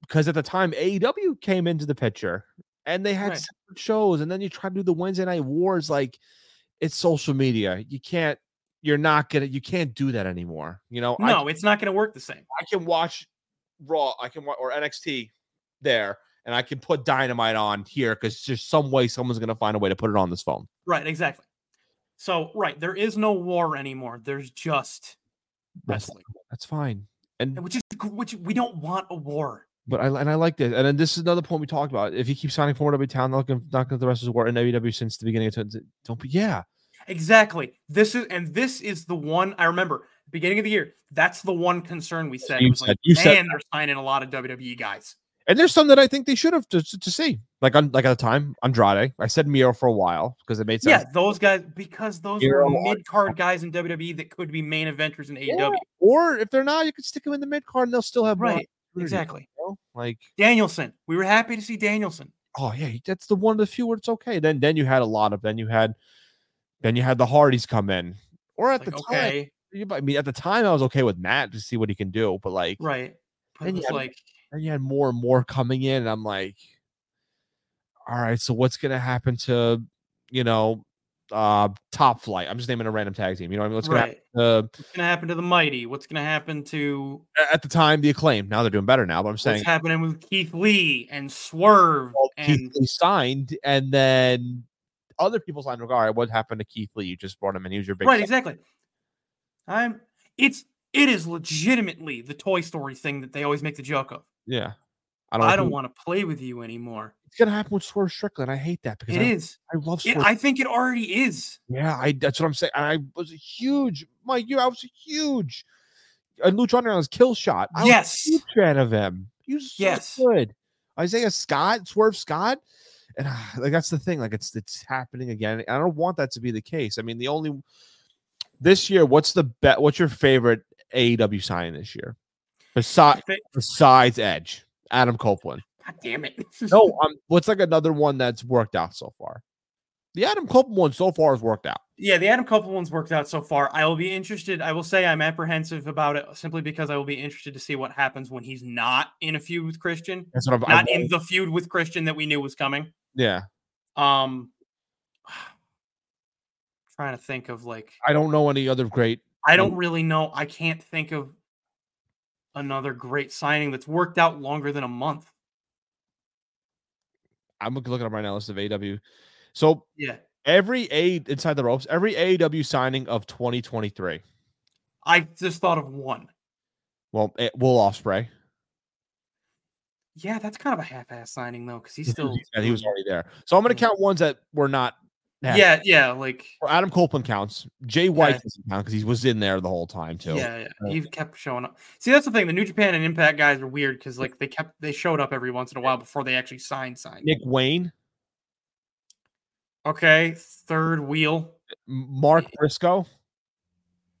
Speaker 3: Because at the time AEW came into the picture and they had
Speaker 4: Right.
Speaker 3: separate shows, and then you try to do the Wednesday night wars. Like it's social media. You can't. You're not gonna. You can't do that anymore. You know. I,
Speaker 4: No, it's not going to work the same.
Speaker 3: I can watch Raw. I can watch or NXT there, and I can put Dynamite on here because there's some way someone's gonna find a way to put it on this phone.
Speaker 4: Right, exactly. So right, there is no war anymore. There's just
Speaker 3: That's,
Speaker 4: wrestling.
Speaker 3: that's fine. And
Speaker 4: which is gr- which we don't want a war.
Speaker 3: But I and I like this, and then this is another point we talked about. If he keeps signing for WWE Town, not going not gonna the rest of his war in WWE since the beginning of t- don't be yeah
Speaker 4: Exactly. This is and this is the one I remember beginning of the year. That's the one concern we said. It
Speaker 3: you
Speaker 4: was like,
Speaker 3: said- you
Speaker 4: man,
Speaker 3: said
Speaker 4: they're signing a lot of WWE guys.
Speaker 3: And there's some that I think they should have to, to see like on like at the time Andrade. I said Miro for a while because it made sense.
Speaker 4: Yeah, those guys because those
Speaker 3: You're
Speaker 4: were
Speaker 3: a lot-
Speaker 4: mid card guys in WWE that could be main eventers in E AEW.
Speaker 3: Or if they're not, you could stick them in the mid card and they'll still have more
Speaker 4: Right.
Speaker 3: opportunity,
Speaker 4: Exactly.
Speaker 3: you know? Like
Speaker 4: Danielson. We were happy to see Danielson.
Speaker 3: oh yeah, that's the one of the few where it's okay. Then then you had a lot of then you had then you had the Hardys come in. Or at
Speaker 4: Like,
Speaker 3: the time,
Speaker 4: okay,
Speaker 3: you might- I mean, at the time I was okay with Matt to see what he can do, but like
Speaker 4: right. But
Speaker 3: Then
Speaker 4: it
Speaker 3: you
Speaker 4: was
Speaker 3: had-
Speaker 4: like
Speaker 3: and you had more and more coming in. And I'm like, all right, so what's gonna happen to you know uh top flight? I'm just naming a random tag team. You know what I mean? What's gonna
Speaker 4: right.
Speaker 3: happen to-
Speaker 4: What's gonna happen to the mighty? What's gonna happen to
Speaker 3: a- at the time the acclaim? Now they're doing better now, but I'm saying
Speaker 4: what's happening with Keith Lee and Swerve
Speaker 3: well,
Speaker 4: and
Speaker 3: Keith Lee signed and then other people signed regard. What happened to Keith Lee? You just brought him in. He was your big
Speaker 4: right
Speaker 3: star.
Speaker 4: exactly i'm it's it is legitimately the toy story thing that they always make the joke of
Speaker 3: yeah. I don't,
Speaker 4: i
Speaker 3: know
Speaker 4: don't
Speaker 3: who-
Speaker 4: want to play with you anymore
Speaker 3: it's gonna happen with Swerve Strickland. I hate that because
Speaker 4: it
Speaker 3: I,
Speaker 4: is
Speaker 3: I love
Speaker 4: it,
Speaker 3: Swerve.
Speaker 4: i think it already is
Speaker 3: Yeah, I that's what I'm saying. I was a huge Mike. You, I was a huge and Lucha Underground's kill shot. I was
Speaker 4: yes
Speaker 3: a huge fan of him. He was so
Speaker 4: Yes.
Speaker 3: good. Isaiah Scott, Swerve Scott, and ah, like that's the thing. Like it's it's happening again. I don't want that to be the case. I mean, the only this year, what's the E bet? What's your favorite AEW signing this year? Besides
Speaker 4: Fa-
Speaker 3: besides Edge, Adam Copeland.
Speaker 4: God damn it.
Speaker 3: No, um, what's like another one that's worked out so far? The Adam Copeland one so far has worked out.
Speaker 4: Yeah, the Adam Copeland one's worked out so far. I will be interested. I will say I'm apprehensive about it simply because I will be interested to see what happens when he's not in a feud with Christian,
Speaker 3: That's what I'm. I'm-
Speaker 4: not in the feud with Christian that we knew was coming.
Speaker 3: yeah,
Speaker 4: Um, trying to think of like
Speaker 3: I don't know any other great.
Speaker 4: I don't really know. I can't think of another great signing that's worked out longer than a month.
Speaker 3: I'm looking up right now. List of AW. So
Speaker 4: Yeah,
Speaker 3: every A inside the ropes, every AEW signing of 2023.
Speaker 4: I just thought of one.
Speaker 3: Well, it, Will Osprey.
Speaker 4: Yeah, that's kind of a half-ass signing though, because he's still
Speaker 3: and he was already there. So I'm going to
Speaker 4: Yeah.
Speaker 3: count ones that were not.
Speaker 4: yeah,
Speaker 3: half.
Speaker 4: yeah, like
Speaker 3: Well, Adam Copeland counts. Jay White
Speaker 4: Yeah.
Speaker 3: doesn't count because he was in there the whole time too.
Speaker 4: yeah, yeah,
Speaker 3: Uh,
Speaker 4: he kept showing up. See, that's the thing. The New Japan and Impact guys are weird because like they kept they showed up every once in a while before they actually signed. Signed.
Speaker 3: Nick Wayne,
Speaker 4: Okay, third wheel.
Speaker 3: M- Mark Briscoe,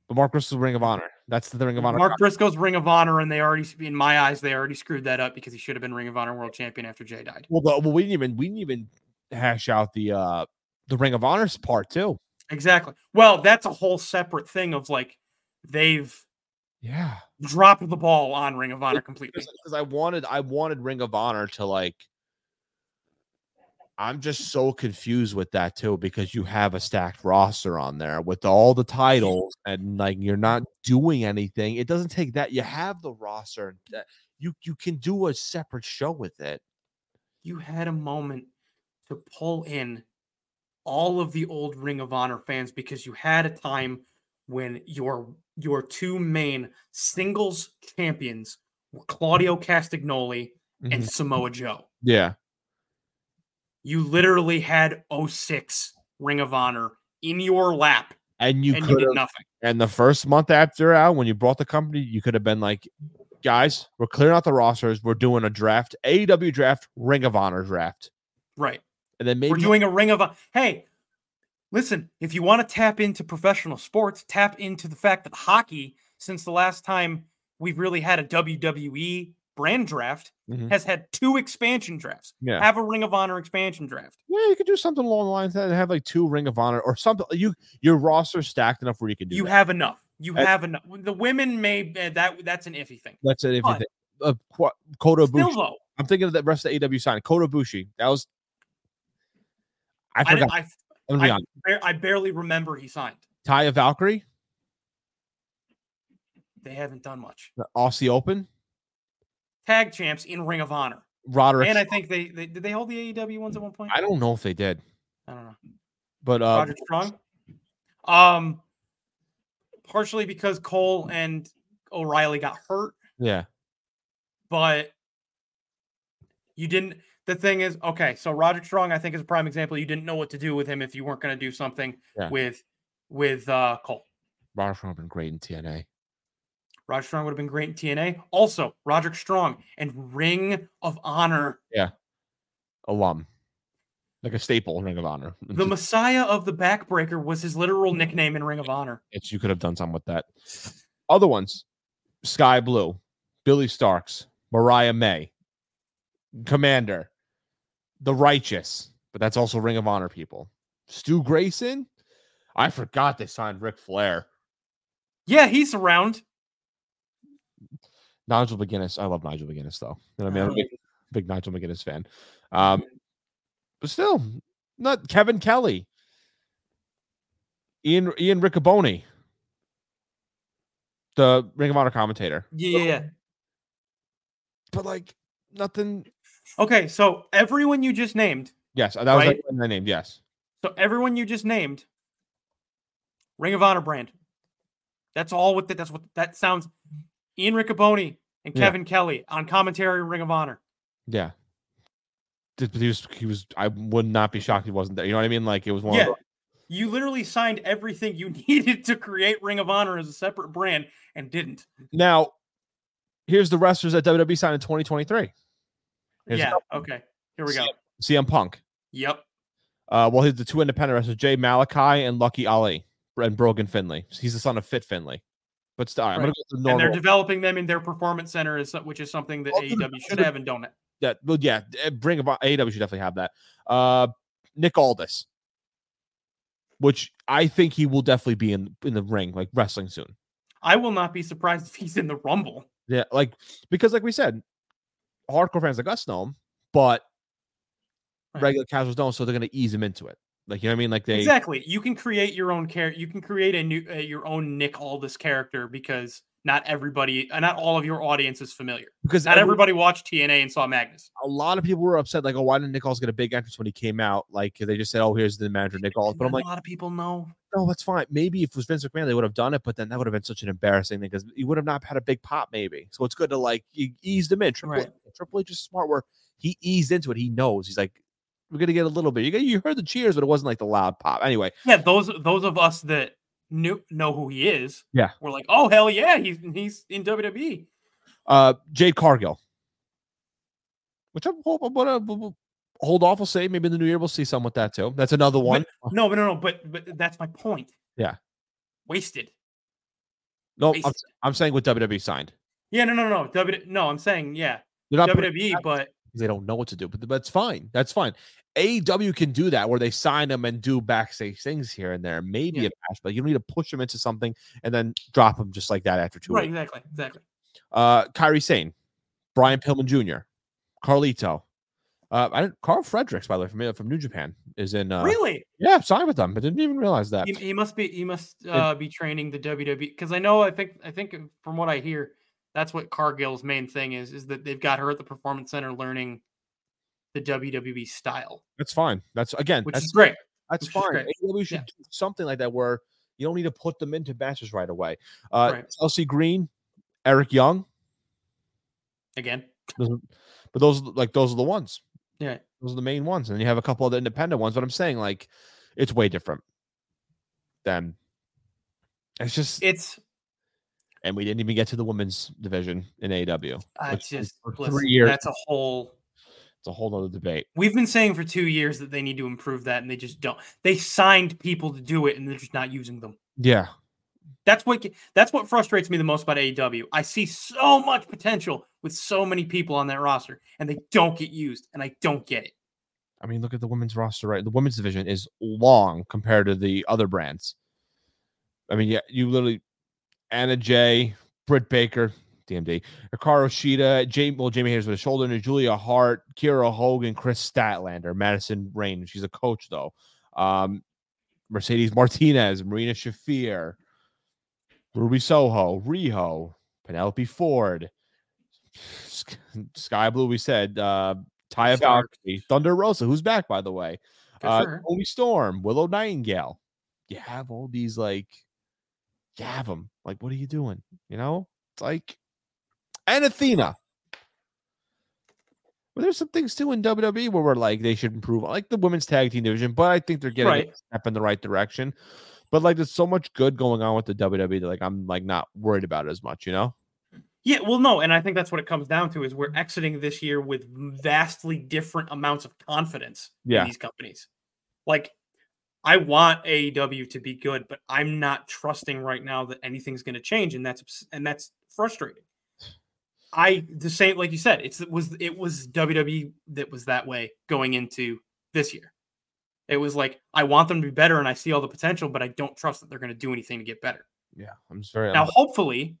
Speaker 3: but Mark Briscoe's Ring of Honor. That's the Ring of Honor.
Speaker 4: Mark Briscoe's Ring of Honor, and they already, in my eyes, they already screwed that up because he should have been Ring of Honor World Champion after Jay died.
Speaker 3: well, the, well, we didn't even we didn't even hash out the uh the Ring of Honor's part too.
Speaker 4: Exactly. Well, that's a whole separate thing of like they've
Speaker 3: Yeah,
Speaker 4: dropped the ball on Ring of Honor completely.
Speaker 3: because I wanted I wanted Ring of Honor to like. I'm just so confused with that too because you have a stacked roster on there with all the titles and like you're not doing anything. It doesn't take that. You have the roster. that- You you can do a separate show with it.
Speaker 4: You had a moment to pull in all of the old Ring of Honor fans because you had a time when your your two main singles champions were Claudio Castagnoli
Speaker 3: Mm-hmm.
Speaker 4: and Samoa Joe.
Speaker 3: Yeah.
Speaker 4: You literally had 06 Ring of Honor in your lap
Speaker 3: And you
Speaker 4: and you
Speaker 3: could
Speaker 4: did
Speaker 3: have
Speaker 4: nothing.
Speaker 3: and the first month after out when you brought the company, you could have been like, guys, we're clearing out the rosters. We're doing a draft, AEW draft, Ring of Honor draft.
Speaker 4: Right.
Speaker 3: And then maybe
Speaker 4: We're doing a ring of a hey. Listen, if you want to tap into professional sports, tap into the fact that hockey, since the last time we've really had a WWE brand draft,
Speaker 3: Mhm.
Speaker 4: has had two expansion drafts.
Speaker 3: yeah.
Speaker 4: Have a Ring of Honor expansion draft.
Speaker 3: Yeah, you could do something along the lines of that and have like two Ring of Honor or something. You your roster stacked enough where you can do
Speaker 4: You
Speaker 3: that.
Speaker 4: have enough. You
Speaker 3: That's-
Speaker 4: have enough. The women may eh, that that's an iffy thing.
Speaker 3: That's it. If you
Speaker 4: fun.
Speaker 3: think, uh, Qua- Kota
Speaker 4: Still
Speaker 3: Ibushi.
Speaker 4: though,
Speaker 3: I'm thinking of the rest of AW sign. Kota Ibushi. That was. I
Speaker 4: I,
Speaker 3: forgot.
Speaker 4: didn't- I,
Speaker 3: I, am gonna be
Speaker 4: I-
Speaker 3: honest.
Speaker 4: bar- I barely remember he signed.
Speaker 3: Taya Valkyrie,
Speaker 4: They haven't done much.
Speaker 3: the Aussie Open,
Speaker 4: Tag champs in Ring of Honor,
Speaker 3: Roderick.
Speaker 4: and I
Speaker 3: I,
Speaker 4: think they, they did they hold the AEW ones at one point.
Speaker 3: don't know if they did,
Speaker 4: I don't know.
Speaker 3: but uh,
Speaker 4: Roger Strong. Um, partially because Cole and O'Reilly got hurt,
Speaker 3: yeah,
Speaker 4: but you didn't. The thing is, okay, so Roger Strong, I think, is a prime example. You didn't know what to do with him if you weren't going to do something
Speaker 3: Yeah.
Speaker 4: with with uh, Cole.
Speaker 3: Roderick Strong been great in TNA.
Speaker 4: Roger Strong would have been great in TNA. Also, Roger Strong and Ring of Honor,
Speaker 3: Alum, like a staple in Ring of Honor. It's
Speaker 4: the Messiah of the Backbreaker, was his literal nickname in Ring of Honor.
Speaker 3: it's you could have done something with that. Other ones, Sky Blue, Billy Starks, Mariah May, Commander, The Righteous, but that's also Ring of Honor people. Stu Grayson, I forgot they signed Ric Flair.
Speaker 4: Yeah, he's around.
Speaker 3: Nigel McGuinness, I love Nigel McGuinness though. You know what I mean, I'm a
Speaker 4: Uh,
Speaker 3: big, big Nigel McGuinness fan. Um, but still, not Kevin Kelly, Ian Ian Riccoboni, the Ring of Honor commentator.
Speaker 4: Yeah, yeah, yeah.
Speaker 3: but like nothing.
Speaker 4: Okay, so everyone you just named,
Speaker 3: Yes, that was
Speaker 4: Right?
Speaker 3: like my name. Yes,
Speaker 4: so everyone you just named, Ring of Honor brand. That's all what that. That's what that sounds. Ian Riccoboni and
Speaker 3: Yeah.
Speaker 4: Kevin Kelly on commentary in Ring of Honor.
Speaker 3: yeah. Th- But he was, he was. I would not be shocked if he wasn't there. You know what I mean? Like it was one.
Speaker 4: Yeah.
Speaker 3: Of those-
Speaker 4: You literally signed everything you needed to create Ring of Honor as a separate brand and didn't.
Speaker 3: now, here's the wrestlers that WWE signed in 2023. Here's a
Speaker 4: yeah.
Speaker 3: couple.
Speaker 4: Okay. Here we go.
Speaker 3: CM Punk.
Speaker 4: Yep.
Speaker 3: Uh, well, here's the two independent wrestlers: Jay Malachi and Lucky Ali and Brogan Finley. He's the son of Fit Finley. But still, all right, I'm
Speaker 4: Right.
Speaker 3: gonna go to the
Speaker 4: and
Speaker 3: normal.
Speaker 4: they're developing them in their performance center, is so- which is something that
Speaker 3: Well, dude,
Speaker 4: AEW should have and don't. have.
Speaker 3: that well, yeah, d- eh, bring about AEW should definitely have that. Uh Nick Aldis, which I think he will definitely be in in the ring, like wrestling soon.
Speaker 4: I will not be surprised if he's in the Rumble.
Speaker 3: Yeah, like because like we said, hardcore fans like us know him, but
Speaker 4: Right.
Speaker 3: regular casuals don't, so they're gonna ease him into it. Like you know what I mean? Like they
Speaker 4: Exactly. You can create your own character. You can create a new uh, your own Nick Aldis character because not everybody, uh, not all of your audience is familiar.
Speaker 3: because
Speaker 4: Not
Speaker 3: every-
Speaker 4: everybody watched TNA and saw Magnus.
Speaker 3: a lot of people were upset, like, oh, why didn't Nick Aldis get a big entrance when he came out? Like they just said, oh, here's the manager Nick Aldis. But I'm
Speaker 4: Not
Speaker 3: like,
Speaker 4: a lot of people know.
Speaker 3: no, that's fine. Maybe if it was Vince McMahon, they would have done it, but then that would have been such an embarrassing thing because you would have not had a big pop, maybe. So it's good to like you eased him in. Triple,
Speaker 4: Right.
Speaker 3: H, Triple H is smart where he eased into it. He knows he's like, we're gonna get a little bit. You got, you heard the cheers, but it wasn't like the loud pop. Anyway,
Speaker 4: Yeah, those those of us that knew know who he is.
Speaker 3: Yeah.
Speaker 4: we're like, oh hell yeah, he's he's in E." WWE.
Speaker 3: uh, Jade Cargill, which I hope I'm gonna we'll- we'll hold off. We'll say maybe in the new year we'll see some with that too. That's another one.
Speaker 4: No, but no, no, but but that's my point.
Speaker 3: Oh. Yeah.
Speaker 4: wasted.
Speaker 3: No, I'm,
Speaker 4: wasted.
Speaker 3: I'm saying with WWE signed.
Speaker 4: yeah, no, no, no, W. No, I'm saying yeah,
Speaker 3: They're not putting-
Speaker 4: WWE, but
Speaker 3: because they don't know what to do. But that's fine. That's fine. AEW can do that where they sign them and do backstage things here and there, maybe
Speaker 4: Yeah.
Speaker 3: a match, but you don't need to push them into something and then drop them just like that after two
Speaker 4: right,
Speaker 3: weeks.
Speaker 4: exactly, exactly.
Speaker 3: Uh, Kyrie Sane, Brian Pillman Jr., Carlito. Uh, I didn't, Carl Fredericks, by the way, from, from New Japan, is in. Uh,
Speaker 4: really,
Speaker 3: Yeah, signed with them. I didn't even realize that.
Speaker 4: he, he must be he must uh, be training the WWE because I know I think I think uh, from what I hear, that's what Cargill's main thing is is that they've got her at the Performance Center learning the WWE style,
Speaker 3: That's fine. That's again,
Speaker 4: which
Speaker 3: that's
Speaker 4: is great.
Speaker 3: That's
Speaker 4: which is
Speaker 3: fine.
Speaker 4: great.
Speaker 3: AEW should
Speaker 4: Yeah.
Speaker 3: do something like that where you don't need to put them into matches right away. Uh,
Speaker 4: Right.
Speaker 3: Chelsea Green, Eric Young,
Speaker 4: Again,
Speaker 3: those are- but those are the- like those are the ones.
Speaker 4: Yeah.
Speaker 3: those are the main ones, and then you have a couple of the independent ones. But I'm saying like it's way different than it's just.
Speaker 4: it's
Speaker 3: and we didn't even get to the women's division in E AEW.
Speaker 4: I
Speaker 3: which is
Speaker 4: uh, just
Speaker 3: for
Speaker 4: listen,
Speaker 3: three years.
Speaker 4: That's a whole.
Speaker 3: It's a whole other debate.
Speaker 4: We've been saying for two years that they need to improve that, and they just don't. They signed people to do it, and they're just not using them.
Speaker 3: Yeah,
Speaker 4: That's what ge- that's what frustrates me the most about AEW. I see so much potential with so many people on that roster, and they don't get used, and I don't get it.
Speaker 3: I mean, look at the women's roster, right? The women's division is long compared to the other brands. I mean, yeah, you literally Anna Jay, Britt Baker, DMD, Hikaru Shida, Jamie, well, Jamie Hayes with a shoulder injury, Julia Hart, Kira Hogan, Chris Statlander, Madison Rain. She's a coach though. Um, Mercedes Martinez, Marina Shafir, Ruby Soho, Riho, Penelope Ford, Sk- Sky Blue. We said uh, Taya
Speaker 4: Sorry.
Speaker 3: Valkyrie, Thunder Rosa, who's back by the way.
Speaker 4: Good
Speaker 3: Uh,
Speaker 4: for her.
Speaker 3: Tony Storm, Willow Nightingale. You have all these like, you have them. Like, what are you doing? You know, it's like, and Athena. But there's some things too in WWE where we're like they should improve, like the women's tag team division. But I think they're getting
Speaker 4: Right.
Speaker 3: a step in the right direction. But like, there's so much good going on with the WWE that like I'm like not worried about it as much. You know,
Speaker 4: Yeah, well, no, and I think that's what it comes down to is we're exiting this year with vastly different amounts of confidence
Speaker 3: Yeah.
Speaker 4: in these companies. Like, I want AEW to be good, but I'm not trusting right now that anything's going to change, and that's ups- and that's frustrating. I the same like you said, it's it was it was WWE that was that way going into this year. It was like I want them to be better, and I see all the potential, but I don't trust that they're going to do anything to get better.
Speaker 3: yeah, I'm just very
Speaker 4: Now, hopefully,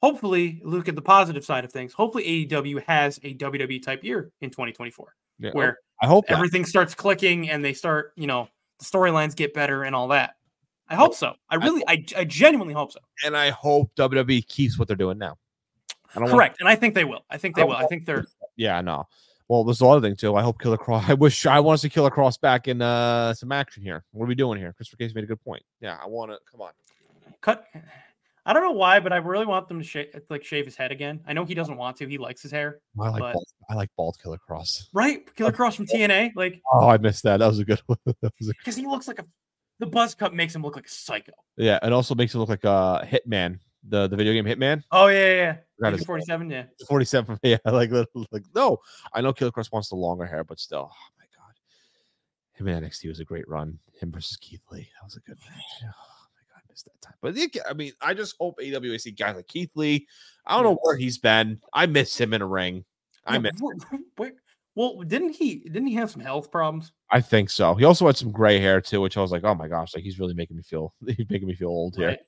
Speaker 4: hopefully, look at the positive side of things. Hopefully, AEW has a WWE type year in 2024
Speaker 3: yeah,
Speaker 4: where
Speaker 3: I hope that.
Speaker 4: everything starts clicking and they start, you know, the storylines get better and all that. I hope so. I really, I, I genuinely hope so.
Speaker 3: and I hope WWE keeps what they're doing now. I don't want
Speaker 4: Correct. And I think they will. I think they will. I think they're,
Speaker 3: Yeah, no. Well, there's another thing too. I hope Killer Cross. I wish I want to see Killer Cross back in uh some action here. What are we doing here? Christopher Case made a good point. Yeah, I want to. Come on.
Speaker 4: cut. I don't know why, but I really want them to shave, like shave his head again. I know he doesn't want to. He likes his hair,
Speaker 3: I like
Speaker 4: But-
Speaker 3: bald, I like bald Killer Cross.
Speaker 4: right? Killer Cross from TNA, like
Speaker 3: Oh, I missed that. That was a good one. That was a-
Speaker 4: because he looks like a. The buzz cut makes him look like a psycho.
Speaker 3: yeah, it also makes him look like uh Hitman, the the video game Hitman.
Speaker 4: Oh yeah, yeah, yeah.
Speaker 3: That is-
Speaker 4: Agent 47, yeah.
Speaker 3: 47 yeah like little- like no i know killer cross wants the longer hair but still oh my god him in nxt was a great run him versus keith lee that was a good match oh my god I miss missed that time. But it- I mean, I just hope AWAC guys like Keith Lee. I don't know where he's been. I miss him in a ring. I
Speaker 4: Yeah,
Speaker 3: miss.
Speaker 4: wh- wh- where- well, didn't he? Didn't he have some health problems?
Speaker 3: I think so. He also had some gray hair too, which I was like, oh my gosh, like he's really making me feel. He's making me feel old here.
Speaker 4: Right.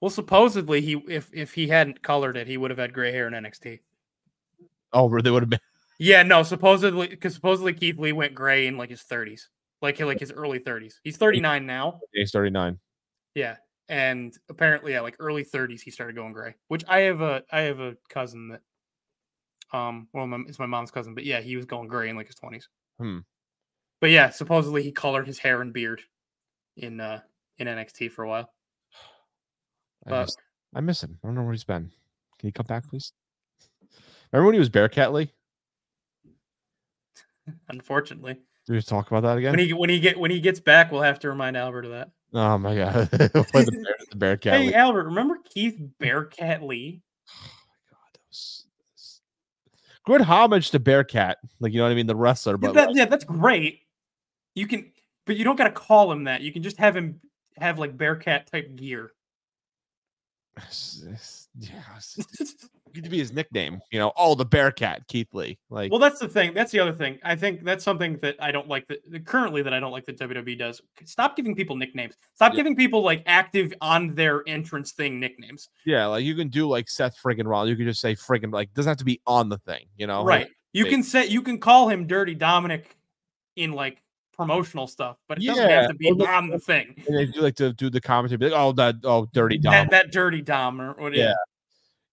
Speaker 4: Well, supposedly he, if if he hadn't colored it, he would have had gray hair in NXT.
Speaker 3: Oh, they would have been.
Speaker 4: Yeah, no, supposedly because supposedly Keith Lee went gray in like his 30s, like like his early 30s. He's 39 now.
Speaker 3: He's thirty nine.
Speaker 4: Yeah, and apparently, yeah, like early 30s, he started going gray. Which I have a I have a cousin that, um, well, my, it's my mom's cousin, but yeah, he was going gray in like his 20s.
Speaker 3: Hmm.
Speaker 4: But yeah, supposedly he colored his hair and beard in uh in NXT for a while.
Speaker 3: I,
Speaker 4: But
Speaker 3: miss, I miss him. I don't know where he's been. Can you come back, please? Remember when he was Bearcat Lee?
Speaker 4: unfortunately,
Speaker 3: Do we talk about that again?
Speaker 4: when he when he get when he gets back, we'll have to remind Albert of that.
Speaker 3: oh my god, When the, bear, the Bearcat
Speaker 4: hey,
Speaker 3: Lee.
Speaker 4: Albert, remember Keith Bearcat Lee?
Speaker 3: God, that was, s- good homage to Bearcat. Like you know what I mean, the wrestler.
Speaker 4: Yeah,
Speaker 3: But
Speaker 4: that-
Speaker 3: like,
Speaker 4: yeah, that's great. You can, but you don't gotta call him that. You can just have him have like Bearcat type gear.
Speaker 3: s- s- yeah, s- it could be his nickname. You know, oh the Bearcat, Keith Lee. Like
Speaker 4: well, that's the thing. That's the other thing. I think that's something that I don't like. That that currently that I don't like that WWE does. Stop giving people nicknames. Stop
Speaker 3: Yeah.
Speaker 4: giving people like active on their entrance thing nicknames.
Speaker 3: yeah, like you can do like Seth friggin' Rollins. You can just say friggin' like doesn't have to be on the thing. You know,
Speaker 4: right.
Speaker 3: Like,
Speaker 4: You
Speaker 3: they-
Speaker 4: can say you can call him Dirty Dominic in like promotional stuff, but it doesn't
Speaker 3: Yeah,
Speaker 4: have to be
Speaker 3: or the-
Speaker 4: on the thing.
Speaker 3: and they do like to do the commentary, be like, oh that, oh dirty Dom.
Speaker 4: That, that Dirty Dom or whatever.
Speaker 3: Yeah.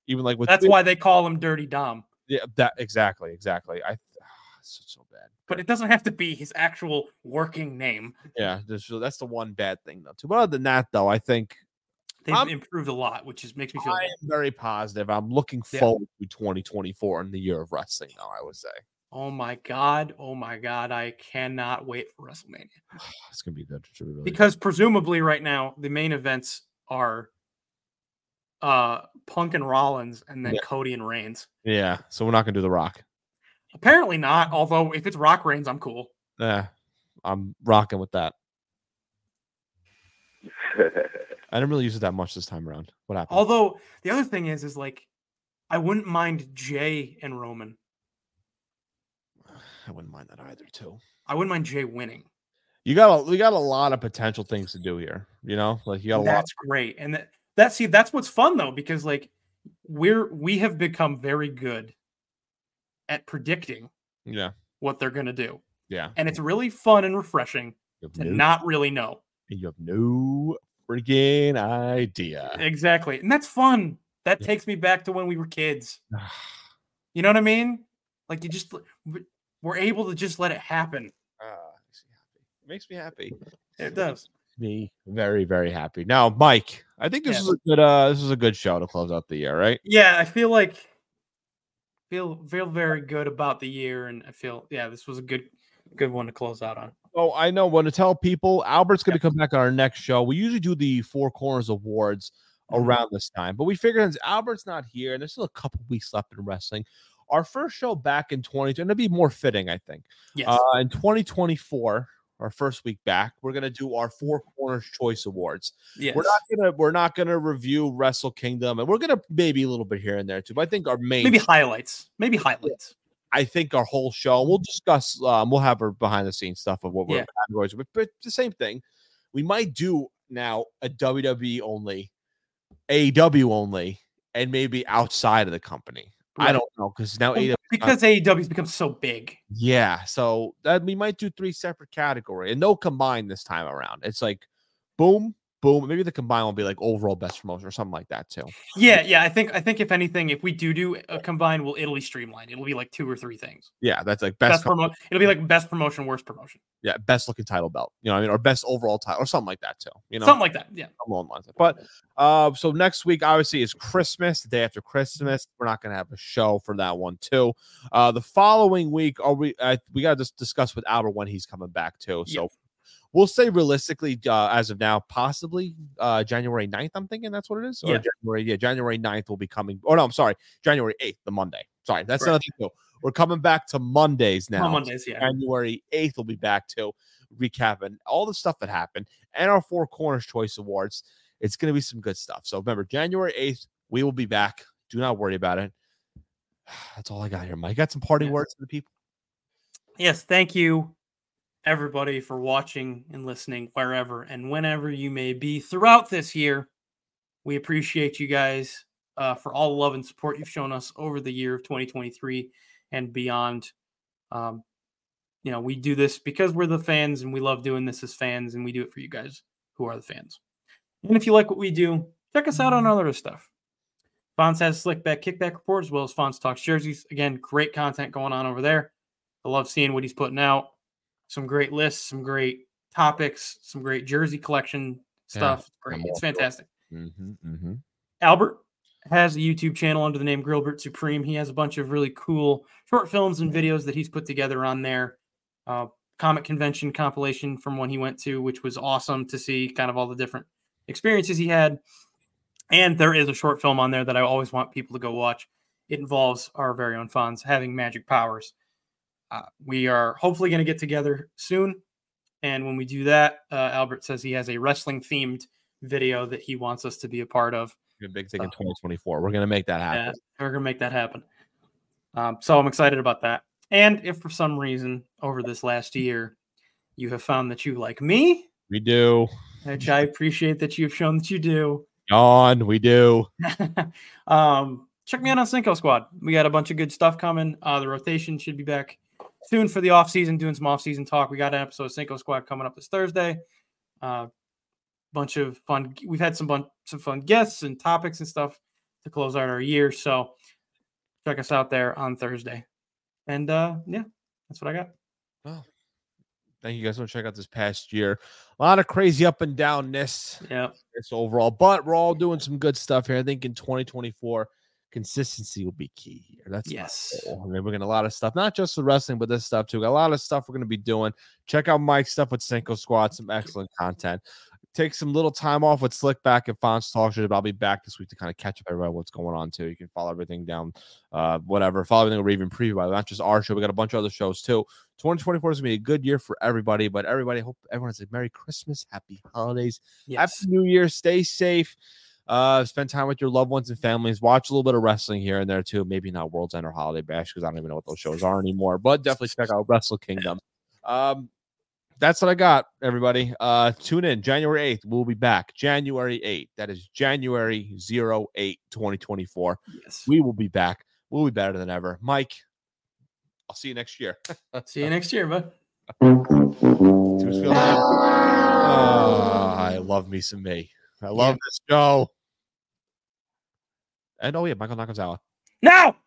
Speaker 3: Even like with
Speaker 4: That's why they call him Dirty Dom.
Speaker 3: Yeah, that exactly, exactly. I so, so bad.
Speaker 4: but it doesn't have to be his actual working name.
Speaker 3: Yeah, that's, that's the one bad thing though. Too. But other than that, though, I think
Speaker 4: They've
Speaker 3: I'm-
Speaker 4: improved a lot, which is makes me feel.
Speaker 3: I
Speaker 4: good.
Speaker 3: am very positive. I'm looking
Speaker 4: Yeah.
Speaker 3: forward to 2024 and the year of wrestling. Now, I would say
Speaker 4: Oh my god! Oh my god! I cannot wait for WrestleMania
Speaker 3: it's gonna be good. It's gonna be really good.
Speaker 4: because presumably right now the main events are uh Punk and Rollins, and then
Speaker 3: Yeah.
Speaker 4: Cody and Reigns.
Speaker 3: yeah, so we're not gonna do the Rock.
Speaker 4: Apparently not. Although if it's Rock Reigns, I'm cool.
Speaker 3: Yeah, I'm rocking with that. I didn't really use it that much this time around. What happened?
Speaker 4: Although the other thing is, is like I wouldn't mind Jay and Roman.
Speaker 3: I wouldn't mind that either, too.
Speaker 4: I wouldn't mind Jay winning.
Speaker 3: You got a we got a lot of potential things to do here. You know, like you got a lot.
Speaker 4: that's great and that, that see that's what's fun though because like we're we have become very good at predicting
Speaker 3: Yeah,
Speaker 4: what they're going to do
Speaker 3: yeah.
Speaker 4: and it's really fun and refreshing
Speaker 3: You have
Speaker 4: to
Speaker 3: no-
Speaker 4: not really know
Speaker 3: and you have no freaking idea.
Speaker 4: exactly and that's fun that
Speaker 3: Yeah.
Speaker 4: takes me back to when we were kids you know what i mean like you just we- we're able to just let it happen
Speaker 3: Ah, makes me happy. It makes me happy.
Speaker 4: it does
Speaker 3: Me very very happy. Now, Mike, I think this
Speaker 4: Yeah.
Speaker 3: is a good uh this is a good show to close out the year, right?
Speaker 4: yeah i feel like feel feel very good about the year and i feel yeah this was a good good one to close out on
Speaker 3: Oh, I know want to tell people. Albert's going to come back on our next show. We usually do the Four Corners Awards
Speaker 4: Mhm.
Speaker 3: around this time, but we figured since Albert's not here and there's still a couple weeks left in wrestling, our first show back in 2020 and it'll be more fitting, I think.
Speaker 4: yes
Speaker 3: Uh, in 2024, our first week back, we're going to do our Four Corners Choice Awards.
Speaker 4: yes
Speaker 3: We're not gonna we're not gonna review Wrestle Kingdom, and we're gonna maybe a little bit here and there too. But I think our main,
Speaker 4: maybe highlights maybe highlights
Speaker 3: I think our whole show. We'll discuss. Um, we'll have our behind the scenes stuff of what we're
Speaker 4: Yeah.
Speaker 3: categories, but, but the same thing. We might do now a WWE only, AEW only, and maybe outside of the company. I
Speaker 4: Right.
Speaker 3: don't know because now AEW.
Speaker 4: because AEW's become so big.
Speaker 3: Yeah, so that we might do three separate category and they'll combine this time around. It's like, boom, boom. Maybe the combine will be like overall best promotion or something like that too.
Speaker 4: Yeah, yeah. I think I think if anything, if we do do a combined, will it'll be streamlined. It'll be like two or three things.
Speaker 3: Yeah, that's like
Speaker 4: Best,
Speaker 3: best, com-
Speaker 4: promo. It'll be like best promotion, worst promotion,
Speaker 3: yeah, best looking title belt. You know, what I mean, or best overall title or something like that too. You know,
Speaker 4: something like that. Yeah.
Speaker 3: along the lines. of- But uh, so next week obviously is Christmas, the day after Christmas. We're not gonna have a show for that one too. Uh, the following week, are we? Uh, we gotta just discuss with Albert when he's coming back too.
Speaker 4: Yeah.
Speaker 3: So. We'll say realistically, uh, as of now, possibly uh, January 9th, I'm thinking that's what it is. Or
Speaker 4: Yeah.
Speaker 3: January, yeah, January 9th will be coming. Oh, no, I'm sorry. January 8th, the Monday. Sorry, that's
Speaker 4: Correct.
Speaker 3: another thing. Too. We're coming back to Mondays now.
Speaker 4: On Mondays, yeah.
Speaker 3: January 8th, we'll be back to recapping all the stuff that happened and our Four Corners Choice Awards. It's going to be some good stuff. So remember, January 8th, we will be back. Do not worry about it. That's all I got here, Mike. Got some parting
Speaker 4: Yes.
Speaker 3: words for the people.
Speaker 4: Yes, thank you, everybody, for watching and listening wherever and whenever you may be throughout this year. We appreciate you guys uh, for all the love and support you've shown us over the year of 2023 and beyond. Um, you know, we do this because we're the fans and we love doing this as fans, and we do it for you guys who are the fans. And if you like what we do, check us out on
Speaker 3: Mm-hmm.
Speaker 4: other stuff. Fonz has Slickback Kickback Report as well as Fonz Talks Jerseys. Again, great content going on over there. I love seeing what he's putting out. Some great lists, some great topics, some great jersey collection
Speaker 3: Yeah,
Speaker 4: stuff. Great.
Speaker 3: I'm all
Speaker 4: It's
Speaker 3: for it.
Speaker 4: fantastic.
Speaker 3: Mm-hmm, mm-hmm.
Speaker 4: Albert has a YouTube channel under the name Grillbert Supreme. He has a bunch of really cool short films and videos that he's put together on there. Uh, comic convention compilation from one he went to, which was awesome to see kind of all the different experiences he had. And there is a short film on there that I always want people to go watch. It involves our very own Fonz having magic powers. Uh, we are hopefully going to get together soon. And when we do that, uh, Albert says he has a wrestling themed video that he wants us to be a part of.
Speaker 3: A big thing
Speaker 4: Uh,
Speaker 3: in 2024. We're going to make that happen.
Speaker 4: Yeah, we're gonna make that happen. Um, so I'm excited about that. And if for some reason over this last year you have found that you like me,
Speaker 3: We do.
Speaker 4: which I appreciate that you've shown that you do,
Speaker 3: Yawn. We do.
Speaker 4: um, check me out on Cinco Squad. We got a bunch of good stuff coming. Uh, the rotation should be back soon for the off season, doing some off season talk. We got an episode of Cinco Squad coming up this Thursday. Uh, bunch of fun. We've had some bun- some fun guests and topics and stuff to close out our year. So check us out there on Thursday. And uh, yeah, that's what I got.
Speaker 3: Thank you guys for check out this past year. A lot of crazy up and downness.
Speaker 4: Yeah,
Speaker 3: this overall, but we're all doing some good stuff here. I think in 2024, consistency will be key here. That's my
Speaker 4: Yes.
Speaker 3: goal. I mean, Oh, we're gonna a lot of stuff, not just the wrestling, but this stuff too. Got a lot of stuff we're gonna be doing. Check out Mike's stuff with Senko Squad, some excellent content. Take some little time off with Slick Back and Fonz Talk Show, but I'll be back this week to kind of catch up everybody what's going on too. You can follow everything down, uh, whatever. Follow everything we're even preview by the way, not just our show. We got a bunch of other shows too. 2024 is gonna be a good year for everybody, but everybody hope everyone has a Merry Christmas, Happy Holidays.
Speaker 4: yes.
Speaker 3: Happy New Year. Stay safe. Uh, spend time with your loved ones and families. Watch a little bit of wrestling here and there too. Maybe not World's End or Holiday Bash because I don't even know what those shows are anymore. But definitely check out Wrestle Kingdom. Um, that's what I got, everybody. Uh, tune in January 8th. We'll be back January 8th. That is January 08, 2024.
Speaker 4: yes.
Speaker 3: We will be back. We'll be better than ever. Mike, I'll see you next year.
Speaker 4: See you next year, bud.
Speaker 3: Ah, I love me some me. I love this show. And oh yeah, Michael Nakazawa.
Speaker 4: Now.